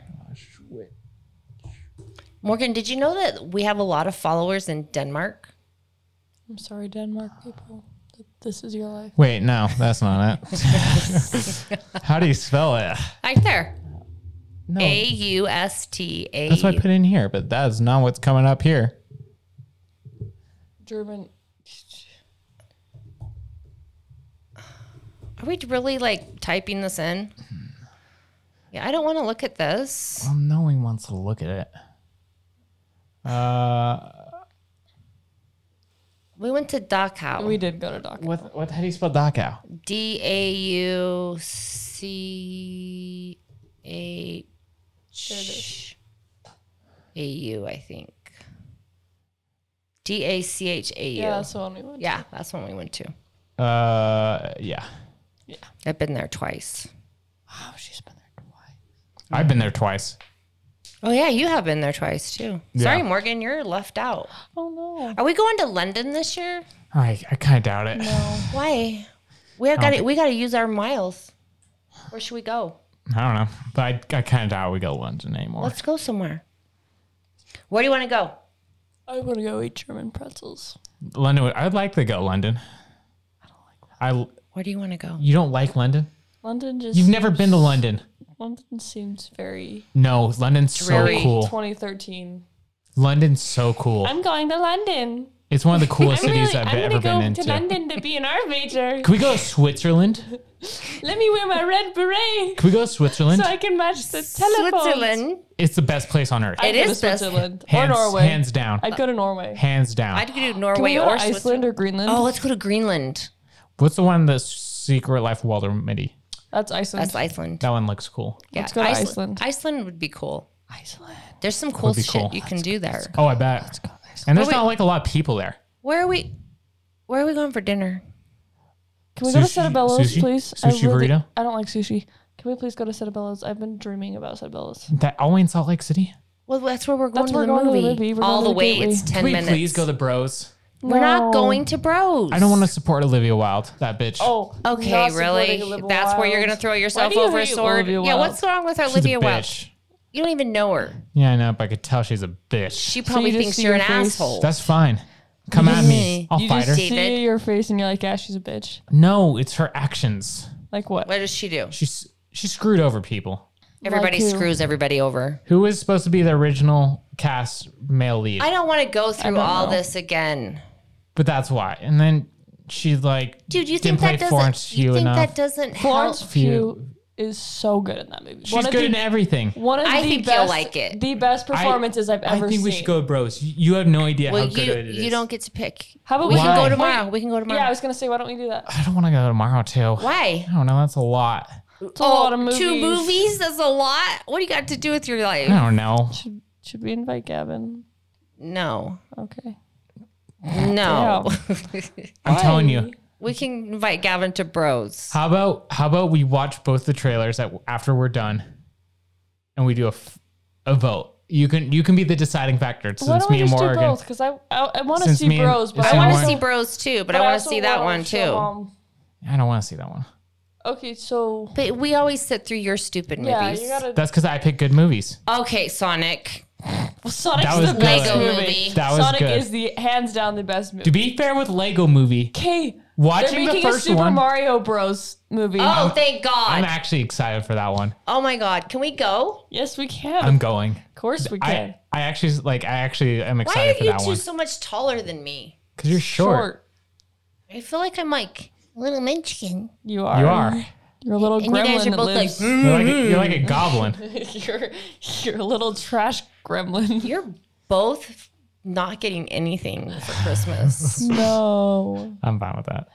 Speaker 1: Morgan, did you know that we have a lot of followers in Denmark?
Speaker 3: I'm sorry, Denmark people. Th- This is your life.
Speaker 2: Wait, no, that's not it. How do you spell it?
Speaker 1: Right there.
Speaker 2: No,
Speaker 1: A U S T A.
Speaker 2: that's what I put in here, but that's not what's coming up here.
Speaker 3: German.
Speaker 1: Are we really like typing this in? Yeah, I don't want to look at this.
Speaker 2: Well, no one wants to look at it. Uh,
Speaker 1: We went to Dachau.
Speaker 3: We did go to Doc.
Speaker 2: what what how do you spell Dachau?
Speaker 1: D A U C H A U, I think. D A C H A U.
Speaker 3: Yeah, that's the one we went. to.
Speaker 1: Yeah, that's when we went to.
Speaker 2: Uh, yeah,
Speaker 1: I've been there twice.
Speaker 3: Oh, she's been there twice.
Speaker 2: I've been there twice.
Speaker 1: Oh yeah, you have been there twice too.
Speaker 2: Yeah.
Speaker 1: Sorry, Morgan, you're left out.
Speaker 3: Oh no.
Speaker 1: Are we going to London this year?
Speaker 2: I I kind of doubt it.
Speaker 1: Why? We got to we got to use our miles. Where should we go?
Speaker 2: I don't know, but I, I kind of doubt we go to London anymore.
Speaker 1: Let's go somewhere. Where do you want to go?
Speaker 3: I'm gonna go eat German pretzels.
Speaker 2: London, would- I'd like to go London. I don't like. London.
Speaker 1: Where do you want to go?
Speaker 2: I you don't like London?
Speaker 3: London just.
Speaker 2: You've never
Speaker 3: seems-
Speaker 2: been to London.
Speaker 3: London seems very
Speaker 2: No, London's so
Speaker 1: Dreary.
Speaker 2: cool.
Speaker 3: 2013.
Speaker 2: London's so cool.
Speaker 3: I'm going to London.
Speaker 2: It's one of the coolest
Speaker 3: I'm
Speaker 2: cities
Speaker 3: really,
Speaker 2: I've
Speaker 3: I'm
Speaker 2: ever
Speaker 3: gonna
Speaker 2: been
Speaker 3: go
Speaker 2: into.
Speaker 3: to London to be an art major.
Speaker 2: Can we go to Switzerland?
Speaker 3: Let me wear my red beret
Speaker 2: Can we go to Switzerland?
Speaker 3: so I can match the telephone.
Speaker 1: Switzerland.
Speaker 2: it's the best place on earth.
Speaker 1: It
Speaker 3: I'd go to
Speaker 1: is best-
Speaker 3: Switzerland
Speaker 2: hands,
Speaker 3: or Norway.
Speaker 2: hands down.
Speaker 3: I'd go to Norway.
Speaker 2: hands down.
Speaker 1: I'd do
Speaker 3: Can we
Speaker 1: Norway
Speaker 3: go
Speaker 1: or
Speaker 3: to Iceland
Speaker 1: Switzerland.
Speaker 3: or Greenland.
Speaker 1: Oh, let's go to Greenland.
Speaker 2: What's the one, the Secret Life of Walter Mitty?
Speaker 3: that's Iceland.
Speaker 1: That's Iceland.
Speaker 2: That one looks cool.
Speaker 1: Yeah,
Speaker 3: Let's go to
Speaker 1: Iceland.
Speaker 3: Iceland.
Speaker 1: Iceland would be cool.
Speaker 3: Iceland.
Speaker 1: There's some cool
Speaker 2: be
Speaker 1: shit
Speaker 2: cool.
Speaker 1: you can do there.
Speaker 2: Oh, I bet. And there's
Speaker 1: Wait,
Speaker 2: not
Speaker 1: wait.
Speaker 2: like a lot of people there.
Speaker 1: Where are we? Where are we going for dinner?
Speaker 3: Can we go to
Speaker 2: Sushi-
Speaker 3: Setabello's,
Speaker 2: sushi?
Speaker 3: please?
Speaker 2: Sushi
Speaker 3: I really,
Speaker 2: burrito?
Speaker 3: I don't like sushi. Can we please go to Setabello's? I've been dreaming about Setabello's.
Speaker 2: That all in Salt Lake City?
Speaker 1: Well, that's where we're going,
Speaker 3: That's
Speaker 1: to,
Speaker 3: where
Speaker 1: the
Speaker 3: we're going to the
Speaker 1: movie.
Speaker 3: movie. We're
Speaker 1: All
Speaker 3: going
Speaker 1: the
Speaker 3: to the
Speaker 1: way, it's
Speaker 3: Gateway.
Speaker 1: ten
Speaker 2: Can we
Speaker 1: minutes.
Speaker 2: please go to Bros?
Speaker 1: We're not
Speaker 3: No.
Speaker 1: going to Bros.
Speaker 2: I don't want to support Olivia Wilde, that bitch.
Speaker 3: Oh,
Speaker 1: Okay, really?
Speaker 3: not supporting Olivia
Speaker 1: That's where you're
Speaker 3: Wilde.
Speaker 1: gonna throw yourself
Speaker 3: do you
Speaker 1: over a
Speaker 3: hate
Speaker 1: sword?
Speaker 3: Olivia
Speaker 1: Yeah.
Speaker 3: Wilde?
Speaker 1: What's wrong with
Speaker 2: She's
Speaker 1: Olivia
Speaker 2: a
Speaker 1: Wilde?
Speaker 2: bitch.
Speaker 1: You don't even know her.
Speaker 2: Yeah, I know, but I could tell she's a bitch.
Speaker 1: She probably
Speaker 3: just
Speaker 1: thinks
Speaker 3: see
Speaker 1: you're an
Speaker 3: her face?
Speaker 1: asshole.
Speaker 2: That's fine. Come at me. I'll
Speaker 3: You
Speaker 2: fight her.
Speaker 3: just
Speaker 1: David.
Speaker 3: see your face and you're like, yeah, she's a bitch.
Speaker 2: No, it's her actions.
Speaker 3: Like what?
Speaker 1: What does she do?
Speaker 2: She's she screwed over people.
Speaker 1: Everybody
Speaker 3: who?
Speaker 1: screws everybody over.
Speaker 2: Who is supposed to be the original cast male lead?
Speaker 1: I don't want to go through all
Speaker 3: know.
Speaker 1: this again.
Speaker 2: but that's why. And then she like
Speaker 1: Dude, you think
Speaker 2: didn't play
Speaker 1: that doesn't?
Speaker 2: Florence
Speaker 1: You
Speaker 2: Hugh
Speaker 1: think
Speaker 2: enough.
Speaker 1: that doesn't help?
Speaker 3: Florence
Speaker 2: Pugh.
Speaker 3: Pugh is so good in that movie.
Speaker 2: she's good in everything.
Speaker 3: One of
Speaker 1: I
Speaker 3: the
Speaker 1: think you'll
Speaker 3: best,
Speaker 1: like it.
Speaker 3: The best performances I, have ever
Speaker 2: I think
Speaker 3: seen.
Speaker 2: we should go Bros. You you have no idea
Speaker 1: Well,
Speaker 2: how good
Speaker 1: you
Speaker 2: it is.
Speaker 1: you don't get to pick.
Speaker 3: How about
Speaker 1: We
Speaker 2: Why?
Speaker 1: can go
Speaker 2: Wait.
Speaker 1: tomorrow. We can go tomorrow.
Speaker 3: Yeah, I was gonna say, why don't we do that?
Speaker 2: I don't want to go tomorrow too.
Speaker 1: Why?
Speaker 2: I don't know. That's a lot.
Speaker 3: It's
Speaker 2: Oh,
Speaker 3: a lot of movies.
Speaker 1: Two movies? That's a lot. What do you got to do with your life?
Speaker 2: I don't know.
Speaker 3: Should, should we invite Gavin?
Speaker 1: No.
Speaker 3: Okay.
Speaker 1: No.
Speaker 2: I'm telling you.
Speaker 3: Why?
Speaker 1: we can invite Gavin to bros.
Speaker 2: How about how about we watch both the trailers at, after we're done, and we do a, f- a vote. You can you can be the deciding factor
Speaker 3: why
Speaker 2: since
Speaker 3: don't we
Speaker 2: me and
Speaker 3: just do
Speaker 2: Morgan.
Speaker 3: both? Because I I, I want to
Speaker 2: Since
Speaker 3: see
Speaker 2: me and-
Speaker 3: Bros, but
Speaker 2: since
Speaker 3: I
Speaker 1: I
Speaker 2: Lauren-
Speaker 3: want
Speaker 1: want to see bros too, but I want to um, see that one too.
Speaker 2: I don't want to see that one.
Speaker 3: um, Okay, so
Speaker 1: But we always sit through your stupid
Speaker 3: yeah,
Speaker 1: movies.
Speaker 3: you gotta.
Speaker 2: That's because I pick good movies.
Speaker 1: okay, Sonic.
Speaker 3: Sonic's
Speaker 2: That was
Speaker 3: the best
Speaker 1: good. Lego
Speaker 3: movie.
Speaker 1: movie.
Speaker 2: That was
Speaker 3: Sonic
Speaker 2: good.
Speaker 3: is the hands down the best movie.
Speaker 2: To be fair with Lego Movie,
Speaker 3: okay, they're
Speaker 2: watching the
Speaker 3: making a
Speaker 2: first
Speaker 3: Super
Speaker 2: one,
Speaker 3: Mario Bros. movie.
Speaker 1: Oh, thank
Speaker 2: I'm
Speaker 1: God.
Speaker 2: actually excited for that one.
Speaker 1: oh my God. Can we go?
Speaker 3: yes, we can.
Speaker 2: I'm going.
Speaker 3: of course, we can.
Speaker 2: I I actually like I actually am
Speaker 1: Why are
Speaker 2: excited for
Speaker 1: you
Speaker 2: that
Speaker 1: two
Speaker 2: one
Speaker 1: so much taller than me?
Speaker 2: because you're short.
Speaker 1: I feel like I'm like
Speaker 8: Little Munchkin.
Speaker 3: You are.
Speaker 2: You are.
Speaker 3: You're a little
Speaker 1: And you
Speaker 3: gremlin
Speaker 1: guys are
Speaker 3: that
Speaker 1: both
Speaker 3: lives.
Speaker 1: like,
Speaker 2: You're like a, you're like
Speaker 3: Mm-hmm.
Speaker 2: a goblin.
Speaker 3: you're you're a little trash gremlin.
Speaker 1: you're both not getting anything for Christmas.
Speaker 3: no.
Speaker 2: I'm fine with that.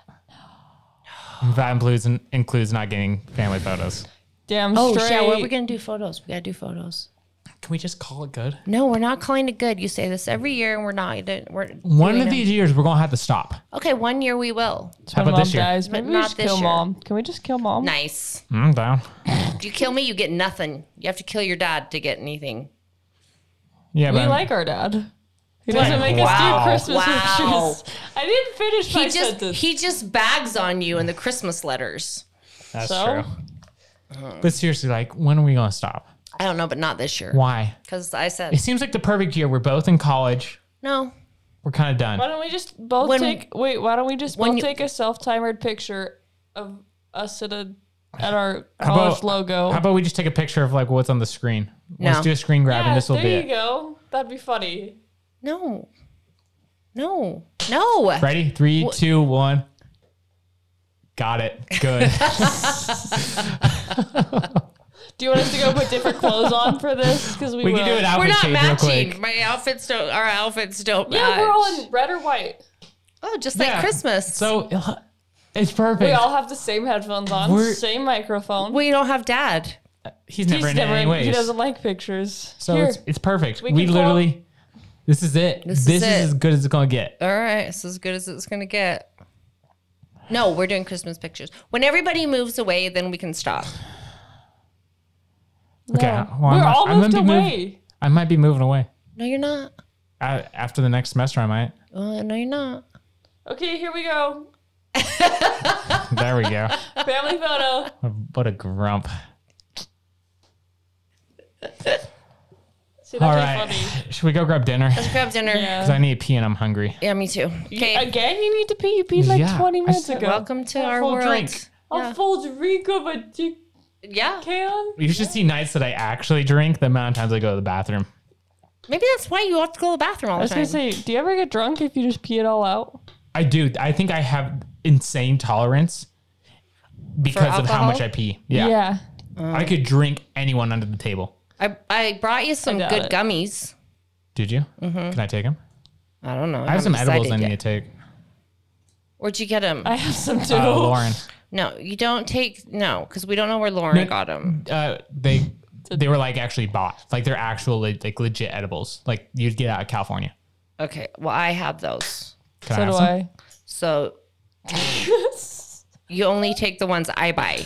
Speaker 2: That includes includes not getting family photos.
Speaker 3: Damn
Speaker 1: oh,
Speaker 3: straight.
Speaker 1: shit. What are we going to do? Photos. We got to do photos.
Speaker 2: Can we just call it good?
Speaker 1: No, we're not calling it good. You say this every year, and we're not. We're
Speaker 2: One
Speaker 1: doing
Speaker 2: of
Speaker 1: it.
Speaker 2: these years we're gonna have to stop.
Speaker 1: Okay, one year we will.
Speaker 2: How
Speaker 3: When
Speaker 2: about
Speaker 3: mom
Speaker 2: this year?
Speaker 3: dies,
Speaker 1: But
Speaker 3: maybe we
Speaker 1: not
Speaker 3: just
Speaker 1: this
Speaker 3: kill
Speaker 1: year.
Speaker 3: mom. Can we just kill mom?
Speaker 1: Nice.
Speaker 2: I'm down.
Speaker 1: If you kill me, you get nothing. You have to kill your dad to get anything.
Speaker 2: Yeah,
Speaker 3: We
Speaker 2: but
Speaker 3: like our dad. He doesn't make
Speaker 1: Wow.
Speaker 3: us do Christmas
Speaker 1: Wow.
Speaker 3: wishes. I didn't finish my
Speaker 1: He just
Speaker 3: sentence.
Speaker 1: he just bags on you in the Christmas letters.
Speaker 2: that's
Speaker 3: So?
Speaker 2: true. But seriously, like, when are we gonna stop?
Speaker 1: I don't know, but not this year.
Speaker 2: Why?
Speaker 1: Because I
Speaker 2: It
Speaker 1: said
Speaker 2: seems like the perfect year. We're both in college.
Speaker 1: no.
Speaker 2: We're kind of done.
Speaker 3: why don't we just both
Speaker 1: When-
Speaker 3: take? Wait, why don't we just
Speaker 1: when
Speaker 3: both
Speaker 1: you-
Speaker 3: take a self-timered picture of us at a at our college logo?
Speaker 2: How about we just take a picture of like what's on the screen?
Speaker 1: No.
Speaker 2: Let's do a screen grab,
Speaker 3: yeah,
Speaker 2: and this will
Speaker 3: there
Speaker 2: be
Speaker 3: you
Speaker 2: it.
Speaker 3: go. That'd be funny.
Speaker 1: No. No. No.
Speaker 2: Ready? Three, two, one. Got it. Good.
Speaker 3: Do you want us to go put different clothes on for this? Because we,
Speaker 2: we can do
Speaker 3: will.
Speaker 2: an outfit
Speaker 1: We're not
Speaker 2: change real
Speaker 1: matching.
Speaker 2: quick.
Speaker 1: My outfits don't. Our outfits don't
Speaker 3: Yeah,
Speaker 1: match.
Speaker 3: we're all in red or white.
Speaker 1: oh, just
Speaker 2: Yeah.
Speaker 1: like Christmas.
Speaker 2: So it's
Speaker 3: We
Speaker 2: perfect.
Speaker 3: all have the same headphones on,
Speaker 2: We're-
Speaker 3: same microphone.
Speaker 1: we don't have dad.
Speaker 2: he's never
Speaker 3: He's
Speaker 2: in it
Speaker 3: never in-
Speaker 2: anyways.
Speaker 3: he doesn't like pictures.
Speaker 2: so
Speaker 3: Here,
Speaker 2: it's, it's perfect. We,
Speaker 3: We can
Speaker 2: literally, this is it. This,
Speaker 1: This is
Speaker 2: is,
Speaker 1: it.
Speaker 2: as good as it's gonna get.
Speaker 1: All right, it's as good as it's gonna get. No, we're doing Christmas pictures. When everybody moves away, then we can stop.
Speaker 2: Okay,
Speaker 3: no.
Speaker 2: well, I'm
Speaker 3: we're
Speaker 2: not-
Speaker 3: all
Speaker 2: I'm
Speaker 3: moved
Speaker 2: gonna be
Speaker 3: away.
Speaker 2: I might be moving away
Speaker 1: No, you're not.
Speaker 2: I, after the next semester. I might.
Speaker 1: Uh, no, you're not.
Speaker 3: Okay, here we go.
Speaker 2: There we go.
Speaker 3: Family photo.
Speaker 2: what a grump.
Speaker 3: See, that's
Speaker 2: All
Speaker 3: really
Speaker 2: right.
Speaker 3: funny.
Speaker 2: Should we go grab dinner? Because
Speaker 1: Grab dinner. Yeah,
Speaker 3: Yeah.
Speaker 2: I need to pee and I'm hungry.
Speaker 1: me too. Okay.
Speaker 3: Again, you need to pee. You peed like
Speaker 2: Yeah,
Speaker 3: 20
Speaker 2: I
Speaker 3: minutes
Speaker 2: said-
Speaker 3: ago.
Speaker 1: Welcome to our
Speaker 2: full
Speaker 1: world.
Speaker 2: drink.
Speaker 3: A full drink of a dick
Speaker 1: Yeah.
Speaker 3: can.
Speaker 2: You should see nights that I actually drink the amount of times I go to the bathroom.
Speaker 1: Maybe that's why you have to go to the bathroom all
Speaker 3: I
Speaker 1: the
Speaker 3: was gonna
Speaker 1: time.
Speaker 3: say, do you ever get drunk if you just pee it all out?
Speaker 2: I do. I think I have insane tolerance because of how
Speaker 1: alcohol?
Speaker 2: much I pee. Yeah. I could drink anyone under the table.
Speaker 1: I, I brought you some
Speaker 3: doubt
Speaker 1: good
Speaker 3: it.
Speaker 1: gummies.
Speaker 2: Did you?
Speaker 3: Mm-hmm.
Speaker 2: Can I take them?
Speaker 1: I don't know.
Speaker 2: I have some edibles I
Speaker 1: decided
Speaker 2: need to
Speaker 1: yet.
Speaker 2: take.
Speaker 1: Where'd you get them?
Speaker 3: I have some too.
Speaker 2: Uh, Lauren,
Speaker 1: no, you don't take no, because we don't know where Lauren
Speaker 2: No.
Speaker 1: got them.
Speaker 2: uh, they they were like actually bought. Like they're actual like like, legit edibles. Like you'd get out of California.
Speaker 1: Okay, well I have those,
Speaker 2: Can
Speaker 3: so
Speaker 2: have
Speaker 3: do
Speaker 2: some?
Speaker 3: I.
Speaker 1: so you only take the ones I buy.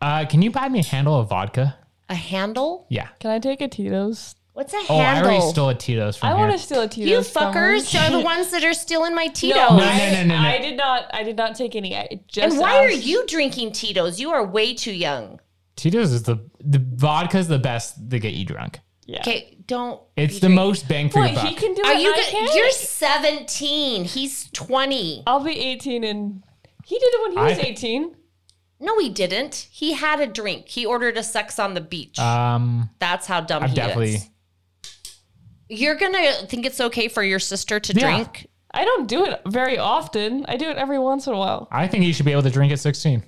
Speaker 2: Uh, can you buy me a handle of vodka?
Speaker 1: A handle?
Speaker 2: Yeah.
Speaker 3: Can I take a Tito's?
Speaker 1: What's a
Speaker 2: Oh,
Speaker 1: handle?
Speaker 2: I already stole a Tito's from
Speaker 3: I
Speaker 2: here.
Speaker 3: want to steal a
Speaker 1: you
Speaker 3: Tito's. from her.
Speaker 1: fuckers are the ones that are stealing my Tito's.
Speaker 3: No,
Speaker 2: No,
Speaker 3: I,
Speaker 2: no, no, no, no.
Speaker 3: I did not. I did not take any. I just.
Speaker 1: and why are
Speaker 3: asked-
Speaker 1: you drinking Tito's? You are way too young.
Speaker 2: Tito's is the the vodka's the best to get you drunk.
Speaker 3: Yeah.
Speaker 1: Okay, don't.
Speaker 2: It's
Speaker 1: be
Speaker 2: the
Speaker 1: drink-
Speaker 2: most bang for
Speaker 3: Wait,
Speaker 2: your buck.
Speaker 3: he can do
Speaker 1: Are
Speaker 3: it.
Speaker 1: you?
Speaker 3: I
Speaker 1: Go-
Speaker 3: can't.
Speaker 1: you're 17. He's 20.
Speaker 3: I'll be 18 and he did it when he was
Speaker 2: I-
Speaker 3: 18.
Speaker 1: No, he didn't. He had a drink. He ordered a sex on the beach.
Speaker 2: um,
Speaker 1: That's how dumb
Speaker 2: I'm
Speaker 1: he
Speaker 2: definitely.
Speaker 1: is. You're gonna think it's okay for your sister to
Speaker 2: Yeah.
Speaker 1: drink?
Speaker 3: I don't do it very often. I do it every once in a while.
Speaker 2: I think you should be able to drink at 16.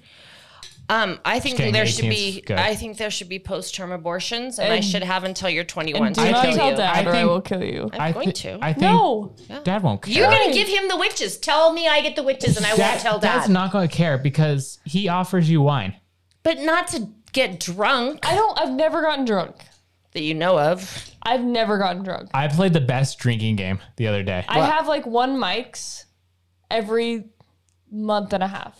Speaker 1: Um, I think
Speaker 2: kidding,
Speaker 1: there should
Speaker 2: 18 's
Speaker 1: be.
Speaker 2: good.
Speaker 1: I think there should be post-term abortions, and, I
Speaker 3: And-
Speaker 1: should have until you're 21.
Speaker 3: Do
Speaker 1: to
Speaker 3: not
Speaker 1: kill
Speaker 3: tell
Speaker 1: you.
Speaker 3: dad
Speaker 2: I
Speaker 3: or I
Speaker 2: think-
Speaker 3: will kill you.
Speaker 1: I'm
Speaker 2: I
Speaker 1: going
Speaker 2: think-
Speaker 1: to.
Speaker 2: I think
Speaker 3: no.
Speaker 2: dad won't care.
Speaker 1: You're gonna give him the witches. Tell me I get the witches, and I won't tell dad.
Speaker 2: Dad's not going to care because he offers you wine.
Speaker 1: but not to get drunk
Speaker 3: I don't. I've never gotten drunk.
Speaker 1: that you know of.
Speaker 3: I've never gotten drunk.
Speaker 2: I played the best drinking game the other day.
Speaker 3: I have like one mics every month and a half.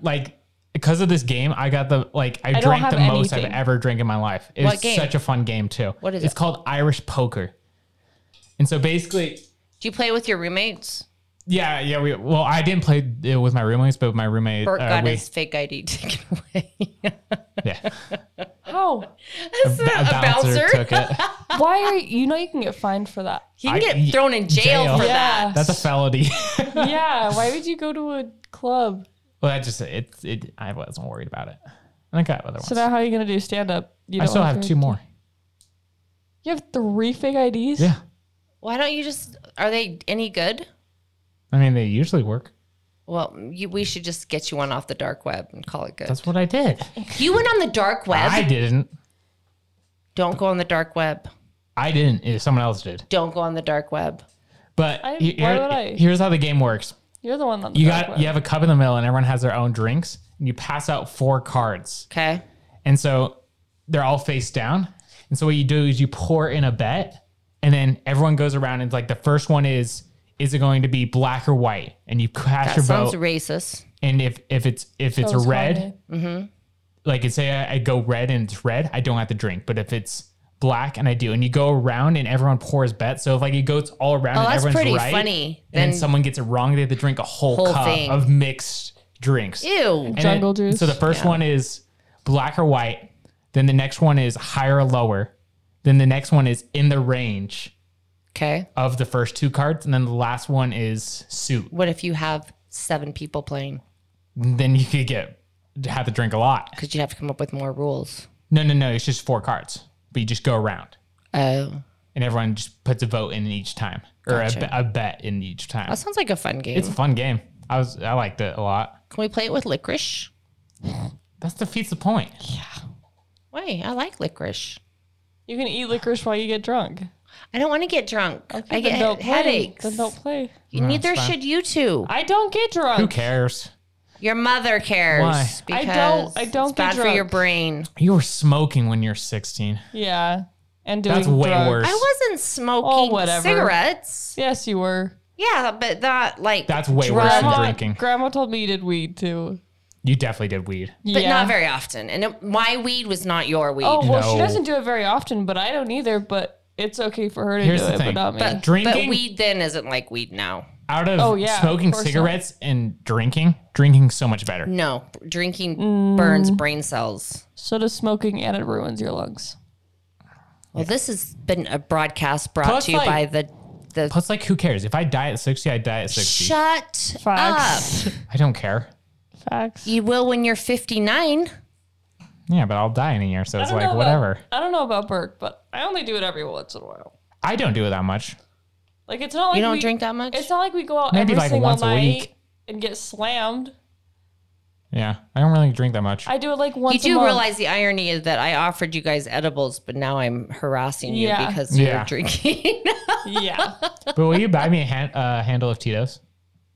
Speaker 2: like because of this game, I got the like I,
Speaker 3: don't
Speaker 2: drank
Speaker 3: have
Speaker 2: the most I've
Speaker 3: anything.
Speaker 2: ever drank in my life. It
Speaker 1: What
Speaker 2: was
Speaker 1: game?
Speaker 2: such a fun game too.
Speaker 1: What is
Speaker 2: it's
Speaker 1: it?
Speaker 2: called Irish poker. And so basically,
Speaker 1: Do you play with your roommates?
Speaker 2: yeah, yeah, we well, I didn't play it with my roommates, but my roommate
Speaker 1: Bert
Speaker 2: uh,
Speaker 1: got
Speaker 2: we,
Speaker 1: his fake ID taken away.
Speaker 2: yeah,
Speaker 3: How?
Speaker 2: a,
Speaker 1: bouncer.
Speaker 2: took it.
Speaker 3: Why are you, you know you can get fined for that?
Speaker 1: He can
Speaker 2: I-
Speaker 1: get
Speaker 2: y-
Speaker 1: thrown in jail,
Speaker 2: jail.
Speaker 1: for
Speaker 3: Yeah.
Speaker 1: that.
Speaker 2: That's a felony.
Speaker 3: yeah. Why would you go to a club?
Speaker 2: well, that just it, it. I wasn't worried about it. I think I have other ones.
Speaker 3: So now how are you gonna do stand up? You
Speaker 2: I
Speaker 3: don't
Speaker 2: still have
Speaker 3: to-
Speaker 2: two more.
Speaker 3: You have three fake IDs.
Speaker 2: Yeah,
Speaker 1: Why don't you just? Are they any good?
Speaker 2: I mean they usually work.
Speaker 1: Well, you, we should just get you one off the dark web and call it good.
Speaker 2: That's what I did.
Speaker 1: you went on the dark web.
Speaker 2: I didn't.
Speaker 1: Don't go on the dark web.
Speaker 2: I didn't. Someone else did.
Speaker 1: Don't go on the dark web.
Speaker 2: But
Speaker 3: I-
Speaker 2: he-
Speaker 3: why
Speaker 2: here-
Speaker 3: would I?
Speaker 2: here's how the game works.
Speaker 3: You're the one on the
Speaker 2: You
Speaker 3: dark
Speaker 2: got
Speaker 3: web.
Speaker 2: you have a cup in the middle, and everyone has their own drinks, and you pass out four cards,
Speaker 1: Okay.
Speaker 2: and so they're all face down. And so what you do is you pour in a bet, and then everyone goes around and like the first one is is it going to be black or white, and you cast
Speaker 1: That
Speaker 2: your
Speaker 1: sounds
Speaker 2: vote,
Speaker 1: racist.
Speaker 2: and if if it's if it's a
Speaker 3: Sounds
Speaker 2: red,
Speaker 3: funny.
Speaker 2: like and say I, I go red and it's red, I don't have to drink, but if it's black and I do, and you go around and everyone pours bets. So if like it goes all around
Speaker 1: Oh,
Speaker 2: and
Speaker 1: that's
Speaker 2: everyone's
Speaker 1: pretty
Speaker 2: right,
Speaker 1: funny.
Speaker 2: and then
Speaker 1: Then-
Speaker 2: someone gets it wrong, they have to drink a whole,
Speaker 1: Whole
Speaker 2: cup
Speaker 1: thing.
Speaker 2: of mixed drinks.
Speaker 1: Ew.
Speaker 2: And
Speaker 3: Jungle
Speaker 2: then-
Speaker 3: juice.
Speaker 2: So the first one is black or white. Then the next one is higher or lower. Then the next one is in the range
Speaker 1: Okay.
Speaker 2: of the first two cards, and then the last one is suit.
Speaker 1: What if you have seven people playing?
Speaker 2: Then you could get have to drink a lot.
Speaker 1: Because you'd have to come up with more rules.
Speaker 2: No, no, no. It's just four cards, but you just go around,
Speaker 1: Oh.
Speaker 2: and everyone just puts a vote in each time. or
Speaker 1: Gotcha.
Speaker 2: a, be- a bet in each time.
Speaker 1: That sounds like a fun game.
Speaker 2: it's a fun game. I was I liked it a lot.
Speaker 1: Can we play it with licorice?
Speaker 2: That defeats the point.
Speaker 1: Wait, I like licorice.
Speaker 3: You can eat licorice while you get drunk.
Speaker 1: I don't want to get drunk. I
Speaker 3: Then
Speaker 1: get
Speaker 3: don't
Speaker 1: he-
Speaker 3: play.
Speaker 1: headaches.
Speaker 3: Then don't play.
Speaker 1: You- Neither
Speaker 2: fine.
Speaker 1: should you two.
Speaker 3: I don't get
Speaker 2: Who
Speaker 3: drunk.
Speaker 2: cares?
Speaker 1: Your mother cares.
Speaker 2: Why?
Speaker 3: I don't-
Speaker 1: because
Speaker 3: I don't
Speaker 1: It's bad
Speaker 3: get
Speaker 1: for your
Speaker 3: drunk.
Speaker 1: brain.
Speaker 2: You were smoking when you're 16.
Speaker 3: Yeah, and doing
Speaker 2: That's way
Speaker 3: drugs.
Speaker 2: worse.
Speaker 1: I wasn't smoking
Speaker 3: Oh, whatever.
Speaker 1: cigarettes.
Speaker 3: Yes, you were.
Speaker 1: Yeah, but that like
Speaker 2: That's way worse
Speaker 1: drug-
Speaker 2: than
Speaker 3: Grandma,
Speaker 2: drinking.
Speaker 3: Grandma told me you did weed too.
Speaker 2: You definitely did weed.
Speaker 1: but
Speaker 3: yeah.
Speaker 1: not very often. And it, my weed was not your weed.
Speaker 3: Oh well, she
Speaker 2: No.
Speaker 3: doesn't do it very often, but I don't either. But it's okay for her to
Speaker 2: Here's
Speaker 3: do
Speaker 2: the
Speaker 3: it,
Speaker 2: thing.
Speaker 3: but not me.
Speaker 1: but but
Speaker 2: Drinking?
Speaker 1: weed then isn't like weed now.
Speaker 2: Out of
Speaker 3: Oh, yeah, of
Speaker 2: smoking
Speaker 3: course not.
Speaker 2: cigarettes and drinking, drinking's so much better.
Speaker 1: No, drinking
Speaker 3: Mm.
Speaker 1: burns brain cells.
Speaker 3: so does smoking, and it ruins your lungs.
Speaker 1: Well, this has been a broadcast brought
Speaker 2: Plus,
Speaker 1: to you
Speaker 2: like-
Speaker 1: by the the.
Speaker 2: Plus, like, who cares? If I die at 60, I die at 60.
Speaker 1: Shut up!
Speaker 3: Facts.
Speaker 2: I don't care.
Speaker 3: Facts.
Speaker 1: You will when you're 59.
Speaker 2: Yeah, but I'll die in a year, so it's
Speaker 3: don't know
Speaker 2: like
Speaker 3: about-
Speaker 2: whatever.
Speaker 3: I don't know about Burke, but I only do it every once in a while.
Speaker 2: I don't do it that much.
Speaker 3: Like it's not like
Speaker 1: You don't
Speaker 3: we,
Speaker 1: drink that much?
Speaker 3: It's not like we go out
Speaker 2: Maybe,
Speaker 3: every
Speaker 2: like,
Speaker 3: single
Speaker 2: once a
Speaker 3: night
Speaker 2: week.
Speaker 3: and get slammed.
Speaker 2: Yeah, I don't really drink that much.
Speaker 3: I do it like once.
Speaker 1: You
Speaker 3: a
Speaker 1: do
Speaker 3: month.
Speaker 1: realize the irony is that I offered you guys edibles, but now I'm harassing you
Speaker 3: Yeah.
Speaker 1: because you're
Speaker 2: Yeah.
Speaker 1: drinking.
Speaker 3: Yeah.
Speaker 2: but will you buy me a han- uh, handle of Tito's?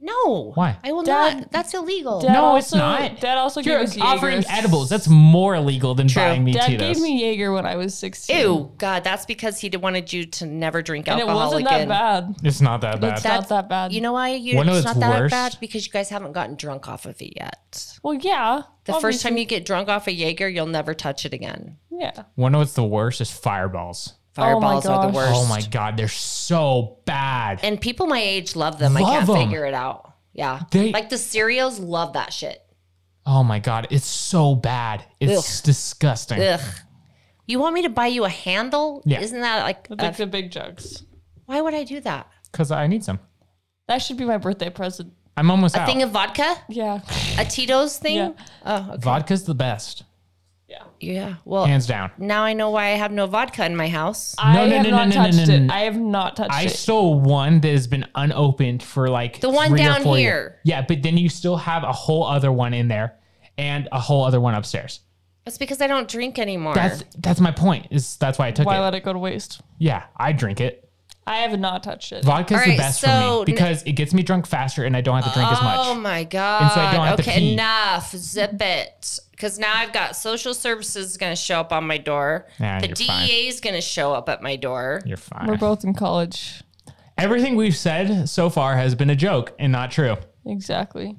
Speaker 1: no.
Speaker 2: Why?
Speaker 1: I will
Speaker 3: Dad-
Speaker 1: not. That's illegal.
Speaker 3: Dad
Speaker 2: No, it's
Speaker 3: also,
Speaker 2: not.
Speaker 3: Dad also
Speaker 2: You're
Speaker 3: gave us
Speaker 2: offering
Speaker 3: Jaegers.
Speaker 2: edibles. That's more illegal than
Speaker 1: True.
Speaker 2: buying me
Speaker 3: Dad
Speaker 2: Tito's.
Speaker 3: gave me Jaeger when I was sixteen.
Speaker 1: Ew, God, that's because he wanted you to never drink
Speaker 3: And it
Speaker 1: alcohol
Speaker 3: wasn't
Speaker 1: again.
Speaker 3: that bad.
Speaker 2: it's not that bad.
Speaker 3: It's not that bad.
Speaker 1: You know why you,
Speaker 2: One of
Speaker 1: it's
Speaker 2: its
Speaker 1: not that
Speaker 2: worst-
Speaker 1: bad? Because you guys haven't gotten drunk off of it yet.
Speaker 3: Well, Oh yeah.
Speaker 1: The first time you get drunk off a Jaeger, you'll never touch it again.
Speaker 3: Yeah.
Speaker 2: One of what's the worst is fireballs.
Speaker 1: Fireballs are the
Speaker 3: gosh.
Speaker 1: worst.
Speaker 2: Oh my god, they're so bad.
Speaker 1: And people my age love them. I
Speaker 2: Love
Speaker 1: can't
Speaker 2: 'em.
Speaker 1: figure it out. Yeah.
Speaker 2: They-
Speaker 1: like the cereals love that shit.
Speaker 2: oh my god, it's so bad. It's disgusting.
Speaker 1: Ugh. You want me to buy you a handle?
Speaker 2: Yeah.
Speaker 1: Isn't that like,
Speaker 3: That's
Speaker 1: uh,
Speaker 3: like the big jugs.
Speaker 1: why would I do that?
Speaker 2: Because I need some.
Speaker 3: That should be my birthday present.
Speaker 2: I'm almost
Speaker 1: A
Speaker 2: out.
Speaker 1: thing of vodka?
Speaker 3: Yeah.
Speaker 1: A Tito's thing?
Speaker 3: Yeah.
Speaker 1: Oh, okay.
Speaker 2: Vodka's the best,
Speaker 1: Yeah. Well,
Speaker 2: hands down.
Speaker 1: now I know why I have no vodka in my house.
Speaker 3: I
Speaker 2: no,
Speaker 3: have
Speaker 2: no,
Speaker 3: not
Speaker 2: no, no,
Speaker 3: touched
Speaker 2: no,
Speaker 3: it.
Speaker 2: no.
Speaker 3: I have not touched
Speaker 2: I
Speaker 3: it.
Speaker 2: stole one that has been unopened for like
Speaker 1: The one
Speaker 2: three or
Speaker 1: down
Speaker 2: four
Speaker 1: here.
Speaker 2: years. Yeah, but then you still have a whole other one in there and a whole other one upstairs.
Speaker 1: That's because I don't drink anymore.
Speaker 2: That's that's my point. Is that's why I took
Speaker 3: Why
Speaker 2: it.
Speaker 3: let it go to waste?
Speaker 2: yeah, I drink it.
Speaker 3: I have not touched it.
Speaker 2: Vodka's
Speaker 1: All
Speaker 2: the
Speaker 1: right,
Speaker 2: best
Speaker 1: so
Speaker 2: for
Speaker 1: n-
Speaker 2: me because it gets me drunk faster and I don't have to drink as
Speaker 1: Oh
Speaker 2: much.
Speaker 1: my god!
Speaker 2: don't have to
Speaker 1: okay,
Speaker 2: pee.
Speaker 1: enough. Zip it, because now I've got social services is going to show up on my door.
Speaker 2: Yeah,
Speaker 1: the
Speaker 2: you're
Speaker 1: DEA
Speaker 2: fine.
Speaker 1: is going to show up at my door.
Speaker 2: You're fine.
Speaker 3: We're both in college.
Speaker 2: Everything we've said so far has been a joke and not true.
Speaker 3: Exactly.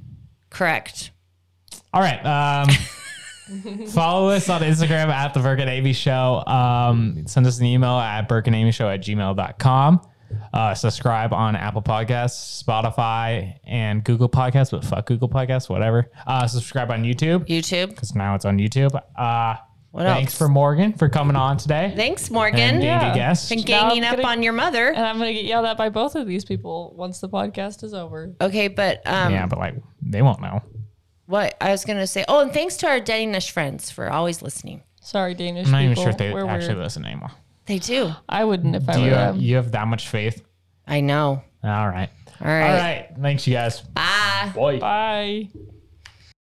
Speaker 1: Correct.
Speaker 2: All right. Um, follow us on Instagram at the Burke and Amy Show. Um, send us an email at Burke and Amy Show at gmail.com. Uh, subscribe on Apple Podcasts, Spotify, and Google Podcasts, but fuck Google Podcasts, whatever. Uh, subscribe on YouTube
Speaker 1: YouTube.
Speaker 2: because now it's on YouTube. Uh,
Speaker 1: What
Speaker 2: thanks
Speaker 1: else?
Speaker 2: for Morgan for coming on today
Speaker 1: Thanks,
Speaker 2: and
Speaker 1: Morgan.
Speaker 2: being
Speaker 3: Yeah.
Speaker 2: a guest.
Speaker 1: Been ganging
Speaker 3: Now I'm
Speaker 1: up
Speaker 3: gonna-
Speaker 1: on your
Speaker 2: Uh,
Speaker 1: mother.
Speaker 3: And I'm going to get yelled at by both of these people once the podcast is over.
Speaker 1: Okay, but um,
Speaker 2: Yeah, but like they won't know.
Speaker 1: what I was going to say. Oh, and thanks to our Danish friends for always listening.
Speaker 3: Sorry, Danish
Speaker 2: I'm not even
Speaker 3: people.
Speaker 2: sure if they
Speaker 3: We're
Speaker 2: actually
Speaker 3: weird.
Speaker 2: listen anymore.
Speaker 1: They do.
Speaker 3: I wouldn't if I
Speaker 2: Do
Speaker 3: were
Speaker 2: you,
Speaker 3: them.
Speaker 2: you have that much faith?
Speaker 1: I know.
Speaker 2: All right.
Speaker 1: All right.
Speaker 2: All right. Thanks, you guys.
Speaker 1: Bye.
Speaker 2: Bye.
Speaker 3: Bye.